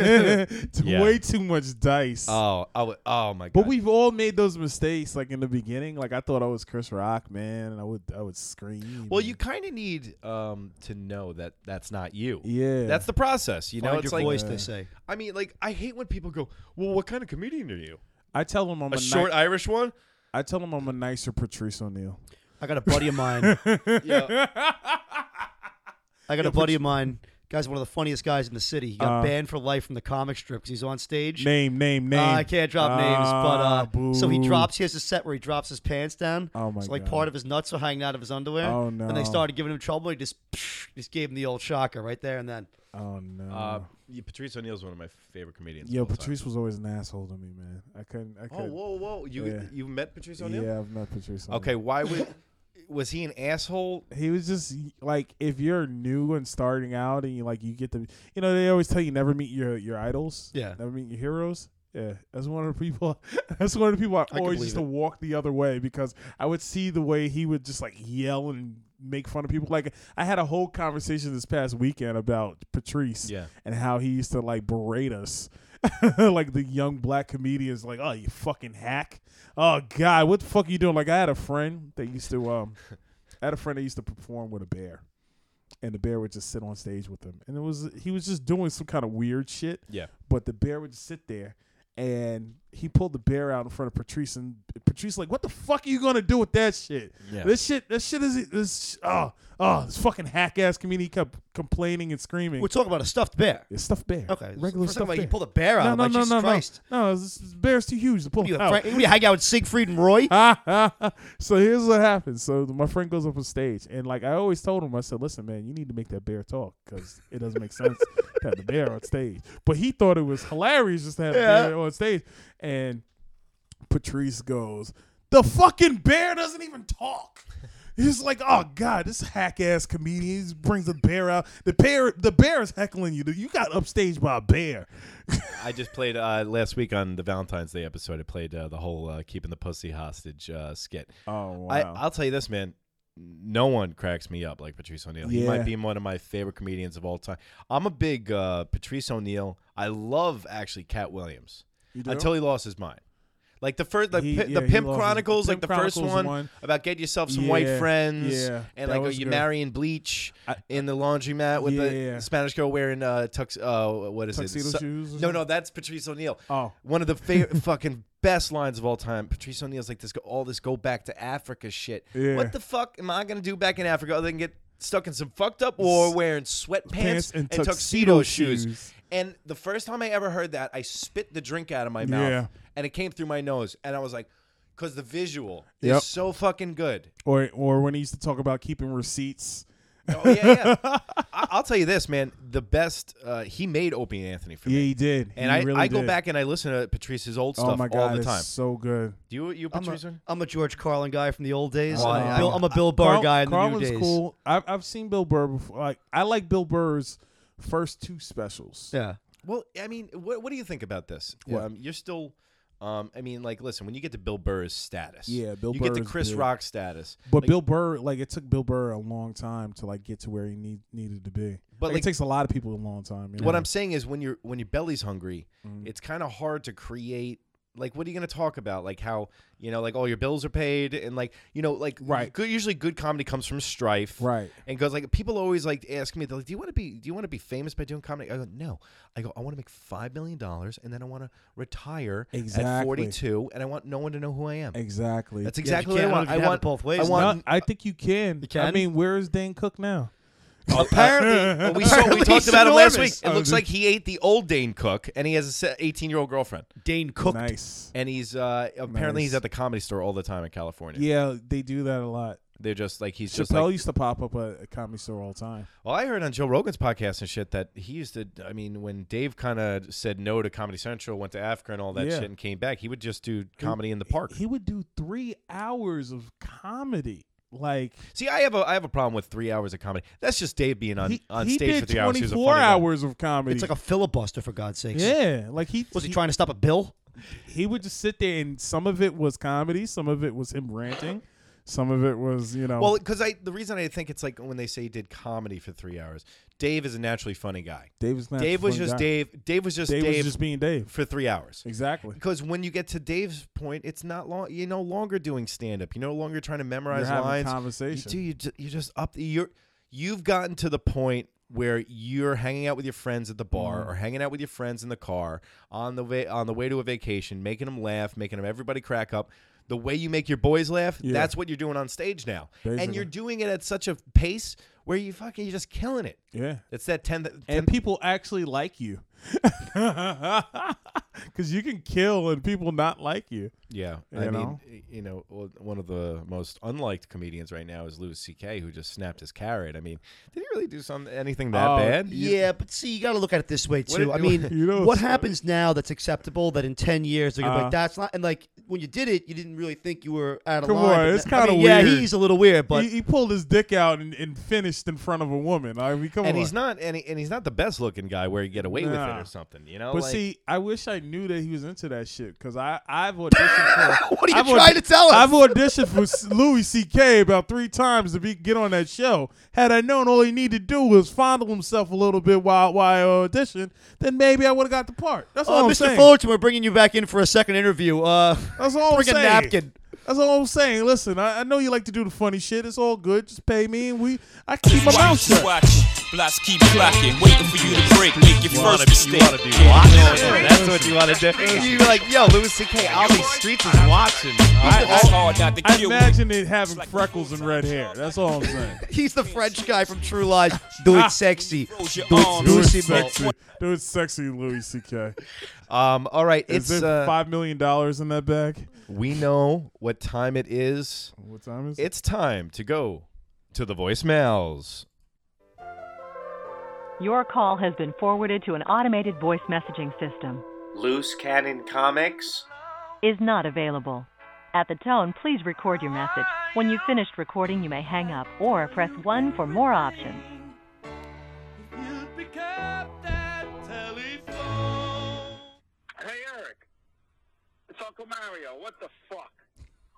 [SPEAKER 5] It's
[SPEAKER 12] Yeah.
[SPEAKER 5] Way too much dice.
[SPEAKER 12] Oh, I w- oh my god.
[SPEAKER 5] But we've all made those mistakes, like in the beginning. Like I thought I was Chris Rock, man, and I would I would scream.
[SPEAKER 12] Well, you kind of need um, to know that that's not you.
[SPEAKER 5] Yeah.
[SPEAKER 12] that's the process. You know,
[SPEAKER 5] Find
[SPEAKER 12] it's
[SPEAKER 5] your
[SPEAKER 12] like
[SPEAKER 5] voice, they say.
[SPEAKER 12] I mean, like I hate when people go, "Well, what kind of comedian are you?"
[SPEAKER 5] I tell them I'm
[SPEAKER 12] A
[SPEAKER 5] a, ni-
[SPEAKER 12] short Irish one.
[SPEAKER 5] I tell them I'm a nicer Patrice O'Neill.
[SPEAKER 3] I got a buddy of
[SPEAKER 5] <laughs>
[SPEAKER 3] mine. I got
[SPEAKER 5] Yeah,
[SPEAKER 3] a buddy of mine. Guy's one of the funniest guys in the city. He got
[SPEAKER 5] Uh,
[SPEAKER 3] banned for life from the comic strip 'cause he's on stage.
[SPEAKER 5] Name, name, name.
[SPEAKER 3] Uh, I can't drop
[SPEAKER 5] Ah,
[SPEAKER 3] names, but uh, so he
[SPEAKER 5] boo.
[SPEAKER 3] drops. He has a set where he drops his pants down.
[SPEAKER 5] Oh, my
[SPEAKER 3] So like
[SPEAKER 5] God.
[SPEAKER 3] part of his nuts are hanging out of his underwear.
[SPEAKER 5] Oh,
[SPEAKER 3] And
[SPEAKER 5] no.
[SPEAKER 3] they started giving him trouble. He just just gave him the old shocker right there and then.
[SPEAKER 5] Oh no.
[SPEAKER 12] Uh, yeah, Patrice O'Neill's one of my favorite comedians. of
[SPEAKER 5] Yo,
[SPEAKER 12] all time.
[SPEAKER 5] Patrice was always an asshole to me, man. I couldn't. I
[SPEAKER 12] Oh,
[SPEAKER 5] couldn't.
[SPEAKER 12] whoa, whoa! You
[SPEAKER 5] Yeah.
[SPEAKER 12] you met Patrice O'Neill?
[SPEAKER 5] Yeah, I've met Patrice. O'Neal.
[SPEAKER 12] Okay, why would was he an asshole?
[SPEAKER 5] He was just like, if you're new and starting out, and you like, you get the, you know, they always tell you never meet your your idols.
[SPEAKER 3] Yeah.
[SPEAKER 5] Never meet your heroes. Yeah, that's one of the people. <laughs> That's one of the people I,
[SPEAKER 3] can
[SPEAKER 5] always
[SPEAKER 3] believe
[SPEAKER 5] used to
[SPEAKER 3] it.
[SPEAKER 5] walk the other way because I would see the way he would just like yell and make fun of people. Like I had a whole conversation this past weekend about Patrice.
[SPEAKER 12] Yeah.
[SPEAKER 5] and how he used to like berate us. <laughs> like the young black comedians, like, oh, you fucking hack! Oh God, what the fuck are you doing? Like, I had a friend that used to, um, I had a friend that used to perform with a bear, and the bear would just sit on stage with him, and it was he was just doing some kind of weird shit.
[SPEAKER 12] Yeah.
[SPEAKER 5] But the bear would just sit there, and he pulled the bear out in front of Patrice, and Patrice like, what the fuck are you gonna do with that shit?
[SPEAKER 12] Yeah.
[SPEAKER 5] This shit, this shit is this. Oh, oh, this fucking hack ass comedian he kept complaining and screaming.
[SPEAKER 3] We're talking about a stuffed bear.
[SPEAKER 5] It's stuffed bear.
[SPEAKER 3] Okay.
[SPEAKER 5] Regular
[SPEAKER 3] First
[SPEAKER 5] stuffed
[SPEAKER 3] time I-
[SPEAKER 5] bear.
[SPEAKER 3] you pulled a bear out.
[SPEAKER 5] No,
[SPEAKER 3] I'm
[SPEAKER 5] no,
[SPEAKER 3] like,
[SPEAKER 5] no,
[SPEAKER 3] Jesus
[SPEAKER 5] no,
[SPEAKER 3] Christ.
[SPEAKER 5] no. No, this, this bear's too huge to pull
[SPEAKER 3] You,
[SPEAKER 12] Oh.
[SPEAKER 5] out.
[SPEAKER 3] Frank, you hang out with Siegfried and Roy?
[SPEAKER 5] <laughs> so here's what happens. So my friend goes up on stage, and like I always told him, I said, "Listen, man, you need to make that bear talk because it doesn't make sense to have the bear on stage." But he thought it was hilarious just to have
[SPEAKER 18] Yeah.
[SPEAKER 5] the bear on stage, and Patrice goes, "The fucking bear doesn't even talk." He's like, "Oh God, this hack ass comedian he brings the bear out. The bear, the bear is heckling you. dude. You got upstaged by a bear."
[SPEAKER 12] I just played uh, last week on the Valentine's Day episode. I played uh, the whole uh, "Keeping the Pussy Hostage" uh, skit.
[SPEAKER 5] Oh
[SPEAKER 12] I,
[SPEAKER 5] wow.
[SPEAKER 12] I'll tell you this, man. No one cracks me up like Patrice O'Neill. He
[SPEAKER 5] Yeah.
[SPEAKER 12] might be one of my favorite comedians of all time. I'm a big uh, Patrice O'Neill. I love actually Cat Williams.
[SPEAKER 5] You do?
[SPEAKER 12] until he lost his mind. Like the first, like
[SPEAKER 5] He-
[SPEAKER 12] pi-
[SPEAKER 5] yeah,
[SPEAKER 12] the
[SPEAKER 5] he
[SPEAKER 12] Pimp
[SPEAKER 5] lost his-
[SPEAKER 12] Chronicles,
[SPEAKER 5] the
[SPEAKER 12] like the
[SPEAKER 5] Pimp
[SPEAKER 12] first
[SPEAKER 5] Chronicles
[SPEAKER 12] one,
[SPEAKER 5] one.
[SPEAKER 12] about get yourself some white
[SPEAKER 5] Yeah,
[SPEAKER 12] friends,
[SPEAKER 5] yeah,
[SPEAKER 12] and
[SPEAKER 5] that
[SPEAKER 12] like
[SPEAKER 5] was
[SPEAKER 12] you
[SPEAKER 5] good.
[SPEAKER 12] marrying bleach in the laundromat with
[SPEAKER 5] Yeah.
[SPEAKER 12] the Spanish girl wearing uh, tux, uh what is
[SPEAKER 5] Tuxedo
[SPEAKER 12] it? Su-
[SPEAKER 5] shoes or
[SPEAKER 12] No, no, that's Patrice O'Neill.
[SPEAKER 5] Oh.
[SPEAKER 12] one of
[SPEAKER 5] <laughs>
[SPEAKER 12] the fa- fucking best lines of all time. Patrice O'Neill's like this, go- all this go back to Africa shit.
[SPEAKER 5] Yeah.
[SPEAKER 12] What the fuck am I gonna do back in Africa other than get stuck in some fucked up war wearing sweatpants
[SPEAKER 5] Pants and
[SPEAKER 12] tuxedo,
[SPEAKER 5] tuxedo
[SPEAKER 12] shoes?
[SPEAKER 5] shoes.
[SPEAKER 12] And the first time I ever heard that, I spit the drink out of my mouth,
[SPEAKER 5] Yeah.
[SPEAKER 12] and it came through my nose, and I was like, "Cause the visual is
[SPEAKER 5] Yep.
[SPEAKER 12] so
[SPEAKER 5] <laughs>
[SPEAKER 12] fucking good."
[SPEAKER 5] Or or when he used to talk about keeping receipts.
[SPEAKER 12] Oh yeah, yeah. I- I'll tell you this, man. The best uh, he made Opie and Anthony for
[SPEAKER 5] Yeah,
[SPEAKER 12] me.
[SPEAKER 5] he did.
[SPEAKER 12] And
[SPEAKER 5] He
[SPEAKER 12] I,
[SPEAKER 5] really
[SPEAKER 12] I go
[SPEAKER 5] did.
[SPEAKER 12] back and I listen to Patrice's old
[SPEAKER 5] Oh
[SPEAKER 12] stuff
[SPEAKER 5] my
[SPEAKER 12] all
[SPEAKER 5] God,
[SPEAKER 12] the
[SPEAKER 5] it's
[SPEAKER 12] time.
[SPEAKER 5] so good.
[SPEAKER 12] Do you you
[SPEAKER 3] I'm
[SPEAKER 12] Patrice?
[SPEAKER 3] a, I'm a George Carlin guy from the old days.
[SPEAKER 5] Wow.
[SPEAKER 3] I'm, a Bill, I'm a Bill
[SPEAKER 5] Uh,
[SPEAKER 3] Burr
[SPEAKER 5] Carl-
[SPEAKER 3] guy in the new
[SPEAKER 5] Carlin's
[SPEAKER 3] days.
[SPEAKER 5] cool. I've I've seen Bill Burr before. Like I like Bill Burr's first two specials.
[SPEAKER 3] Yeah.
[SPEAKER 12] Well, I mean, what, what do you think about this?
[SPEAKER 5] Yeah.
[SPEAKER 12] Um, you're still, um, I mean, like, listen, when you get to Bill Burr's status,
[SPEAKER 5] Yeah, Bill
[SPEAKER 12] you
[SPEAKER 5] Burr
[SPEAKER 12] get to
[SPEAKER 5] is
[SPEAKER 12] Chris
[SPEAKER 5] big.
[SPEAKER 12] Rock status,
[SPEAKER 5] But
[SPEAKER 12] Like,
[SPEAKER 5] Bill Burr, like it took Bill Burr a long time to like get to where he need, needed to be.
[SPEAKER 12] But,
[SPEAKER 5] But
[SPEAKER 12] like-
[SPEAKER 5] it takes a lot of people a long time. you
[SPEAKER 12] What
[SPEAKER 5] know?
[SPEAKER 12] I'm saying is when you're when your belly's hungry,
[SPEAKER 5] Mm-hmm.
[SPEAKER 12] it's kind of hard to create. Like, what are you going to talk about? Like how you know, like all your bills are paid, and like you know, like right. Good, usually, good comedy comes from strife,
[SPEAKER 5] Right.
[SPEAKER 12] And goes like people always like ask me, they're like, "Do you want to be? Do you want to be famous by doing comedy?" I go, "No." I go, "I want to make five million dollars, and then I want to retire at
[SPEAKER 5] Exactly.
[SPEAKER 12] 42, and I want no one to know who I am."
[SPEAKER 5] Exactly.
[SPEAKER 12] That's exactly what I want. I want I
[SPEAKER 5] No,
[SPEAKER 12] want.
[SPEAKER 5] I think you can.
[SPEAKER 12] You can?
[SPEAKER 5] I mean, where is Dan Cook now?
[SPEAKER 3] <laughs>
[SPEAKER 12] Apparently, well, we, saw, we talked about him last week.
[SPEAKER 5] Oh,
[SPEAKER 12] It looks like he ate the old Dane Cook, and he has an 18 year old girlfriend.
[SPEAKER 3] Dane Cook,
[SPEAKER 5] Nice.
[SPEAKER 12] and he's uh, apparently
[SPEAKER 5] Nice.
[SPEAKER 12] he's at the comedy store all the time in California.
[SPEAKER 5] Yeah, they do that a lot.
[SPEAKER 12] They're just like he's
[SPEAKER 5] Chappelle
[SPEAKER 12] just like.
[SPEAKER 5] used to pop up at a comedy store all the time.
[SPEAKER 12] Well, I heard on Joe Rogan's podcast and shit that he used to. I mean, when Dave kind of said no to Comedy Central, went to Africa and all that
[SPEAKER 5] Yeah.
[SPEAKER 12] shit, and came back, he would just do comedy in the park.
[SPEAKER 5] He would do three hours of comedy. Like
[SPEAKER 12] See, I have a I have a problem with three hours of comedy. That's just Dave being on,
[SPEAKER 5] He-
[SPEAKER 12] on
[SPEAKER 5] he
[SPEAKER 12] stage
[SPEAKER 5] did
[SPEAKER 12] for three hours. He was a
[SPEAKER 5] 24
[SPEAKER 12] funny guy.
[SPEAKER 5] hours of comedy.
[SPEAKER 3] It's like a filibuster for God's sakes.
[SPEAKER 5] Yeah, like he
[SPEAKER 3] was he, trying to stop a bill.
[SPEAKER 5] he would just sit there, and some of it was comedy, some of it was him ranting, some of it was you know.
[SPEAKER 12] Well, because I the reason I think it's like when they say he did comedy for three hours, Dave is a naturally funny guy.
[SPEAKER 5] Dave is not
[SPEAKER 12] Dave was
[SPEAKER 5] funny
[SPEAKER 12] just
[SPEAKER 5] guy.
[SPEAKER 12] Dave. Dave was just Dave.
[SPEAKER 5] Dave was just being Dave.
[SPEAKER 12] for three hours.
[SPEAKER 5] Exactly.
[SPEAKER 12] Because when you get to Dave's point, it's not long. You're no longer doing stand up. You're no longer trying to memorize
[SPEAKER 5] You're having
[SPEAKER 12] lines.
[SPEAKER 5] conversation.
[SPEAKER 12] You do. You just, you're just up. You're you've gotten to the point where you're hanging out with your friends at the bar
[SPEAKER 5] Mhm.
[SPEAKER 12] or hanging out with your friends in the car on the way on the way to a vacation, making them laugh, making them everybody crack up. The way you make your boys laugh,
[SPEAKER 5] Yeah.
[SPEAKER 12] that's what you're doing on stage now. And
[SPEAKER 5] Basically.
[SPEAKER 12] you're doing it at such a pace where you fucking you're just killing it.
[SPEAKER 5] Yeah.
[SPEAKER 12] It's that 10 th- 10
[SPEAKER 5] and people actually like you <laughs> because you can kill and people not like you.
[SPEAKER 12] Yeah,
[SPEAKER 5] you
[SPEAKER 12] I
[SPEAKER 5] know?
[SPEAKER 12] mean, you know, well, one of the most unliked comedians right now is Louis C.K., who just snapped his carrot. I mean, did he really do something anything that bad?
[SPEAKER 3] Yeah, but see, you got to look at it this way too.
[SPEAKER 12] did-
[SPEAKER 3] I
[SPEAKER 5] <laughs>
[SPEAKER 3] mean,
[SPEAKER 12] You know,
[SPEAKER 3] what
[SPEAKER 12] it's-
[SPEAKER 3] happens now that's acceptable that in ten years they're gonna be
[SPEAKER 12] Uh.
[SPEAKER 3] like, "That's not." And like when you did it, you didn't really think you were out of
[SPEAKER 5] Uh-huh. Come
[SPEAKER 3] line.
[SPEAKER 5] on,
[SPEAKER 3] but
[SPEAKER 5] it's
[SPEAKER 3] that- I
[SPEAKER 5] kind of
[SPEAKER 3] mean,
[SPEAKER 5] weird.
[SPEAKER 3] Yeah, he's a little weird, but uh,
[SPEAKER 5] he, he pulled his dick out and, and finished in front of a woman. I mean, come
[SPEAKER 12] and
[SPEAKER 5] on.
[SPEAKER 12] he's not, and, he, and he's not the best looking guy where you get away with it
[SPEAKER 5] Nah.
[SPEAKER 12] or something, you know.
[SPEAKER 5] But
[SPEAKER 12] like-
[SPEAKER 5] see, I wish I knew that he was into that shit because I
[SPEAKER 3] <laughs>
[SPEAKER 5] I've auditioned for.
[SPEAKER 3] What are you
[SPEAKER 5] I've
[SPEAKER 3] trying to tell us?
[SPEAKER 5] I've auditioned for S- Louis C.K. about three times to be get on that show. Had I known all he needed to do was fondle himself a little bit while while I auditioned, then maybe I would have got the part. That's all
[SPEAKER 3] oh,
[SPEAKER 5] I'm
[SPEAKER 3] Mr.
[SPEAKER 5] saying.
[SPEAKER 3] Fullerton, we're bringing you back in for a second interview.
[SPEAKER 5] <laughs>
[SPEAKER 3] Uh, <laughs>
[SPEAKER 5] That's all
[SPEAKER 3] bring
[SPEAKER 5] I'm
[SPEAKER 3] a
[SPEAKER 5] saying.
[SPEAKER 3] napkin.
[SPEAKER 5] That's all I'm saying. Listen, I, I know you like to do the funny shit. It's all good. Just pay me, and we I keep my mouth shut.
[SPEAKER 20] Watching, blocks keep clocking, waiting for you to break, make your
[SPEAKER 12] You wanna
[SPEAKER 20] first
[SPEAKER 12] be- you
[SPEAKER 20] mistake.
[SPEAKER 12] <laughs> wanna be watching. Yeah, that's what you wanna do. You're like, yo, Louis C.K., all these streets is watching.
[SPEAKER 5] I,
[SPEAKER 20] It's hard not to
[SPEAKER 5] I
[SPEAKER 20] kill
[SPEAKER 5] imagine it having freckles and red hair. That's all
[SPEAKER 3] <laughs>
[SPEAKER 5] I'm saying.
[SPEAKER 3] He's the French guy from True Lies. Do
[SPEAKER 12] <laughs>
[SPEAKER 3] it sexy. Do
[SPEAKER 5] Do
[SPEAKER 3] it
[SPEAKER 5] sexy.
[SPEAKER 3] juicy.
[SPEAKER 5] Do it sexy, Louis C.K.
[SPEAKER 12] Um, all right,
[SPEAKER 5] Is
[SPEAKER 12] it's,
[SPEAKER 5] there
[SPEAKER 12] uh,
[SPEAKER 5] five million dollars in that bag?
[SPEAKER 12] we know what time it is.
[SPEAKER 5] What time is it?
[SPEAKER 12] It's time to go to the voicemails.
[SPEAKER 21] Your call has been forwarded to an automated voice messaging system.
[SPEAKER 12] Loose Cannon Comics.
[SPEAKER 21] Is not available. At the tone, please record your message. When you've finished recording, you may hang up or press 1 for more options.
[SPEAKER 22] Hey, Eric. It's Uncle Mario. What the fuck?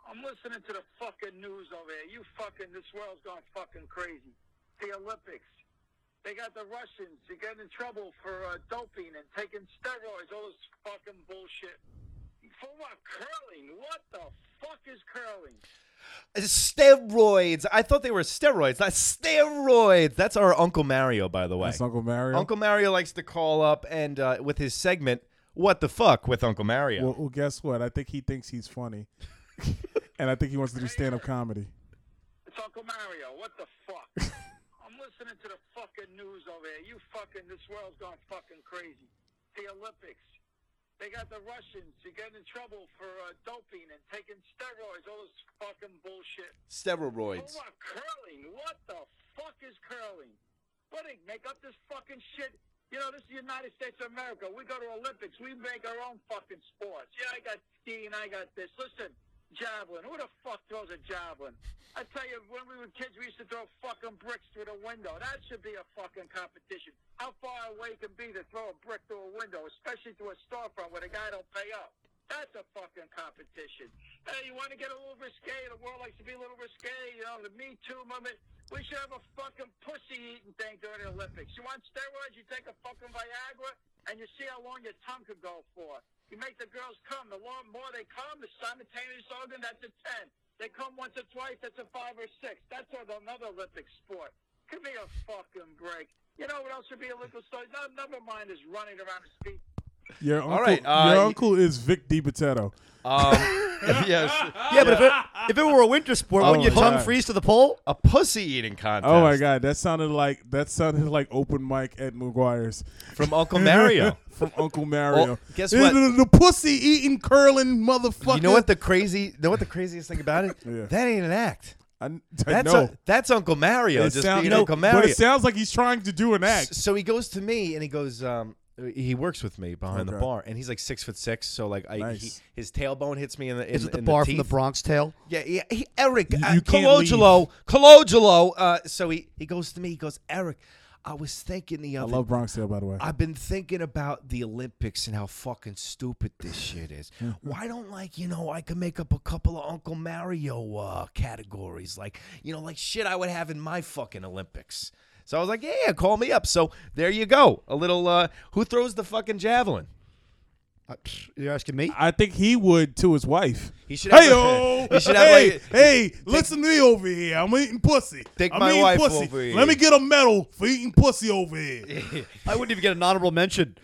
[SPEAKER 22] I'm listening to the fucking news over here. You fucking, this world's gone fucking crazy. The Olympics. They got the Russians. You get in trouble for uh, doping and taking steroids. All this fucking bullshit. For what? Curling? What the fuck is curling?
[SPEAKER 12] Uh, Steroids. I thought they were steroids, not steroids. That's our Uncle Mario, by the way.
[SPEAKER 5] That's Uncle Mario.
[SPEAKER 12] Uncle Mario likes to call up and uh, with his segment, "What the fuck" with Uncle Mario.
[SPEAKER 5] Well, well, guess what? I think he thinks he's funny, <laughs> and I think he wants to do stand-up comedy.
[SPEAKER 22] It's Uncle Mario. What the fuck? I'm listening to the fucking news over here. You fucking, this world's gone fucking crazy. The Olympics. They got the Russians. You get in trouble for uh, doping and taking steroids. All this fucking bullshit.
[SPEAKER 3] <laughs>
[SPEAKER 12] Steroids.
[SPEAKER 22] For what? Curling? What the fuck is curling? What they make up this fucking shit? You know, this is the United States of America. We go to Olympics. We make our own fucking sports. Yeah, I got skiing. I got this. Listen, javelin. Who the fuck throws a javelin? I tell you, when we were kids, we used to throw fucking bricks through the window. That should be a fucking competition. How far away you can be to throw a brick through a window, especially through a storefront where the guy don't pay up. That's a fucking competition. Hey, you want to get a little risque? The world likes to be a little risque. You know, the Me Too movement. We should have a fucking pussy eating thing during the Olympics. You want steroids? You take a fucking Viagra and you see how long your tongue could go for. You make the girls come. The long more they come, the simultaneous organ, that's a 10. They come once or twice, that's a 5 or 6. That's a- another Olympic sport. Give me a fucking break. You know what else should be a Olympic sport? No, never mind is running around the speed.
[SPEAKER 5] Your uncle,
[SPEAKER 12] right, uh,
[SPEAKER 5] your
[SPEAKER 12] y-
[SPEAKER 5] uncle is Vic DiPotetto.
[SPEAKER 12] Um, yes.
[SPEAKER 3] Yeah, but if it, if it were a winter sport,
[SPEAKER 5] Oh
[SPEAKER 3] wouldn't your
[SPEAKER 5] my
[SPEAKER 3] tongue
[SPEAKER 5] God.
[SPEAKER 3] freeze to the pole?
[SPEAKER 12] A pussy eating contest.
[SPEAKER 5] Oh my god, that sounded like that sounded like open mic at McGuire's
[SPEAKER 12] From Uncle Mario.
[SPEAKER 5] <laughs> from Uncle Mario.
[SPEAKER 12] Well, guess
[SPEAKER 5] Hey,
[SPEAKER 12] what?
[SPEAKER 5] The, the pussy eating curling motherfucker.
[SPEAKER 12] You know what the crazy? You know what the craziest thing
[SPEAKER 5] <laughs>
[SPEAKER 12] about it? That ain't an act. that's
[SPEAKER 5] know.
[SPEAKER 12] that's Uncle Mario.
[SPEAKER 5] It
[SPEAKER 12] just
[SPEAKER 5] sound-
[SPEAKER 12] being
[SPEAKER 5] no,
[SPEAKER 12] Uncle
[SPEAKER 5] but
[SPEAKER 12] Mario.
[SPEAKER 5] it sounds like he's trying to do an act.
[SPEAKER 12] So he goes to me and he goes. Um, he works with me behind the
[SPEAKER 5] Okay.
[SPEAKER 12] bar, and he's like six foot six. So like, I, he,
[SPEAKER 5] Nice.
[SPEAKER 12] his tailbone hits me in the. In,
[SPEAKER 3] Is it the
[SPEAKER 12] in
[SPEAKER 3] bar from the
[SPEAKER 12] teeth.
[SPEAKER 3] Bronx Tale?
[SPEAKER 12] Yeah, yeah. He, Eric, uh,
[SPEAKER 5] you can't
[SPEAKER 12] Colangelo, Colangelo. Uh, so he, he goes to me. He goes, Eric, I was thinking the
[SPEAKER 5] I
[SPEAKER 12] other.
[SPEAKER 5] love Bronx Tale, by the way.
[SPEAKER 12] I've been thinking about the Olympics and how fucking stupid this shit is. Why don't like you know I could make up a couple of Uncle Mario uh, categories like you know like shit I would have in my fucking Olympics. So I was like, yeah, yeah, call me up. So there you go, a little. Uh, who throws the fucking javelin?
[SPEAKER 3] Uh, You're asking me?
[SPEAKER 5] I think he would to his wife.
[SPEAKER 12] He should have-
[SPEAKER 5] Hey,
[SPEAKER 12] <laughs>
[SPEAKER 5] oh,
[SPEAKER 12] he should have,
[SPEAKER 5] hey,
[SPEAKER 12] like-
[SPEAKER 5] hey, listen to me over here. I'm eating pussy.
[SPEAKER 12] Take
[SPEAKER 5] I'm
[SPEAKER 12] my
[SPEAKER 5] eating
[SPEAKER 12] wife
[SPEAKER 5] pussy.
[SPEAKER 12] over here.
[SPEAKER 5] Let me get a medal for eating pussy over
[SPEAKER 12] <laughs>
[SPEAKER 5] here.
[SPEAKER 3] I wouldn't even get an honorable mention.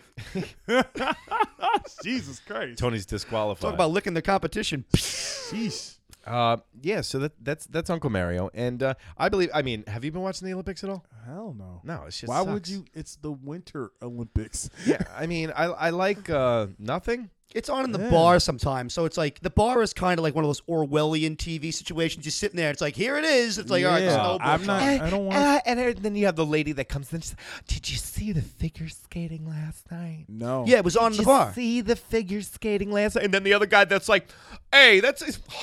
[SPEAKER 5] Jesus Christ.
[SPEAKER 12] Tony's disqualified.
[SPEAKER 3] Talk about licking the competition.
[SPEAKER 5] Sheesh.
[SPEAKER 12] Uh, yeah, so that that's that's Uncle Mario, and uh, I believe. I mean, have you been watching the Olympics at all?
[SPEAKER 5] Hell no.
[SPEAKER 12] No, it's just
[SPEAKER 5] Why would
[SPEAKER 12] sucks.
[SPEAKER 5] you? It's the Winter
[SPEAKER 12] <laughs>
[SPEAKER 5] Olympics.
[SPEAKER 12] Yeah, I mean, I I like uh, nothing.
[SPEAKER 3] It's on in the
[SPEAKER 5] Yeah.
[SPEAKER 3] bar sometimes, so it's like the bar is kind of like one of those Orwellian TV situations. You're sitting there, it's like here it is. It's like all right,
[SPEAKER 5] Yeah,
[SPEAKER 3] snowball
[SPEAKER 5] I'm not-
[SPEAKER 3] time.
[SPEAKER 5] I don't want-
[SPEAKER 12] Uh, and her- then you have the lady that comes in. She's, Did you see the figure skating last night?
[SPEAKER 5] <laughs> No.
[SPEAKER 3] Yeah, it was on in
[SPEAKER 12] Did
[SPEAKER 3] the
[SPEAKER 12] you
[SPEAKER 3] bar.
[SPEAKER 12] see the figure skating last night? And then the other guy that's like, "Hey, that's." <sighs>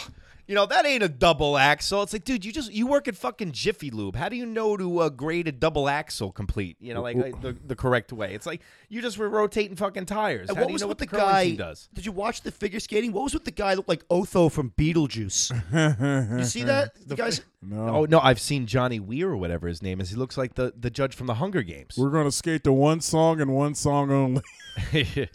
[SPEAKER 12] You know that ain't a double axle. It's like, dude, you just you work at fucking Jiffy Lube. How do you know to uh, grade a double axle complete? You know, like uh, the, the correct way. It's like you just were rotating fucking tires.
[SPEAKER 3] And
[SPEAKER 12] How
[SPEAKER 3] what
[SPEAKER 12] do you
[SPEAKER 3] was
[SPEAKER 12] know
[SPEAKER 3] with
[SPEAKER 12] what
[SPEAKER 3] the
[SPEAKER 12] the, curling
[SPEAKER 3] guy?
[SPEAKER 12] team does?
[SPEAKER 3] Did you watch the figure skating? What was with the guy that looked like Otho from Beetlejuice? you see that? The guys.
[SPEAKER 5] No.
[SPEAKER 12] Oh no, I've seen Johnny Weir or whatever his name is. He looks like the the judge from the Hunger Games.
[SPEAKER 5] We're gonna skate to one song and one song only. <laughs>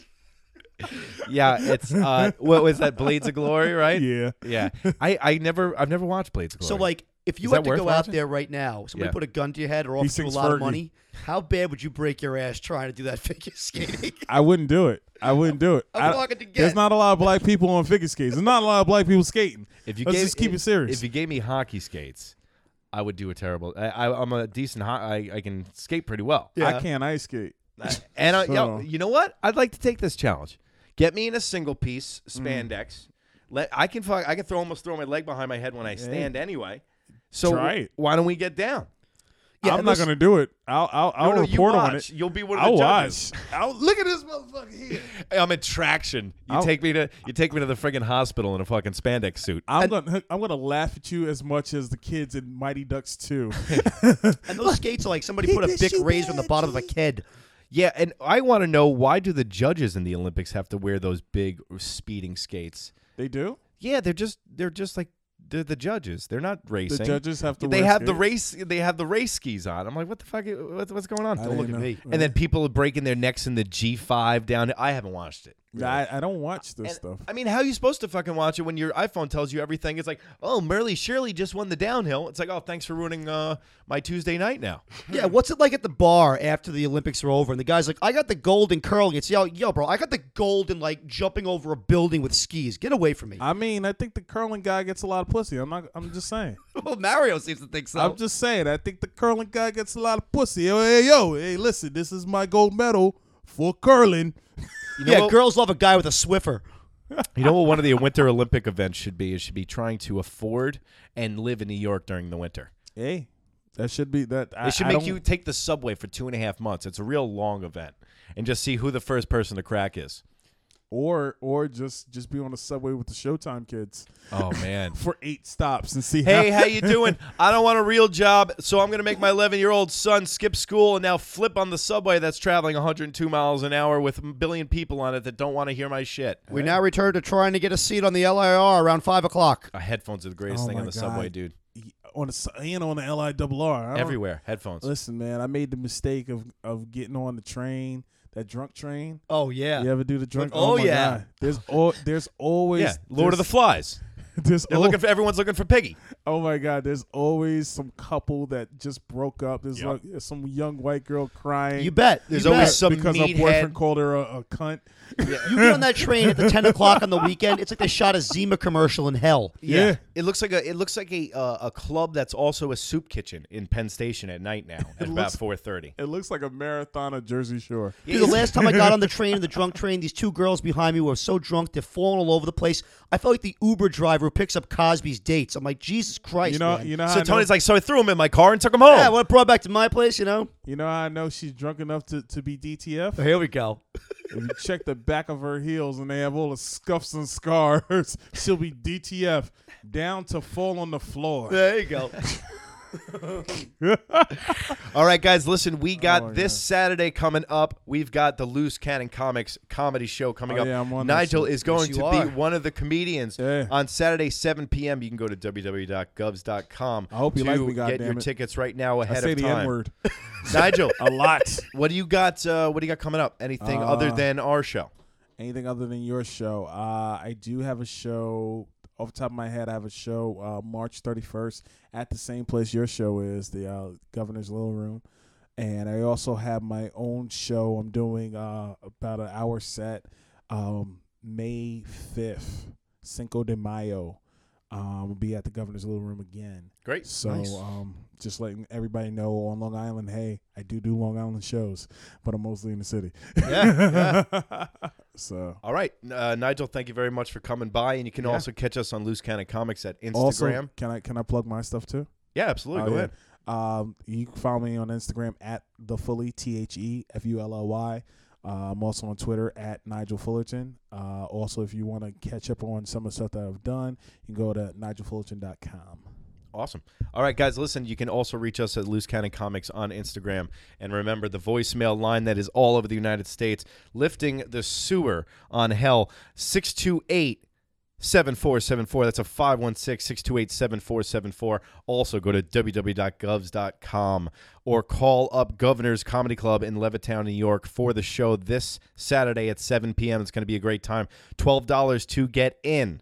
[SPEAKER 12] <laughs> yeah, it's uh, what was that? Blades of Glory, right?
[SPEAKER 5] Yeah.
[SPEAKER 12] yeah. I I never I've never watched Blades of
[SPEAKER 3] <laughs>
[SPEAKER 12] Glory.
[SPEAKER 3] So like, if you
[SPEAKER 12] Is that
[SPEAKER 3] had to
[SPEAKER 12] worth
[SPEAKER 3] go
[SPEAKER 12] watching?
[SPEAKER 3] out there right now, somebody
[SPEAKER 12] Yeah.
[SPEAKER 3] put a gun to your head or
[SPEAKER 5] He
[SPEAKER 3] offered you a
[SPEAKER 5] sings
[SPEAKER 3] lot
[SPEAKER 5] Fergie.
[SPEAKER 3] of money, how bad would you break your ass trying to do that <laughs> figure
[SPEAKER 12] <laughs>
[SPEAKER 3] skating?
[SPEAKER 5] I wouldn't do it. I wouldn't do it.
[SPEAKER 3] I'm
[SPEAKER 5] I-
[SPEAKER 3] walking to get-
[SPEAKER 5] There's not a lot of black people on figure skates. There's not a lot of black people skating.
[SPEAKER 12] if you
[SPEAKER 5] Let's
[SPEAKER 12] gave,
[SPEAKER 5] just keep
[SPEAKER 12] if-
[SPEAKER 5] it serious.
[SPEAKER 12] If you gave me hockey skates, I would do a terrible. I, I I'm a decent. Ho- I I can skate pretty well.
[SPEAKER 5] I can't ice skate.
[SPEAKER 12] And I, yo,
[SPEAKER 5] So-
[SPEAKER 12] you know what? I'd like to take this challenge. Get me in a single piece
[SPEAKER 5] Mm.
[SPEAKER 12] spandex. Let I can fuck. I can throw almost throw my leg behind my head when I stand anyway. So
[SPEAKER 5] Try it.
[SPEAKER 12] why don't we get down?
[SPEAKER 3] Yeah,
[SPEAKER 5] I'm not
[SPEAKER 3] listen-
[SPEAKER 5] gonna do it. I'll I'll, I'll
[SPEAKER 12] No, no, you
[SPEAKER 5] report on
[SPEAKER 12] watch.
[SPEAKER 5] it.
[SPEAKER 12] You'll be one of
[SPEAKER 5] I'll
[SPEAKER 12] the judges.
[SPEAKER 5] watch. I'll look at this motherfucker here.
[SPEAKER 12] <laughs> I'm in traction. You
[SPEAKER 5] I'll-
[SPEAKER 12] take me to you take me to the friggin' hospital in a fucking spandex suit.
[SPEAKER 5] I'm gonna I'm gonna laugh at you as much as the kids in Mighty Ducks
[SPEAKER 12] <laughs>
[SPEAKER 5] 2.
[SPEAKER 3] and those skates are like somebody put a big razor on the bottom of a kid.
[SPEAKER 12] Yeah, and I want to know why do the judges in the Olympics have to wear those big speeding skates?
[SPEAKER 5] they do?
[SPEAKER 12] Yeah, they're just they're just like they're the judges. They're not racing.
[SPEAKER 5] judges have to
[SPEAKER 12] They
[SPEAKER 5] wear
[SPEAKER 12] have the
[SPEAKER 5] skates.
[SPEAKER 12] race. They have the race skis on. I'm like, what the fuck? i- What, what's going on?
[SPEAKER 5] I Don't look didn't at know. me.
[SPEAKER 12] And then people are breaking their necks in the G5 down. I haven't watched it.
[SPEAKER 5] I, I don't watch this stuff.
[SPEAKER 12] I mean, how are you supposed to fucking watch it when your iPhone tells you everything? It's like, oh, Merle Shirley just won the downhill. It's like, oh, thanks for ruining uh, my Tuesday night now.
[SPEAKER 3] Yeah, what's it like at the bar after the Olympics are over? And the guy's like, I got the gold in curling. It's yo, yo, bro, I got the gold in like jumping over a building with skis. Get away from me.
[SPEAKER 5] I mean, I think the curling guy gets a lot of pussy. I'm not. I'm just
[SPEAKER 12] <laughs>
[SPEAKER 5] saying.
[SPEAKER 3] <laughs> well, Mario seems to think so.
[SPEAKER 5] I'm just saying. I think the curling guy gets a lot of pussy. Yo, hey, yo, hey, listen, this is my gold medal for curling.
[SPEAKER 3] yeah, girls love a guy with a Swiffer.
[SPEAKER 12] You know what? One of the Winter Olympic events should be is should be trying to afford and live in New York during the winter.
[SPEAKER 5] Hey, that should be that. I,
[SPEAKER 12] They should
[SPEAKER 5] I
[SPEAKER 12] make
[SPEAKER 5] don't-
[SPEAKER 12] you take the subway for two and a half months. It's a real long event, and just see who the first person to crack is.
[SPEAKER 5] or or just just be on the subway with the Showtime kids.
[SPEAKER 12] Oh, man.
[SPEAKER 5] for eight stops and see.
[SPEAKER 12] Hey, how
[SPEAKER 5] <laughs>
[SPEAKER 12] you <laughs> doing? I don't want a real job, so I'm gonna make my 11 year old son skip school and now flip on the subway that's traveling 102 miles an hour with a billion people on it that don't want to hear my shit.
[SPEAKER 3] We now return to trying to get a seat on the LIR around five o'clock.
[SPEAKER 12] Uh, headphones are the greatest
[SPEAKER 5] Oh
[SPEAKER 12] thing on
[SPEAKER 5] my
[SPEAKER 12] the subway,
[SPEAKER 5] God.
[SPEAKER 12] dude.
[SPEAKER 5] on the su- and on the LIRR I don't-
[SPEAKER 12] Everywhere, headphones.
[SPEAKER 5] Listen, man, I made the mistake of of getting on the train, that drunk train.
[SPEAKER 3] Oh yeah.
[SPEAKER 5] You ever do the drunk?
[SPEAKER 12] oh,
[SPEAKER 5] my
[SPEAKER 12] yeah.
[SPEAKER 5] God.
[SPEAKER 12] <laughs>
[SPEAKER 5] There's all there's always
[SPEAKER 12] Yeah, Lord of the
[SPEAKER 5] there's-
[SPEAKER 12] Flies.
[SPEAKER 5] <laughs> There's
[SPEAKER 12] They're looking for everyone's looking for Piggy.
[SPEAKER 5] Oh my God! There's always some couple that just broke up. There's
[SPEAKER 12] Yep.
[SPEAKER 5] like, some young white girl crying.
[SPEAKER 3] You bet.
[SPEAKER 12] There's always some
[SPEAKER 5] because her
[SPEAKER 12] meathead-
[SPEAKER 5] boyfriend called her a, a cunt.
[SPEAKER 3] You get on that train at the ten o'clock on the weekend. It's like they shot a Zima commercial in hell.
[SPEAKER 5] Yeah.
[SPEAKER 12] It looks like a it looks like a uh, a club that's also a soup kitchen in Penn Station at night <laughs> now at about
[SPEAKER 5] looks-
[SPEAKER 12] 4:30.
[SPEAKER 5] It looks like a marathon of Jersey Shore.
[SPEAKER 3] Dude, the last time I got on the train, the drunk train, these two girls behind me were so drunk they're falling all over the place. I felt like the Uber driver who picks up Cosby's dates. I'm like, Jesus Christ,
[SPEAKER 5] You know-
[SPEAKER 3] man.
[SPEAKER 5] you know how
[SPEAKER 12] So
[SPEAKER 5] I know-
[SPEAKER 12] Tony's like, so I threw him in my car and took him home.
[SPEAKER 3] yeah, what brought back to my place, you know?
[SPEAKER 5] You know how I know she's drunk enough to, to be DTF?
[SPEAKER 3] Here we go.
[SPEAKER 5] If you check the back of her heels and they have all the scuffs and scars, <laughs> she'll be DTF down to fall on the floor.
[SPEAKER 3] There you go.
[SPEAKER 12] <laughs> All right, guys, listen, we got
[SPEAKER 5] Oh,
[SPEAKER 12] this Saturday coming up. We've got the Loose Cannon Comics comedy show coming
[SPEAKER 5] Oh,
[SPEAKER 12] up.
[SPEAKER 5] yeah, I'm on that
[SPEAKER 12] Nigel
[SPEAKER 5] shit.
[SPEAKER 12] is going
[SPEAKER 5] Yes,
[SPEAKER 12] to
[SPEAKER 5] you are.
[SPEAKER 12] be one of the comedians
[SPEAKER 5] Yeah.
[SPEAKER 12] on Saturday, 7 p.m. You can go to www.govs.com
[SPEAKER 5] I hope you
[SPEAKER 12] to
[SPEAKER 5] like me,
[SPEAKER 12] get your
[SPEAKER 5] goddammit.
[SPEAKER 12] tickets right now
[SPEAKER 5] I
[SPEAKER 12] ahead
[SPEAKER 5] say
[SPEAKER 12] of
[SPEAKER 5] the
[SPEAKER 12] time.
[SPEAKER 5] N-word. <laughs>
[SPEAKER 12] Nigel,
[SPEAKER 5] a
[SPEAKER 12] <laughs>
[SPEAKER 5] lot.
[SPEAKER 12] What do you got? Uh, what do you got coming up? Anything other
[SPEAKER 5] Uh,
[SPEAKER 12] than our show?
[SPEAKER 5] Anything other than your show? Uh, I do have a show. Off the top of my head, I have a show uh, March 31st at the same place your show is, the uh, Governor's Little Room. And I also have my own show. I'm doing uh, about an hour set um, May 5th, Cinco de Mayo. Um, will be at the Governor's Little Room again.
[SPEAKER 12] Great.
[SPEAKER 5] So
[SPEAKER 12] Nice.
[SPEAKER 5] um, just letting everybody know on Long Island, hey, I do do Long Island shows, but I'm mostly in the city.
[SPEAKER 12] Yeah,
[SPEAKER 5] <laughs> so
[SPEAKER 12] All right, uh, Nigel, thank you very much for coming by, and you can
[SPEAKER 5] Yeah.
[SPEAKER 12] also catch us on Loose Cannon Comics at Instagram.
[SPEAKER 5] Also, can I can I plug my stuff too?
[SPEAKER 12] Yeah, absolutely.
[SPEAKER 5] Oh,
[SPEAKER 12] Go
[SPEAKER 5] yeah.
[SPEAKER 12] ahead.
[SPEAKER 5] Um, you can follow me on Instagram at the Fully T H E F U L L Y. Uh, I'm also on Twitter at Nigel Fullerton. Uh, also, if you want to catch up on some of the stuff that I've done, you can go to nigelfullerton.com.
[SPEAKER 12] Awesome. All right, guys, listen, you can also reach us at Loose Cannon Comics on Instagram. And remember the voicemail line that is all over the United States, lifting the sewer on hell, 628 7474. That's a 516 628 7474. Also, go to www.govs.com or call up Governor's Comedy Club in Levittown, New York for the show this Saturday at 7 p.m. It's going to be a great time. $12 to get in.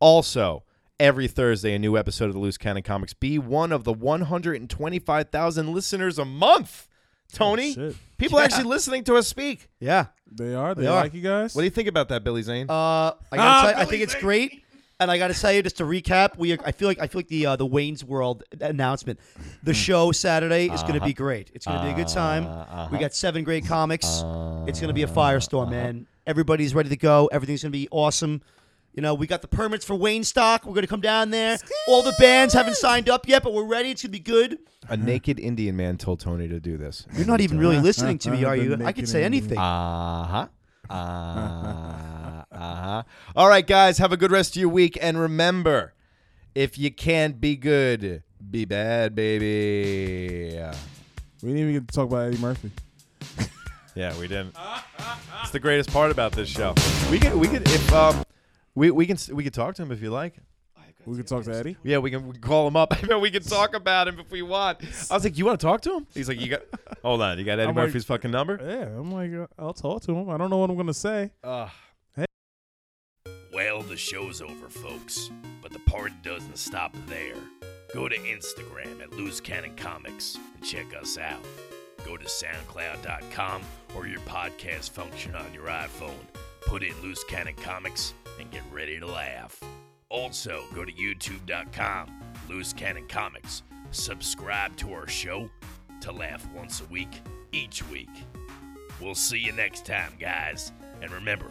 [SPEAKER 12] Also, every Thursday, a new episode of the Loose Cannon Comics. Be one of the 125,000 listeners a month. Tony,
[SPEAKER 5] shit.
[SPEAKER 12] people are actually listening to us speak.
[SPEAKER 3] Yeah,
[SPEAKER 5] they are. They,
[SPEAKER 12] They are.
[SPEAKER 5] like you guys.
[SPEAKER 12] What do you think about that, Billy Zane?
[SPEAKER 3] Uh, I, gotta tell you, I think it's great. And I got to tell you, just to recap, we I feel like I feel like the uh, the Wayne's World announcement, the show Saturday is going to
[SPEAKER 12] Uh-huh.
[SPEAKER 3] be great. It's going to be a good time.
[SPEAKER 12] Uh-huh.
[SPEAKER 3] We got seven great comics. it's going to be a firestorm, man. Everybody's ready to go. Everything's going to be awesome. You know, we got the permits for Wayne Stock. We're going to come down there. All the bands haven't signed up yet, but we're ready. It's going to be good.
[SPEAKER 12] a naked Indian man told Tony to do this.
[SPEAKER 3] You're not even really listening to me, are you? I could say anything.
[SPEAKER 12] Uh <laughs> huh. Uh huh. All right, guys, have a good rest of your week. And remember, if you can't be good, be bad, baby.
[SPEAKER 5] We didn't even get to talk about Eddie Murphy.
[SPEAKER 12] Yeah, we didn't. It's the greatest part about this show. We could, we could, if um, we we can we could talk to him if you like.
[SPEAKER 5] We could talk to Eddie.
[SPEAKER 12] Yeah, we can we can call him up. <laughs> I bet we can talk about him if we want. I was like, you want to talk to him? He's like, you got. Hold on, you got Eddie
[SPEAKER 5] I'm like-
[SPEAKER 12] Murphy's fucking number?
[SPEAKER 5] Yeah, I'm like, uh, I'll talk to him. I don't know what I'm gonna say.
[SPEAKER 12] Ugh.
[SPEAKER 5] Hey.
[SPEAKER 2] Well, the show's over, folks, but the party doesn't stop there. Go to Instagram at Loose Cannon Comics and check us out. Go to SoundCloud.com or your podcast function on your iPhone. Put in Loose Cannon Comics and get ready to laugh. Also, go to YouTube.com, Loose Cannon Comics. Subscribe to our show to laugh once a week, each week. We'll see you next time, guys. And remember,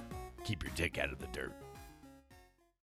[SPEAKER 2] keep your dick out of the dirt.